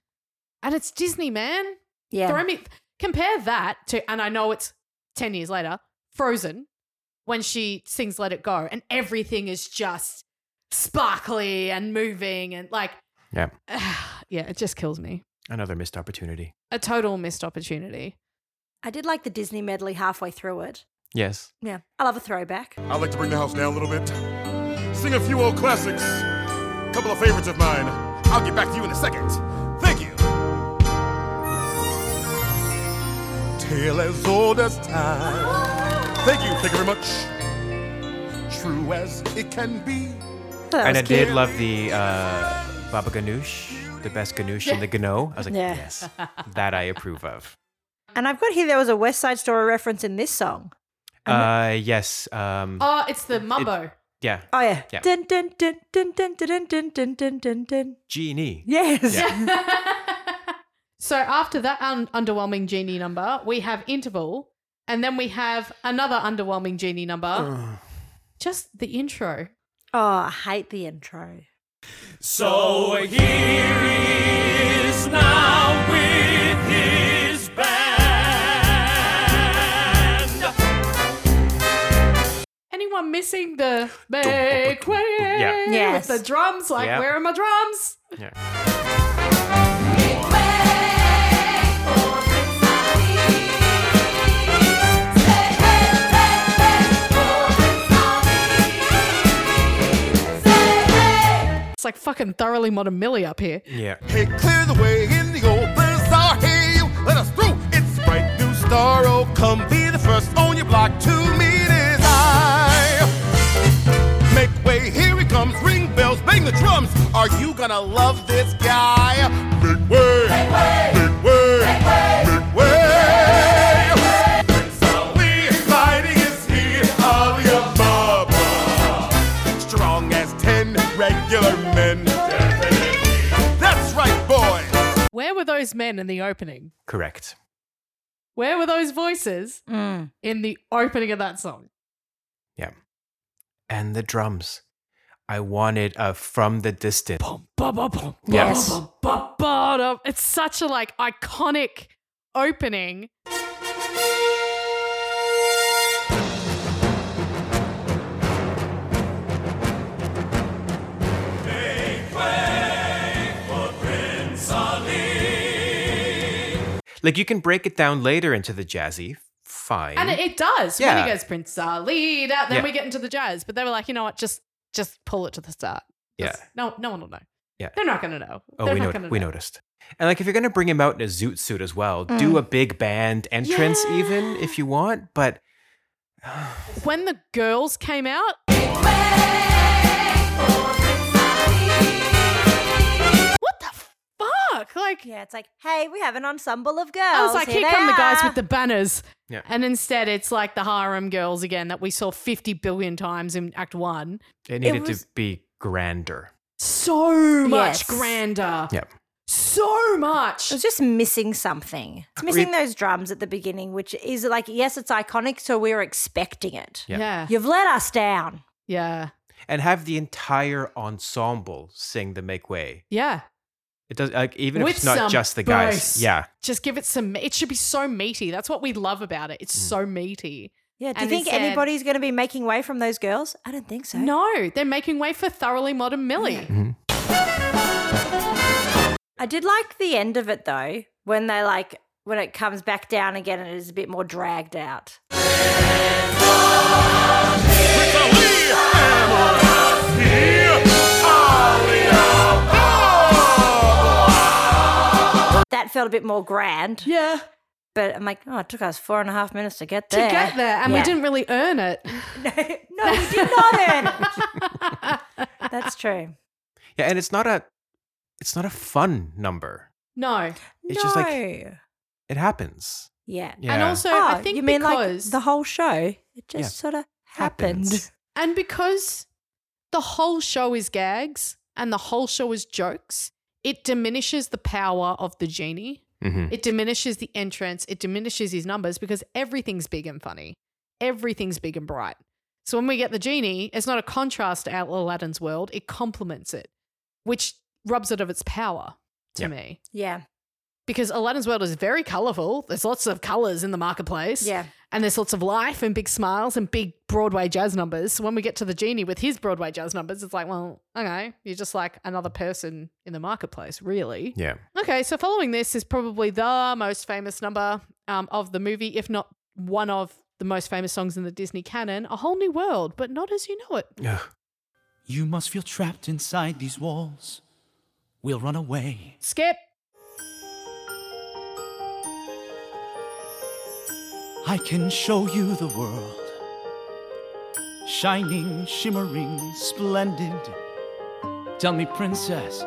S5: And it's Disney, man.
S6: Yeah.
S5: Throw me compare that to and I know it's 10 years later, Frozen when she sings Let It Go and everything is just sparkly and moving and like
S4: Yeah.
S5: yeah, it just kills me.
S4: Another missed opportunity.
S5: A total missed opportunity.
S6: I did like the Disney medley halfway through it.
S4: Yes.
S6: Yeah. I love a throwback.
S4: Oh,
S16: I like to bring the house down a little bit. Sing a few old classics. couple of favorites of mine. I'll get back to you in a second. Thank you.
S2: tale as old as time. Thank you, thank you very much. True as it can be.
S4: and I did love the uh, Baba Ganoush, the best Ganoush in the Gano. I was like,
S6: Yeah.
S4: yes, that I approve of.
S6: And I've got here there was a West Side Story reference in this song.
S4: Uh, yes. Um,
S5: Oh, it's the mumbo.
S4: yeah.
S6: Oh yeah.
S4: Yeah.
S6: Dun, dun, dun, dun, dun, dun, dun, dun, dun, dun, dun.
S4: Genie.
S6: Yes.
S4: Yeah.
S5: So after that un- underwhelming genie number, we have interval and then we have another underwhelming genie number. just the intro.
S6: Oh, I hate the intro.
S14: So here he is now with his band.
S5: Anyone missing the make way
S14: Yeah.
S5: with
S14: Yes.
S5: the drums? Like,
S14: Yeah.
S5: where are my drums? It's like fucking thoroughly modern Millie up here.
S4: Yeah.
S2: Hey, clear the way in the old place. I hear you. Let us through. It's a bright new star. Oh, come be the first on your block to meet his eye. Make way, here he comes. Ring bells, bang the drums. Are you gonna love this guy? Make way, make way, make way, make way. Solely inviting is he, Alibaba. Strong as ten regular men. That's right, boys.
S5: Where were those men in the opening?
S4: Correct.
S5: Where were those voices
S4: Mm.
S5: in the opening of that song?
S4: Yeah. And the drums. I wanted a from the distance.
S5: Ba, ba, bum, ba,
S4: Yes.
S5: ba, ba, ba, da. It's such a like iconic opening.
S4: Like you can break it down later into the jazzy. Fine.
S5: And it, it does. When
S4: Yeah.
S5: he goes Prince Ali, da, then
S4: Yeah.
S5: we get into the jazz. But they were like, you know what? Just just pull it to the start.
S4: yeah.
S5: No, no one will know.
S4: Yeah.
S5: They're not gonna know.
S4: Oh,
S5: They're
S4: we,
S5: not
S4: not
S5: gonna
S4: we
S5: know.
S4: noticed. And like, if you're gonna bring him out in a zoot suit as well, do
S5: Mm.
S4: a big band entrance, even if you want. But
S5: When the girls came out, what the fuck? Like,
S6: yeah, it's like, hey, we have an ensemble of girls.
S5: I was like, here,
S6: they
S5: come the guys
S6: are."
S5: with the banners.
S4: Yeah.
S5: And instead, it's like the harem girls again that we saw 50 billion times in Act One.
S4: it needed
S5: was
S4: to be grander.
S5: so much
S6: Yes.
S5: grander.
S4: Yep.
S5: So much.
S6: It's just missing something. It's missing those drums at the beginning, which is like, yes, it's iconic, so we're expecting it.
S4: Yeah. Yeah.
S6: You've let us down.
S5: Yeah.
S4: And have the entire ensemble sing the make way.
S5: Yeah.
S4: It does like even
S5: With
S4: if it's not
S5: some
S4: just the guys.
S5: bass.
S4: Yeah.
S5: Just give it some. It should be so meaty. That's what we love about it.
S4: Mm.
S5: It's so meaty.
S6: Yeah. Do
S5: And
S6: you think
S5: instead-
S6: anybody's going to be making way from those girls? I don't Mm-hmm. think so.
S5: No, they're making way for thoroughly modern Millie.
S6: I did like the end of it though, when they like, when it comes back down again and it is a bit more dragged out. That felt a bit more grand.
S5: Yeah.
S6: But I'm like, oh, it took us four and a half minutes to get
S5: To
S6: there.
S5: get there, and we
S6: Yeah.
S5: didn't really earn it.
S6: That's true.
S4: Yeah, and it's not a it's not a fun number.
S5: No.
S4: It's just like it happens.
S6: Yeah.
S4: Yeah.
S5: And also, I
S6: Ah, Oh,
S5: think
S6: you mean like
S5: because
S6: the whole show? It just
S4: Yeah.
S6: sort of happened.
S5: And because the whole show is gags and the whole show is jokes, it diminishes the power of the genie.
S4: Mhm.
S5: It diminishes the entrance. It diminishes his numbers because everything's big and funny. Everything's big and bright. So when we get the genie, it's not a contrast to Aladdin's world, it complements it, which rubs it of its power to
S6: Yeah.
S5: me
S6: Yeah.
S5: because Aladdin's world is very colorful. There's lots of colors in the marketplace.
S6: Yeah.
S5: And there's lots of life and big smiles and big Broadway jazz numbers. So when we get to the genie with his Broadway jazz numbers, it's like, well, okay, you're just like another person in the marketplace, really.
S4: Yeah.
S5: Okay, so following this is probably the most famous number um, of the movie, if not one of the most famous songs in the Disney canon, A Whole New World, but not as you know it.
S11: You must feel trapped inside these walls. We'll run away.
S5: Skip.
S11: I can show you the world. Shining, shimmering, splendid. Tell me, princess,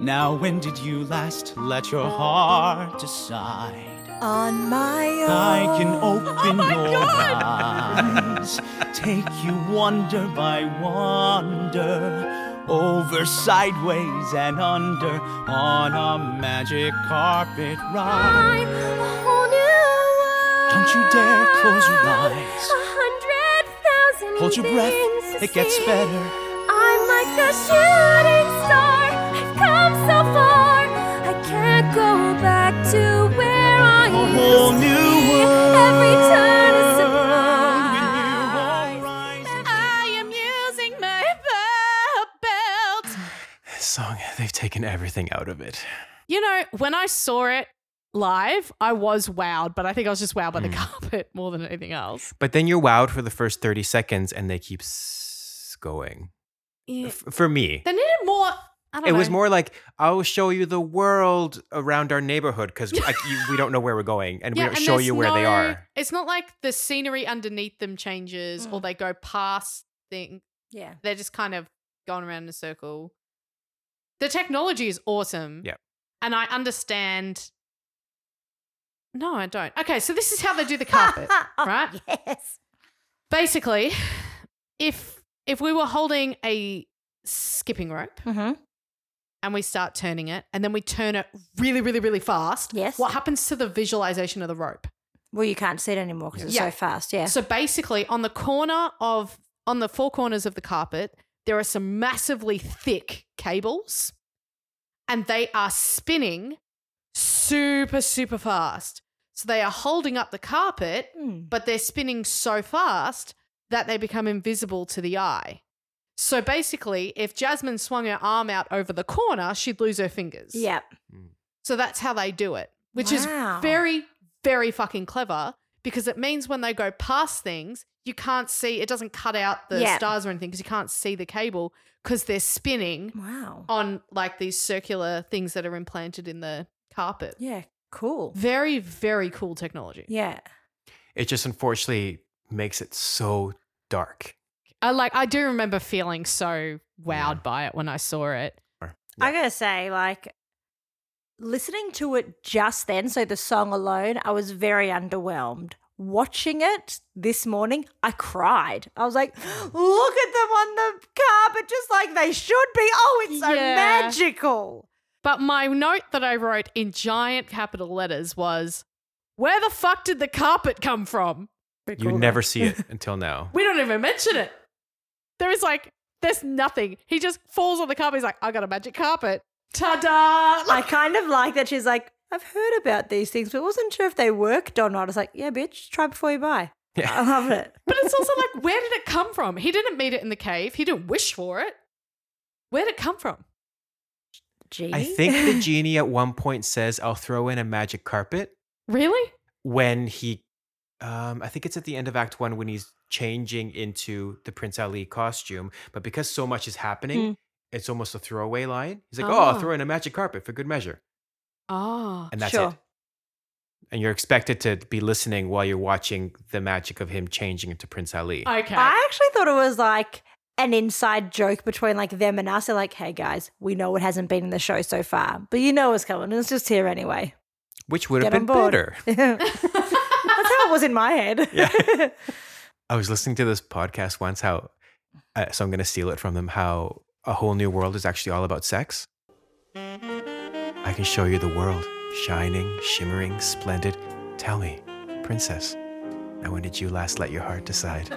S11: now when did you last let your heart decide?
S6: On my own.
S11: I can open your eyes, take you wonder by wonder, over sideways and under on a magic carpet ride. Don't you dare close your eyes.
S13: A hundred thousand
S11: Hold your
S13: things
S11: breath,
S13: to
S11: it gets
S13: see.
S11: better.
S13: I'm like a shooting star. I've come so far. I can't go back to where I
S11: A
S13: used
S11: whole
S13: to
S11: new
S13: be.
S11: world.
S13: Every turn is a surprise.
S5: I am using my power belt.
S4: This song, they've taken everything out of it.
S5: You know, when I saw it live, I was wowed, but I think I was just wowed by
S4: Hmm.
S5: the carpet more than anything else.
S4: But then you're wowed for the first 30 seconds and they keep s- going.
S5: Yeah.
S4: F- for me,
S5: They needed more. I don't
S4: it
S5: know.
S4: was more like, I'll show you the world around our neighborhood because we don't know where we're going and we don't
S5: and
S4: show
S5: there's
S4: you where they
S5: no-
S4: are.
S5: It's not like the scenery underneath them changes or they go past things.
S6: Yeah.
S5: They're just kind of going around in a circle. The technology is awesome.
S4: Yeah.
S5: And I understand. No, I don't. Okay, so this is how they do the carpet, right?
S6: Yes.
S5: Basically, if if we were holding a skipping rope and we start turning it, and then we turn it really, really, really fast, yes. What happens to the visualization of the rope?
S6: Well, you can't see it anymore because it's
S5: Yeah.
S6: so fast. Yeah.
S5: So basically, on the corner of on the four corners of the carpet, there are some massively thick cables, and they are spinning super, super fast. So they are holding up the carpet, but they're spinning so fast that they become invisible to the eye. So basically, if Jasmine swung her arm out over the corner, she'd lose her fingers.
S6: Yep.
S5: So that's how they do it, which
S6: Wow.
S5: is very, very fucking clever because it means when they go past things, you can't see, it doesn't cut out the
S6: Yeah.
S5: stars or anything because you can't see the cable because they're spinning
S6: wow.
S5: on like these circular things that are implanted in the carpet.
S6: Yeah, cool.
S5: Very, very cool technology.
S6: Yeah.
S4: It just unfortunately makes it so dark.
S5: I like, I do remember feeling so wowed by it when I saw it.
S6: I gotta say, like, listening to it just then, so the song alone, I was very underwhelmed. Watching it this morning, I cried. I was like, look at them on the carpet, just like they should be. Oh, it's so
S5: Yeah.
S6: magical.
S5: But my note that I wrote in giant capital letters was, Where the fuck did the carpet come from?
S4: You never see it until now.
S5: We don't even mention it. There is like, there's nothing. He just falls on the carpet. He's like, I got a magic carpet. Ta da!
S6: I kind of like that she's like, I've heard about these things, but wasn't sure if they worked or not. I was like, yeah, bitch, try before you buy. I love it.
S5: But it's also like, where did it come from? He didn't meet it in the cave. He didn't wish for it. Where did it come from?
S6: Genie?
S4: I think the genie at one point says, I'll throw in a magic carpet
S5: Really?
S4: when he, um, I think it's at the end of Act One when he's changing into the Prince Ali costume. But because so much is happening,
S6: Hmm.
S1: Mm.
S4: it's almost a throwaway line. He's like, oh,
S1: Ah.
S4: I'll throw in a magic carpet for good measure.
S1: Ah,
S4: And that's it. And you're expected to be listening while you're watching the magic of him changing into Prince Ali.
S5: Okay.
S6: I actually thought it was like an inside joke between like them and us. They're like, hey guys, we know it hasn't been in the show so far, but you know it's coming. It's just here anyway.
S4: Which would have
S6: Get on
S4: been
S6: board.
S4: better.
S6: That's how it was in my head.
S4: I was listening to this podcast once how, uh, so I'm going to steal it from them, how A Whole New World is actually all about sex. I can show you the world, shining, shimmering, splendid. Tell me, princess, now when did you last let your heart decide?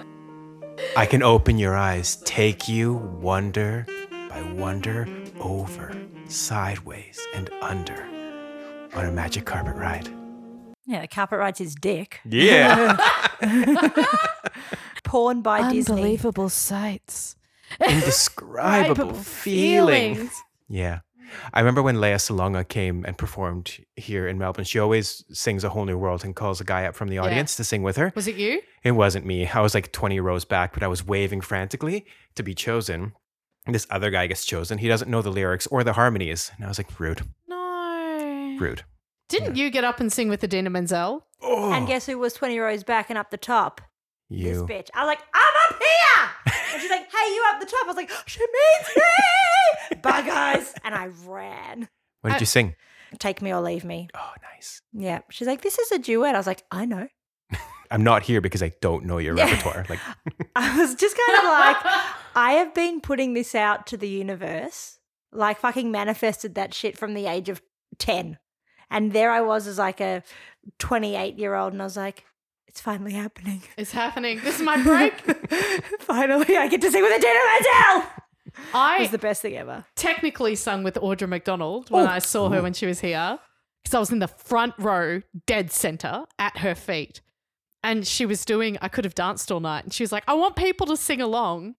S4: I can open your eyes, take you wonder by wonder over, sideways, and under on a magic carpet ride.
S6: yeah, the carpet rides his dick.
S4: Yeah.
S6: Porn by Disney.
S5: Unbelievable sights.
S4: Indescribable
S5: Indescribable
S4: feelings.
S5: feelings.
S4: Yeah. I remember when Leia Salonga came and performed here in Melbourne. She always sings A Whole New World and calls a guy up from the audience to sing with her.
S5: Was it you?
S4: It wasn't me. I was like 20 rows back, but I was waving frantically to be chosen. And This other guy gets chosen. He doesn't know the lyrics or the harmonies. And I was like, rude,
S5: No.
S4: rude.
S5: Didn't you get up and sing with Adina Menzel?
S4: Oh.
S6: And guess who was 20 rows back and up the top? This
S4: You.
S6: bitch. I was like, I'm up here. and she's like, hey, you up the top. I was like, she means me. Bye, guys. And I ran.
S4: What did you sing?
S6: Take me or leave me.
S4: Oh, nice.
S6: Yeah. She's like, this is a duet. I was like, I know.
S4: I'm not here because I don't know your
S6: Yeah.
S4: repertoire. Like,
S6: I was just kind of like, I have been putting this out to the universe, like fucking manifested that shit from the age of 10. And there I was as like a 28 year old, and I was like, it's finally happening.
S5: It's happening. This is my break.
S6: finally, I get to sing with Adina Menzel.
S5: I
S6: It was the best thing ever.
S5: technically sung with Audra McDonald when
S6: Oh.
S5: I saw her
S6: Ooh.
S5: when she was here because I was in the front row, dead center, at her feet. And she was doing, I could have danced all night. And she was like, I want people to sing along.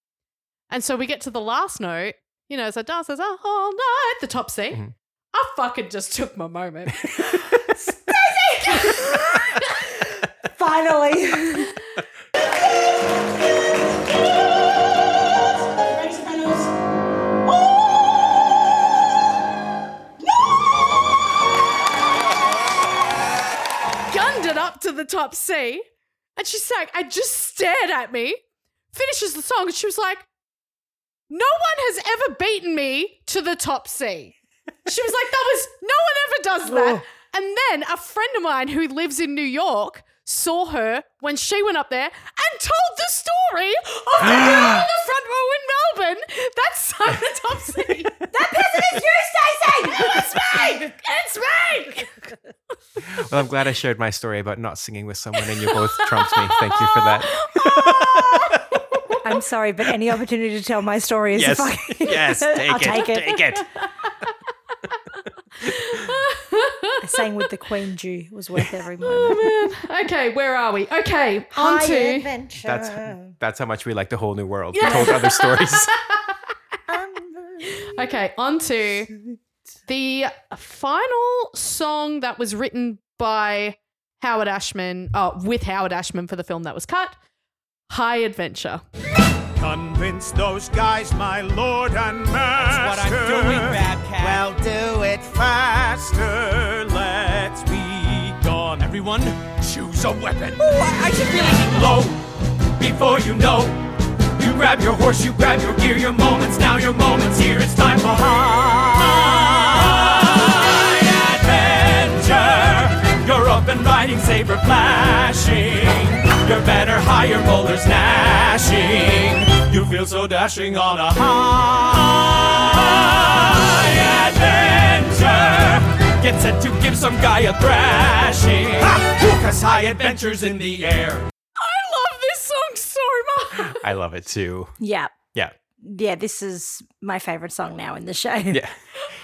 S5: And so we get to the last note, you know, so dance says, oh, all night, the top C. I fucking just took my moment.
S6: Finally.
S11: oh.
S5: gunned it up to the top C, and she sang and just stared at me, finishes the song, and she was like, No one has ever beaten me to the top C. She was like, That was no one ever does that. And then a friend of mine who lives in New York saw her when she went up there and told the story of the girl in the front row in Melbourne that sang the top C. that person is you, Stacey! It's me! It's me!
S4: well, I'm glad I shared my story about not singing with someone and you both trumped me. Thank you for that.
S6: I'm sorry, but any opportunity to tell my story is
S4: Yes.
S6: a fucking.
S4: Yes, take
S6: I'll
S4: it,
S6: Take it.
S4: take it.
S6: I sang with the Queen Jew It was worth every moment.
S5: Okay, where are we? Okay, on
S6: High
S5: to
S6: adventure.
S4: That's that's how much we like the whole new world.
S5: Yeah.
S4: We told other stories.
S5: Okay, on to the final song that was written by Howard Ashman, uh, with Howard Ashman for the film that was cut, High Adventure.
S14: Convince those guys, my lord and master. That's what I'm doing, bad cat. Well, do it faster. Let's be gone. Everyone, choose a weapon. Ooh, I should be like low. Before you know, you grab your horse, you grab your gear, your moments. Now your moments here. It's time for high adventure. You're up and riding, saber flashing. You're better, higher boulders gnashing. You feel so dashing on a high adventure. Get set to give some guy a thrashing. Ha! Cause high adventure's in the
S5: I
S14: air.
S5: love this song so much.
S4: I love it too.
S6: Yeah.
S4: Yeah.
S6: Yeah, this is my favorite song now in the show.
S4: Yeah.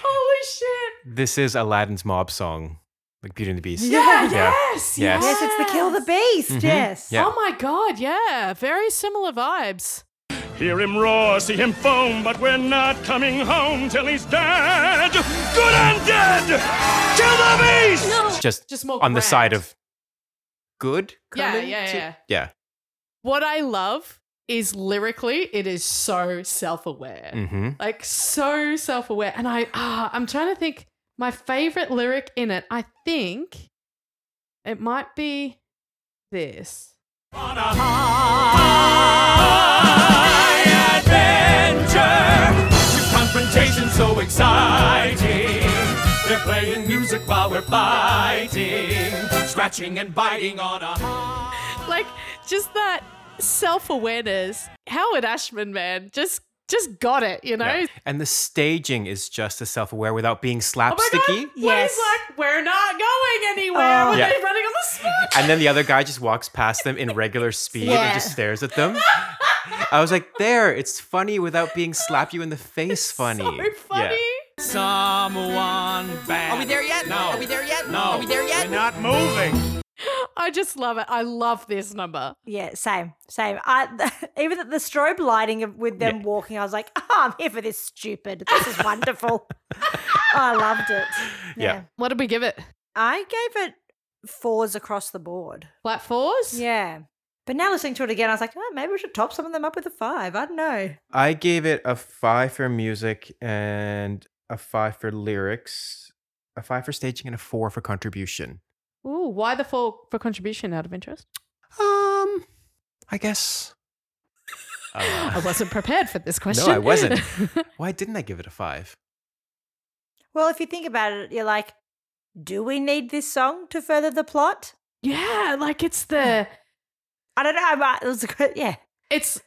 S5: Holy shit.
S4: This is Aladdin's mob song. Like Beauty and the Beast.
S5: Yeah, yes,
S4: Yes.
S6: Yes, it's the Kill the Beast.
S4: Mhm.
S6: Yes.
S4: Yeah.
S5: Oh my god, yeah. Very similar vibes.
S14: Hear him roar, see him foam, but we're not coming home till he's dead. Good and dead! Kill the beast!
S4: It's Just,
S5: Just more
S4: on the
S5: grand.
S4: side of good.
S5: Yeah,
S4: coming
S5: yeah,
S4: to-
S5: yeah.
S4: Yeah.
S5: What I love is lyrically, it is so self aware.
S4: Mhm.
S5: Like, so self aware. And I, ah, I'm trying to think my favorite lyric in it. I think it might be this.
S8: adventure to confrontation so exciting. They're playing music while we're fighting, scratching and biting on a
S5: like just that self-awareness howard ashman man just just got it you know
S4: And the staging is just as self aware without being
S5: Oh
S4: slapsticky.
S5: When he's like we're not going anywhere
S4: Oh.
S5: we're
S4: Yeah.
S5: just running on the spot
S4: and then the other guy just walks past them in regular speed
S5: Yeah.
S4: and just stares at them. I was like, there, it's funny without being slap you in the face funny.
S5: funny.
S14: Someone bad.
S9: Are we there yet?
S14: No.
S9: Are we there yet?
S14: No.
S9: Are we there yet?
S14: We're not moving.
S5: i just love it i love this number
S6: Yeah, same, same. I even the, the strobe lighting of- with them walking, I was like, oh, I'm here for this stupid. This is wonderful. I loved it.
S4: Yeah.
S5: what did we give it
S6: I gave it fours across the board.
S5: Flat fours?
S6: Yeah. But now listening to it again, I was like, oh, maybe we should top some of them up with a five. I don't know.
S4: I gave it a five for music and a five for lyrics, a five for staging, and a four for contribution.
S5: Ooh, why the four for contribution out of interest
S4: um I guess.
S5: i wasn't prepared for this question
S4: No, I wasn't. Why didn't I give it a five?
S6: Well, if you think about it, you're like, do we need this song to further the plot?
S5: Yeah, like it's the
S6: I don't know. But it was a good, yeah.
S5: It's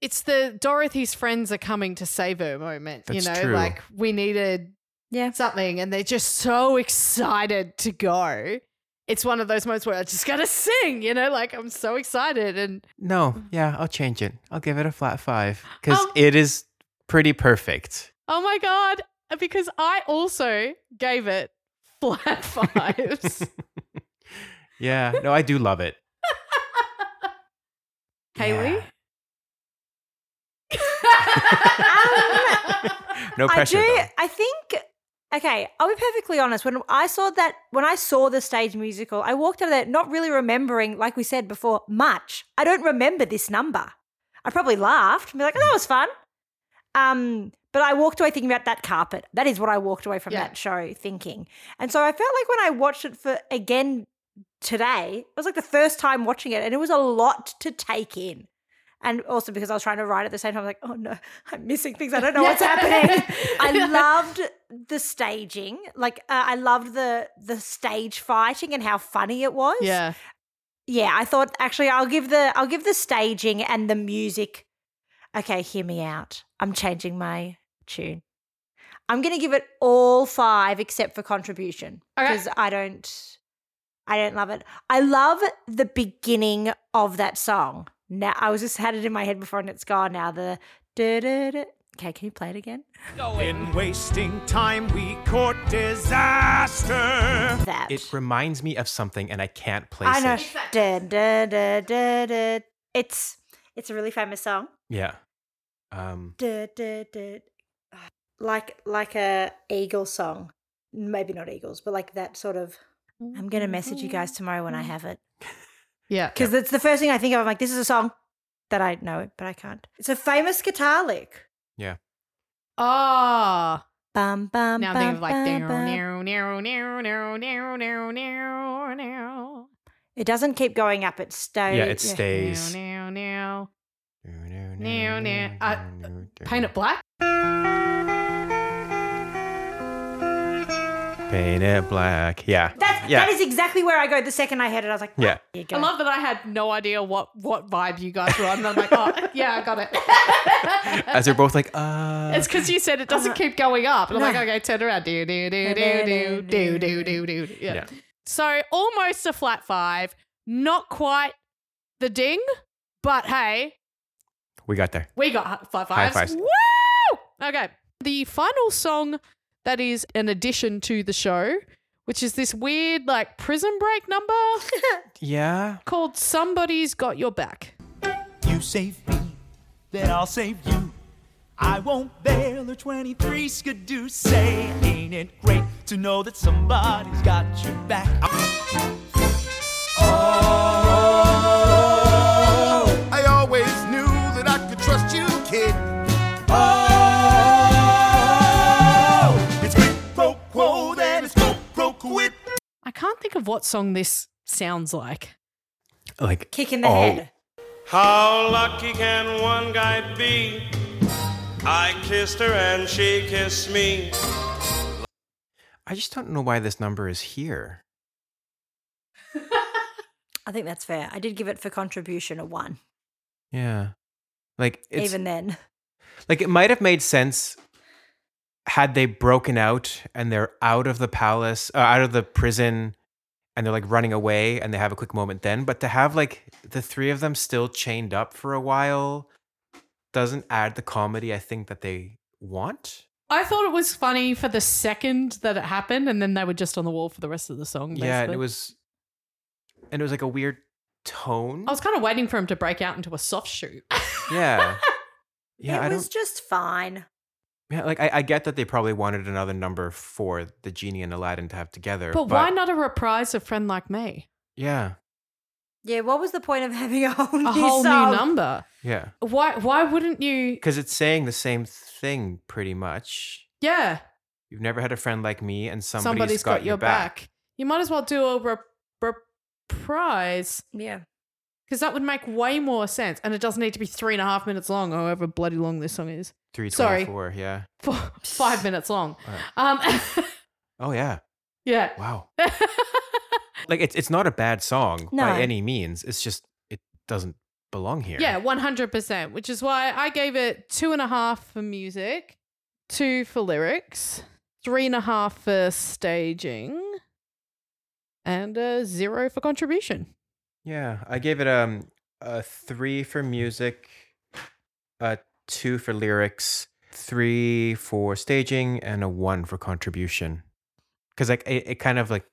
S5: it's the Dorothy's friends are coming to save her moment.
S6: That's
S5: you know,
S6: true.
S5: like we needed yeah something, and they're just so excited to go. It's one of those moments where I just gotta sing. You know, like I'm so excited, and
S4: No, yeah, I'll change it. I'll give it a flat five because it is pretty perfect.
S5: oh my god, because I also gave it flat fives.
S4: Yeah, no, I do love it.
S5: Haley,
S4: No pressure,
S6: I do.
S4: though.
S6: I think. Okay, I'll be perfectly honest. When I saw that, when I saw the stage musical, I walked out of there not really remembering, like we said before, much. I don't remember this number. I probably laughed and be like,
S4: Mm.
S6: "Oh, that was fun." Um, but I walked away thinking about that carpet. That is what I walked away from that show thinking. And so I felt like when I watched it for again today, it was like the first time watching it, and it was a lot to take in. And also because I was trying to write at the same time, I was like, oh no, I'm missing things. I don't know what's happening. I loved the staging. Like uh, I loved the the stage fighting and how funny it was.
S5: Yeah.
S6: Yeah, I thought actually I'll give the I'll give the staging and the music. Okay, hear me out. I'm changing my tune. I'm going to give it all 5 except for contribution because I don't I don't love it. I love the beginning of that song. Now I was just had it in my head before and it's gone now the da-da-da. Okay, can you play it again?
S7: In wasting time, we court disaster.
S6: That.
S4: It reminds me of something and I can't place
S6: I know.
S4: it.
S6: Dun, dun, dun, dun, dun. It's it's a really famous song.
S4: Yeah. Um,
S6: Dun, dun, dun. ah, Like like a eagle song. Maybe not eagles, but like that sort of I'm gonna message you guys tomorrow when I have it.
S5: Yeah.
S6: Because it's the first thing I think of. I'm like, this is a song that I know, but I can't. It's a famous guitar lick.
S4: yeah.
S5: Ah.
S6: Bum bum.
S5: Now I'm thinking of like
S6: bum,
S5: narrow,
S6: bum.
S5: narrow, narrow, narrow, narrow, narrow, narrow, narrow, narrow.
S6: It doesn't keep going up. It stays.
S4: Yeah, it stays.
S5: Now, now, now, now. Uh, paint it black.
S4: Paint it black. Yeah.
S6: That's,
S4: yeah.
S6: That is exactly where I go the second I heard it. I was like,
S4: Yeah.
S5: I love that I had no idea what what vibe you guys were on. And I'm like, oh yeah, I got it.
S4: As they're both like, uh.
S5: It's because you said it doesn't
S6: Uh-huh.
S5: keep going up, and I'm like, okay, turn around, do do do do do do do do do. Yeah.
S4: Yeah.
S5: So almost a flat five, not quite the ding, but hey,
S4: We got there.
S5: we got flat
S4: High
S5: fives.
S4: fives.
S5: Woo! Okay. The final song that is an addition to the show, which is this weird like prison break number
S4: Yeah.
S5: called "Somebody's Got Your Back."
S11: You save me, then I'll save you. I won't bail or 23 skidoo. Say, ain't it great to know that somebody's got your back?
S16: I
S5: think of what song this sounds like.
S4: Like
S5: Kick
S6: in the
S4: all-
S5: head.
S17: How lucky can one guy be? I kissed her and she kissed me.
S4: I just don't know why this number is here.
S6: I think that's fair. I did give it for contribution a one,
S4: Yeah. Like it's
S6: even then.
S4: like it might have made sense had they broken out and they're out of the palace, uh, out of the prison and they're like running away and they have a quick moment then, but to have like the three of them still chained up for a while doesn't add the comedy I think that they want.
S5: I thought it was funny for the second that it happened, and then they were just on the wall for the rest of the song.
S4: Yeah, and
S5: basically.
S4: it was and it was like a weird tone.
S5: I was kind of waiting for him to break out into a soft shoe.
S4: Yeah. Yeah, I
S6: it
S4: don't
S6: was just fine.
S4: Yeah, like I, I get that they probably wanted another number for the genie and Aladdin to have together.
S5: But why not a reprise of Friend Like Me?
S4: Yeah,
S6: Yeah, what was the point of having a whole new
S5: A whole
S6: song?
S5: new number.
S4: yeah,
S5: Why why wouldn't you
S4: because it's saying the same thing pretty much.
S5: Yeah.
S4: You've never had a friend like me, and somebody's,
S5: somebody's
S4: got, your back.
S5: You might as well do a rep- reprise.
S6: Yeah.
S5: Because that would make way more sense. And it doesn't need to be three and a half minutes long, or however bloody long this song is.
S4: Three
S5: Sorry,
S4: twenty-four. Yeah.
S5: four, five minutes long.
S4: All right.
S5: Um,
S4: Oh yeah.
S5: yeah.
S4: Wow. like it's it's not a bad song
S5: No.
S4: by any means. It's just it doesn't belong here.
S5: Yeah, 100%, which is why I gave it two and a half for music, two for lyrics, three and a half for staging, and a zero for contribution.
S4: Yeah, I gave it um a three for music, a two for lyrics, three for staging, and a one for contribution. Because like it, it kind of like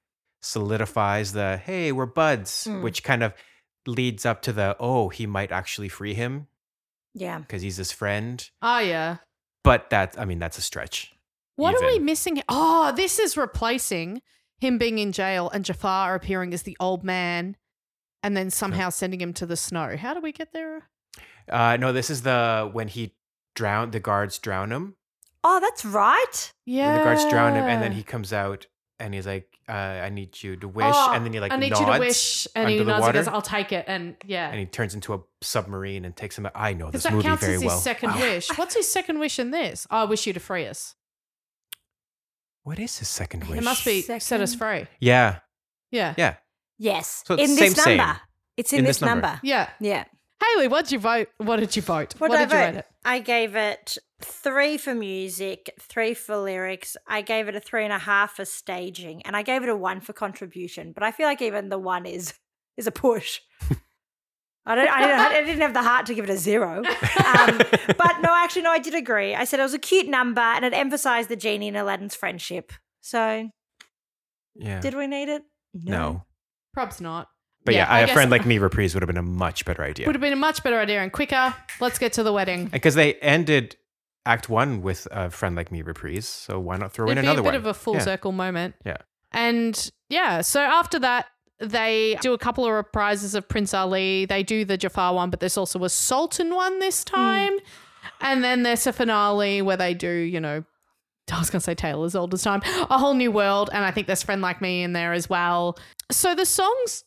S4: solidifies the hey we're buds,
S6: Mm.
S4: which kind of leads up to the oh he might actually free him
S6: Yeah.
S4: because he's his friend.
S5: Ah, yeah.
S4: But that I mean that's a stretch.
S5: What are we missing? he- Oh, this is replacing him being in jail and Jafar appearing as the old man and then somehow sending him to the snow. How do we get there?
S4: Uh, no, this is the when he drowned the guards drown him.
S6: Oh, that's right.
S4: And the guards drown him, and then he comes out and he's like, uh, "I need you to wish,"
S5: Oh,
S4: and then he like
S5: I need
S4: nods
S5: you to wish. And
S4: under
S5: he
S4: the
S5: nods and
S4: water,
S5: goes, I'll take it. And yeah.
S4: and he turns into a submarine and takes him. out. I know this
S5: Because that
S4: movie
S5: counts
S4: very
S5: as his
S4: well.
S5: second
S4: Wow.
S5: wish. What's his second wish in this? Oh, I wish you to free us.
S4: What is his second wish?
S5: It must be set us free.
S4: Yeah,
S5: Yeah.
S4: yeah.
S6: Yes.
S4: So it's
S6: in
S4: same,
S6: this
S4: same.
S6: number. It's in, this, number.
S5: Yeah.
S6: Yeah.
S5: Haley, what did you vote? What did you vote?
S6: What, did
S5: did
S6: I
S5: you
S6: vote?
S5: rate it?
S6: I gave it three for music, three for lyrics. I gave it a three and a half for staging, and I gave it a one for contribution. But I feel like even the one is is a push. I don't. I didn't, I didn't have the heart to give it a zero. Um, but no, actually, no, I did agree. I said it was a cute number, and it emphasized the genie and Aladdin's friendship. So,
S4: Yeah.
S6: did we need it?
S4: no.
S5: Probs not.
S4: But yeah, I a
S5: guess
S4: friend like me reprise would have been a much better idea
S5: Would have been a much better idea and quicker. Let's get to the wedding.
S4: because they ended Act One with a friend like me reprise. So why not throw
S5: It'd
S4: in
S5: be
S4: another
S5: a bit
S4: one?
S5: of a full
S4: yeah.
S5: circle moment.
S4: Yeah.
S5: And yeah, so after that, they do a couple of reprises of Prince Ali. They do the Jafar one, but there's also a Sultan one this
S4: Hmm.
S5: time. And then there's a finale where they do, you know, I was going to say Tale as Old as Time, A Whole New World. And I think there's Friend Like Me in there as well. So the songs,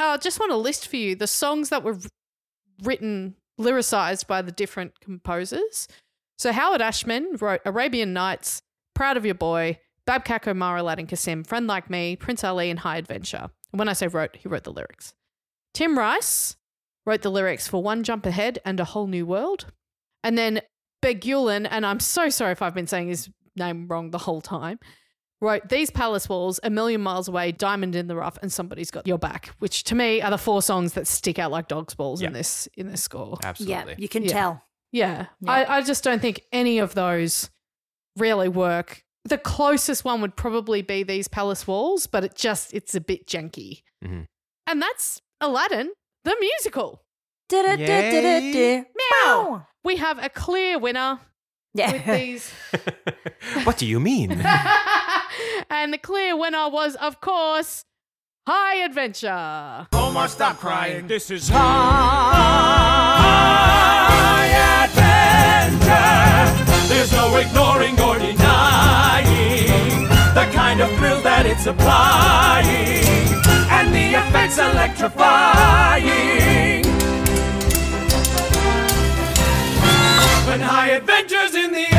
S5: uh, I just want to list for you the songs that were written, lyricized by the different composers. So Howard Ashman wrote Arabian Nights, Proud of Your Boy, Babcock O'Mara, Aladdin Kasim, Friend Like Me, Prince Ali, and High Adventure. And when I say wrote, he wrote the lyrics. Tim Rice wrote the lyrics for One Jump Ahead and A Whole New World. And then Begulen, and I'm so sorry if I've been saying his name wrong the whole time, wrote These Palace Walls, A Million Miles Away, Diamond in the Rough, and Somebody's Got Your Back, which to me are the four songs that stick out like dog's balls in this in this score.
S6: Yeah, you can tell.
S5: Yeah. I, I just don't think any of those really work. The closest one would probably be these palace walls, but it just it's a bit janky.
S4: Mhm.
S5: And that's Aladdin, the musical.
S4: Yay.
S5: Meow. We have a clear winner
S6: yeah.
S5: with these.
S4: What do you mean?
S5: and the clear winner was, of course, High Adventure.
S14: Omar, stop crying. This is high adventure. There's no ignoring or denying
S8: the kind of thrill that it's applying, and the effects electrifying. When high adventures in the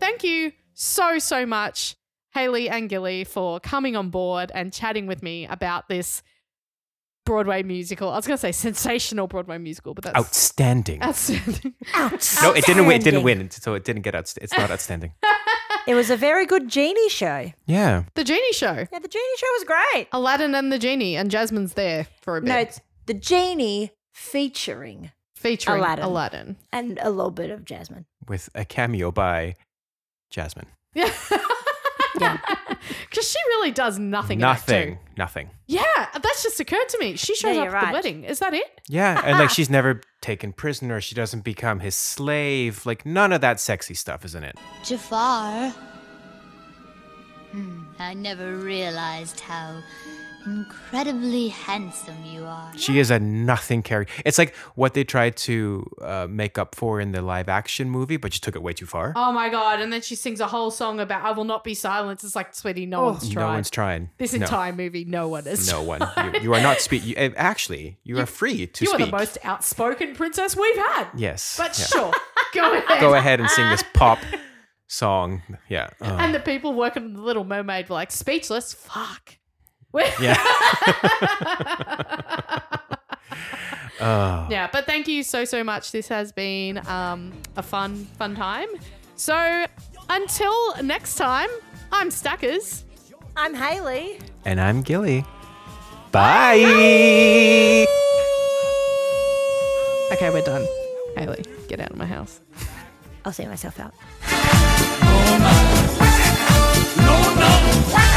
S5: Thank you so, so much, Haley and Gilly, for coming on board and chatting with me about this Broadway musical. I was going to say sensational Broadway musical, but that's
S4: Outstanding.
S5: outstanding.
S4: No, it didn't win. It didn't win. So it didn't get out. It's not outstanding.
S6: It was a very good genie show.
S4: Yeah.
S5: The Genie Show.
S6: Yeah, the Genie Show was great.
S5: Aladdin and the Genie, and Jasmine's there for a bit.
S6: No, it's the genie featuring
S5: featuring
S6: Aladdin.
S5: Aladdin.
S6: and a little bit of Jasmine.
S4: With a cameo by Jasmine.
S5: Because she really does nothing. in Act Two.
S4: Nothing. Nothing.
S5: Yeah, that's just occurred to me. She shows
S6: Yeah,
S5: up at
S6: you're
S5: the
S6: right.
S5: wedding. Is that it?
S4: Yeah. And like she's never taken prisoner. She doesn't become his slave. Like none of that sexy stuff, isn't it?
S18: Jafar. Hmm, I never realized how incredibly handsome you are.
S4: She is a nothing character. It's like what they tried to uh, make up for in the live action movie, but you took it way too far.
S5: Oh my god! And then she sings a whole song about "I will not be silenced." It's like, sweetie,
S6: Oh.
S5: no one's
S4: no
S5: trying.
S4: one's trying.
S5: This
S4: No.
S5: entire movie, no one is.
S4: No one.
S5: trying.
S4: You, you are not speak. You, eh, actually, you, are free to
S5: you
S4: speak.
S5: are the most outspoken princess we've had.
S4: Yes,
S5: But
S4: yeah.
S5: sure, go ahead.
S4: Go ahead and sing this pop song. Yeah. uh,
S5: And the people working on the Little Mermaid were like speechless. Fuck.
S4: yeah. Oh.
S5: Yeah, but thank you so so much. This has been um, a fun fun time. So until next time, I'm Stackers.
S6: I'm Haley.
S4: And I'm Gilly. Bye.
S5: Okay, we're done. Haley, get out of my house.
S6: I'll see myself out.
S8: end.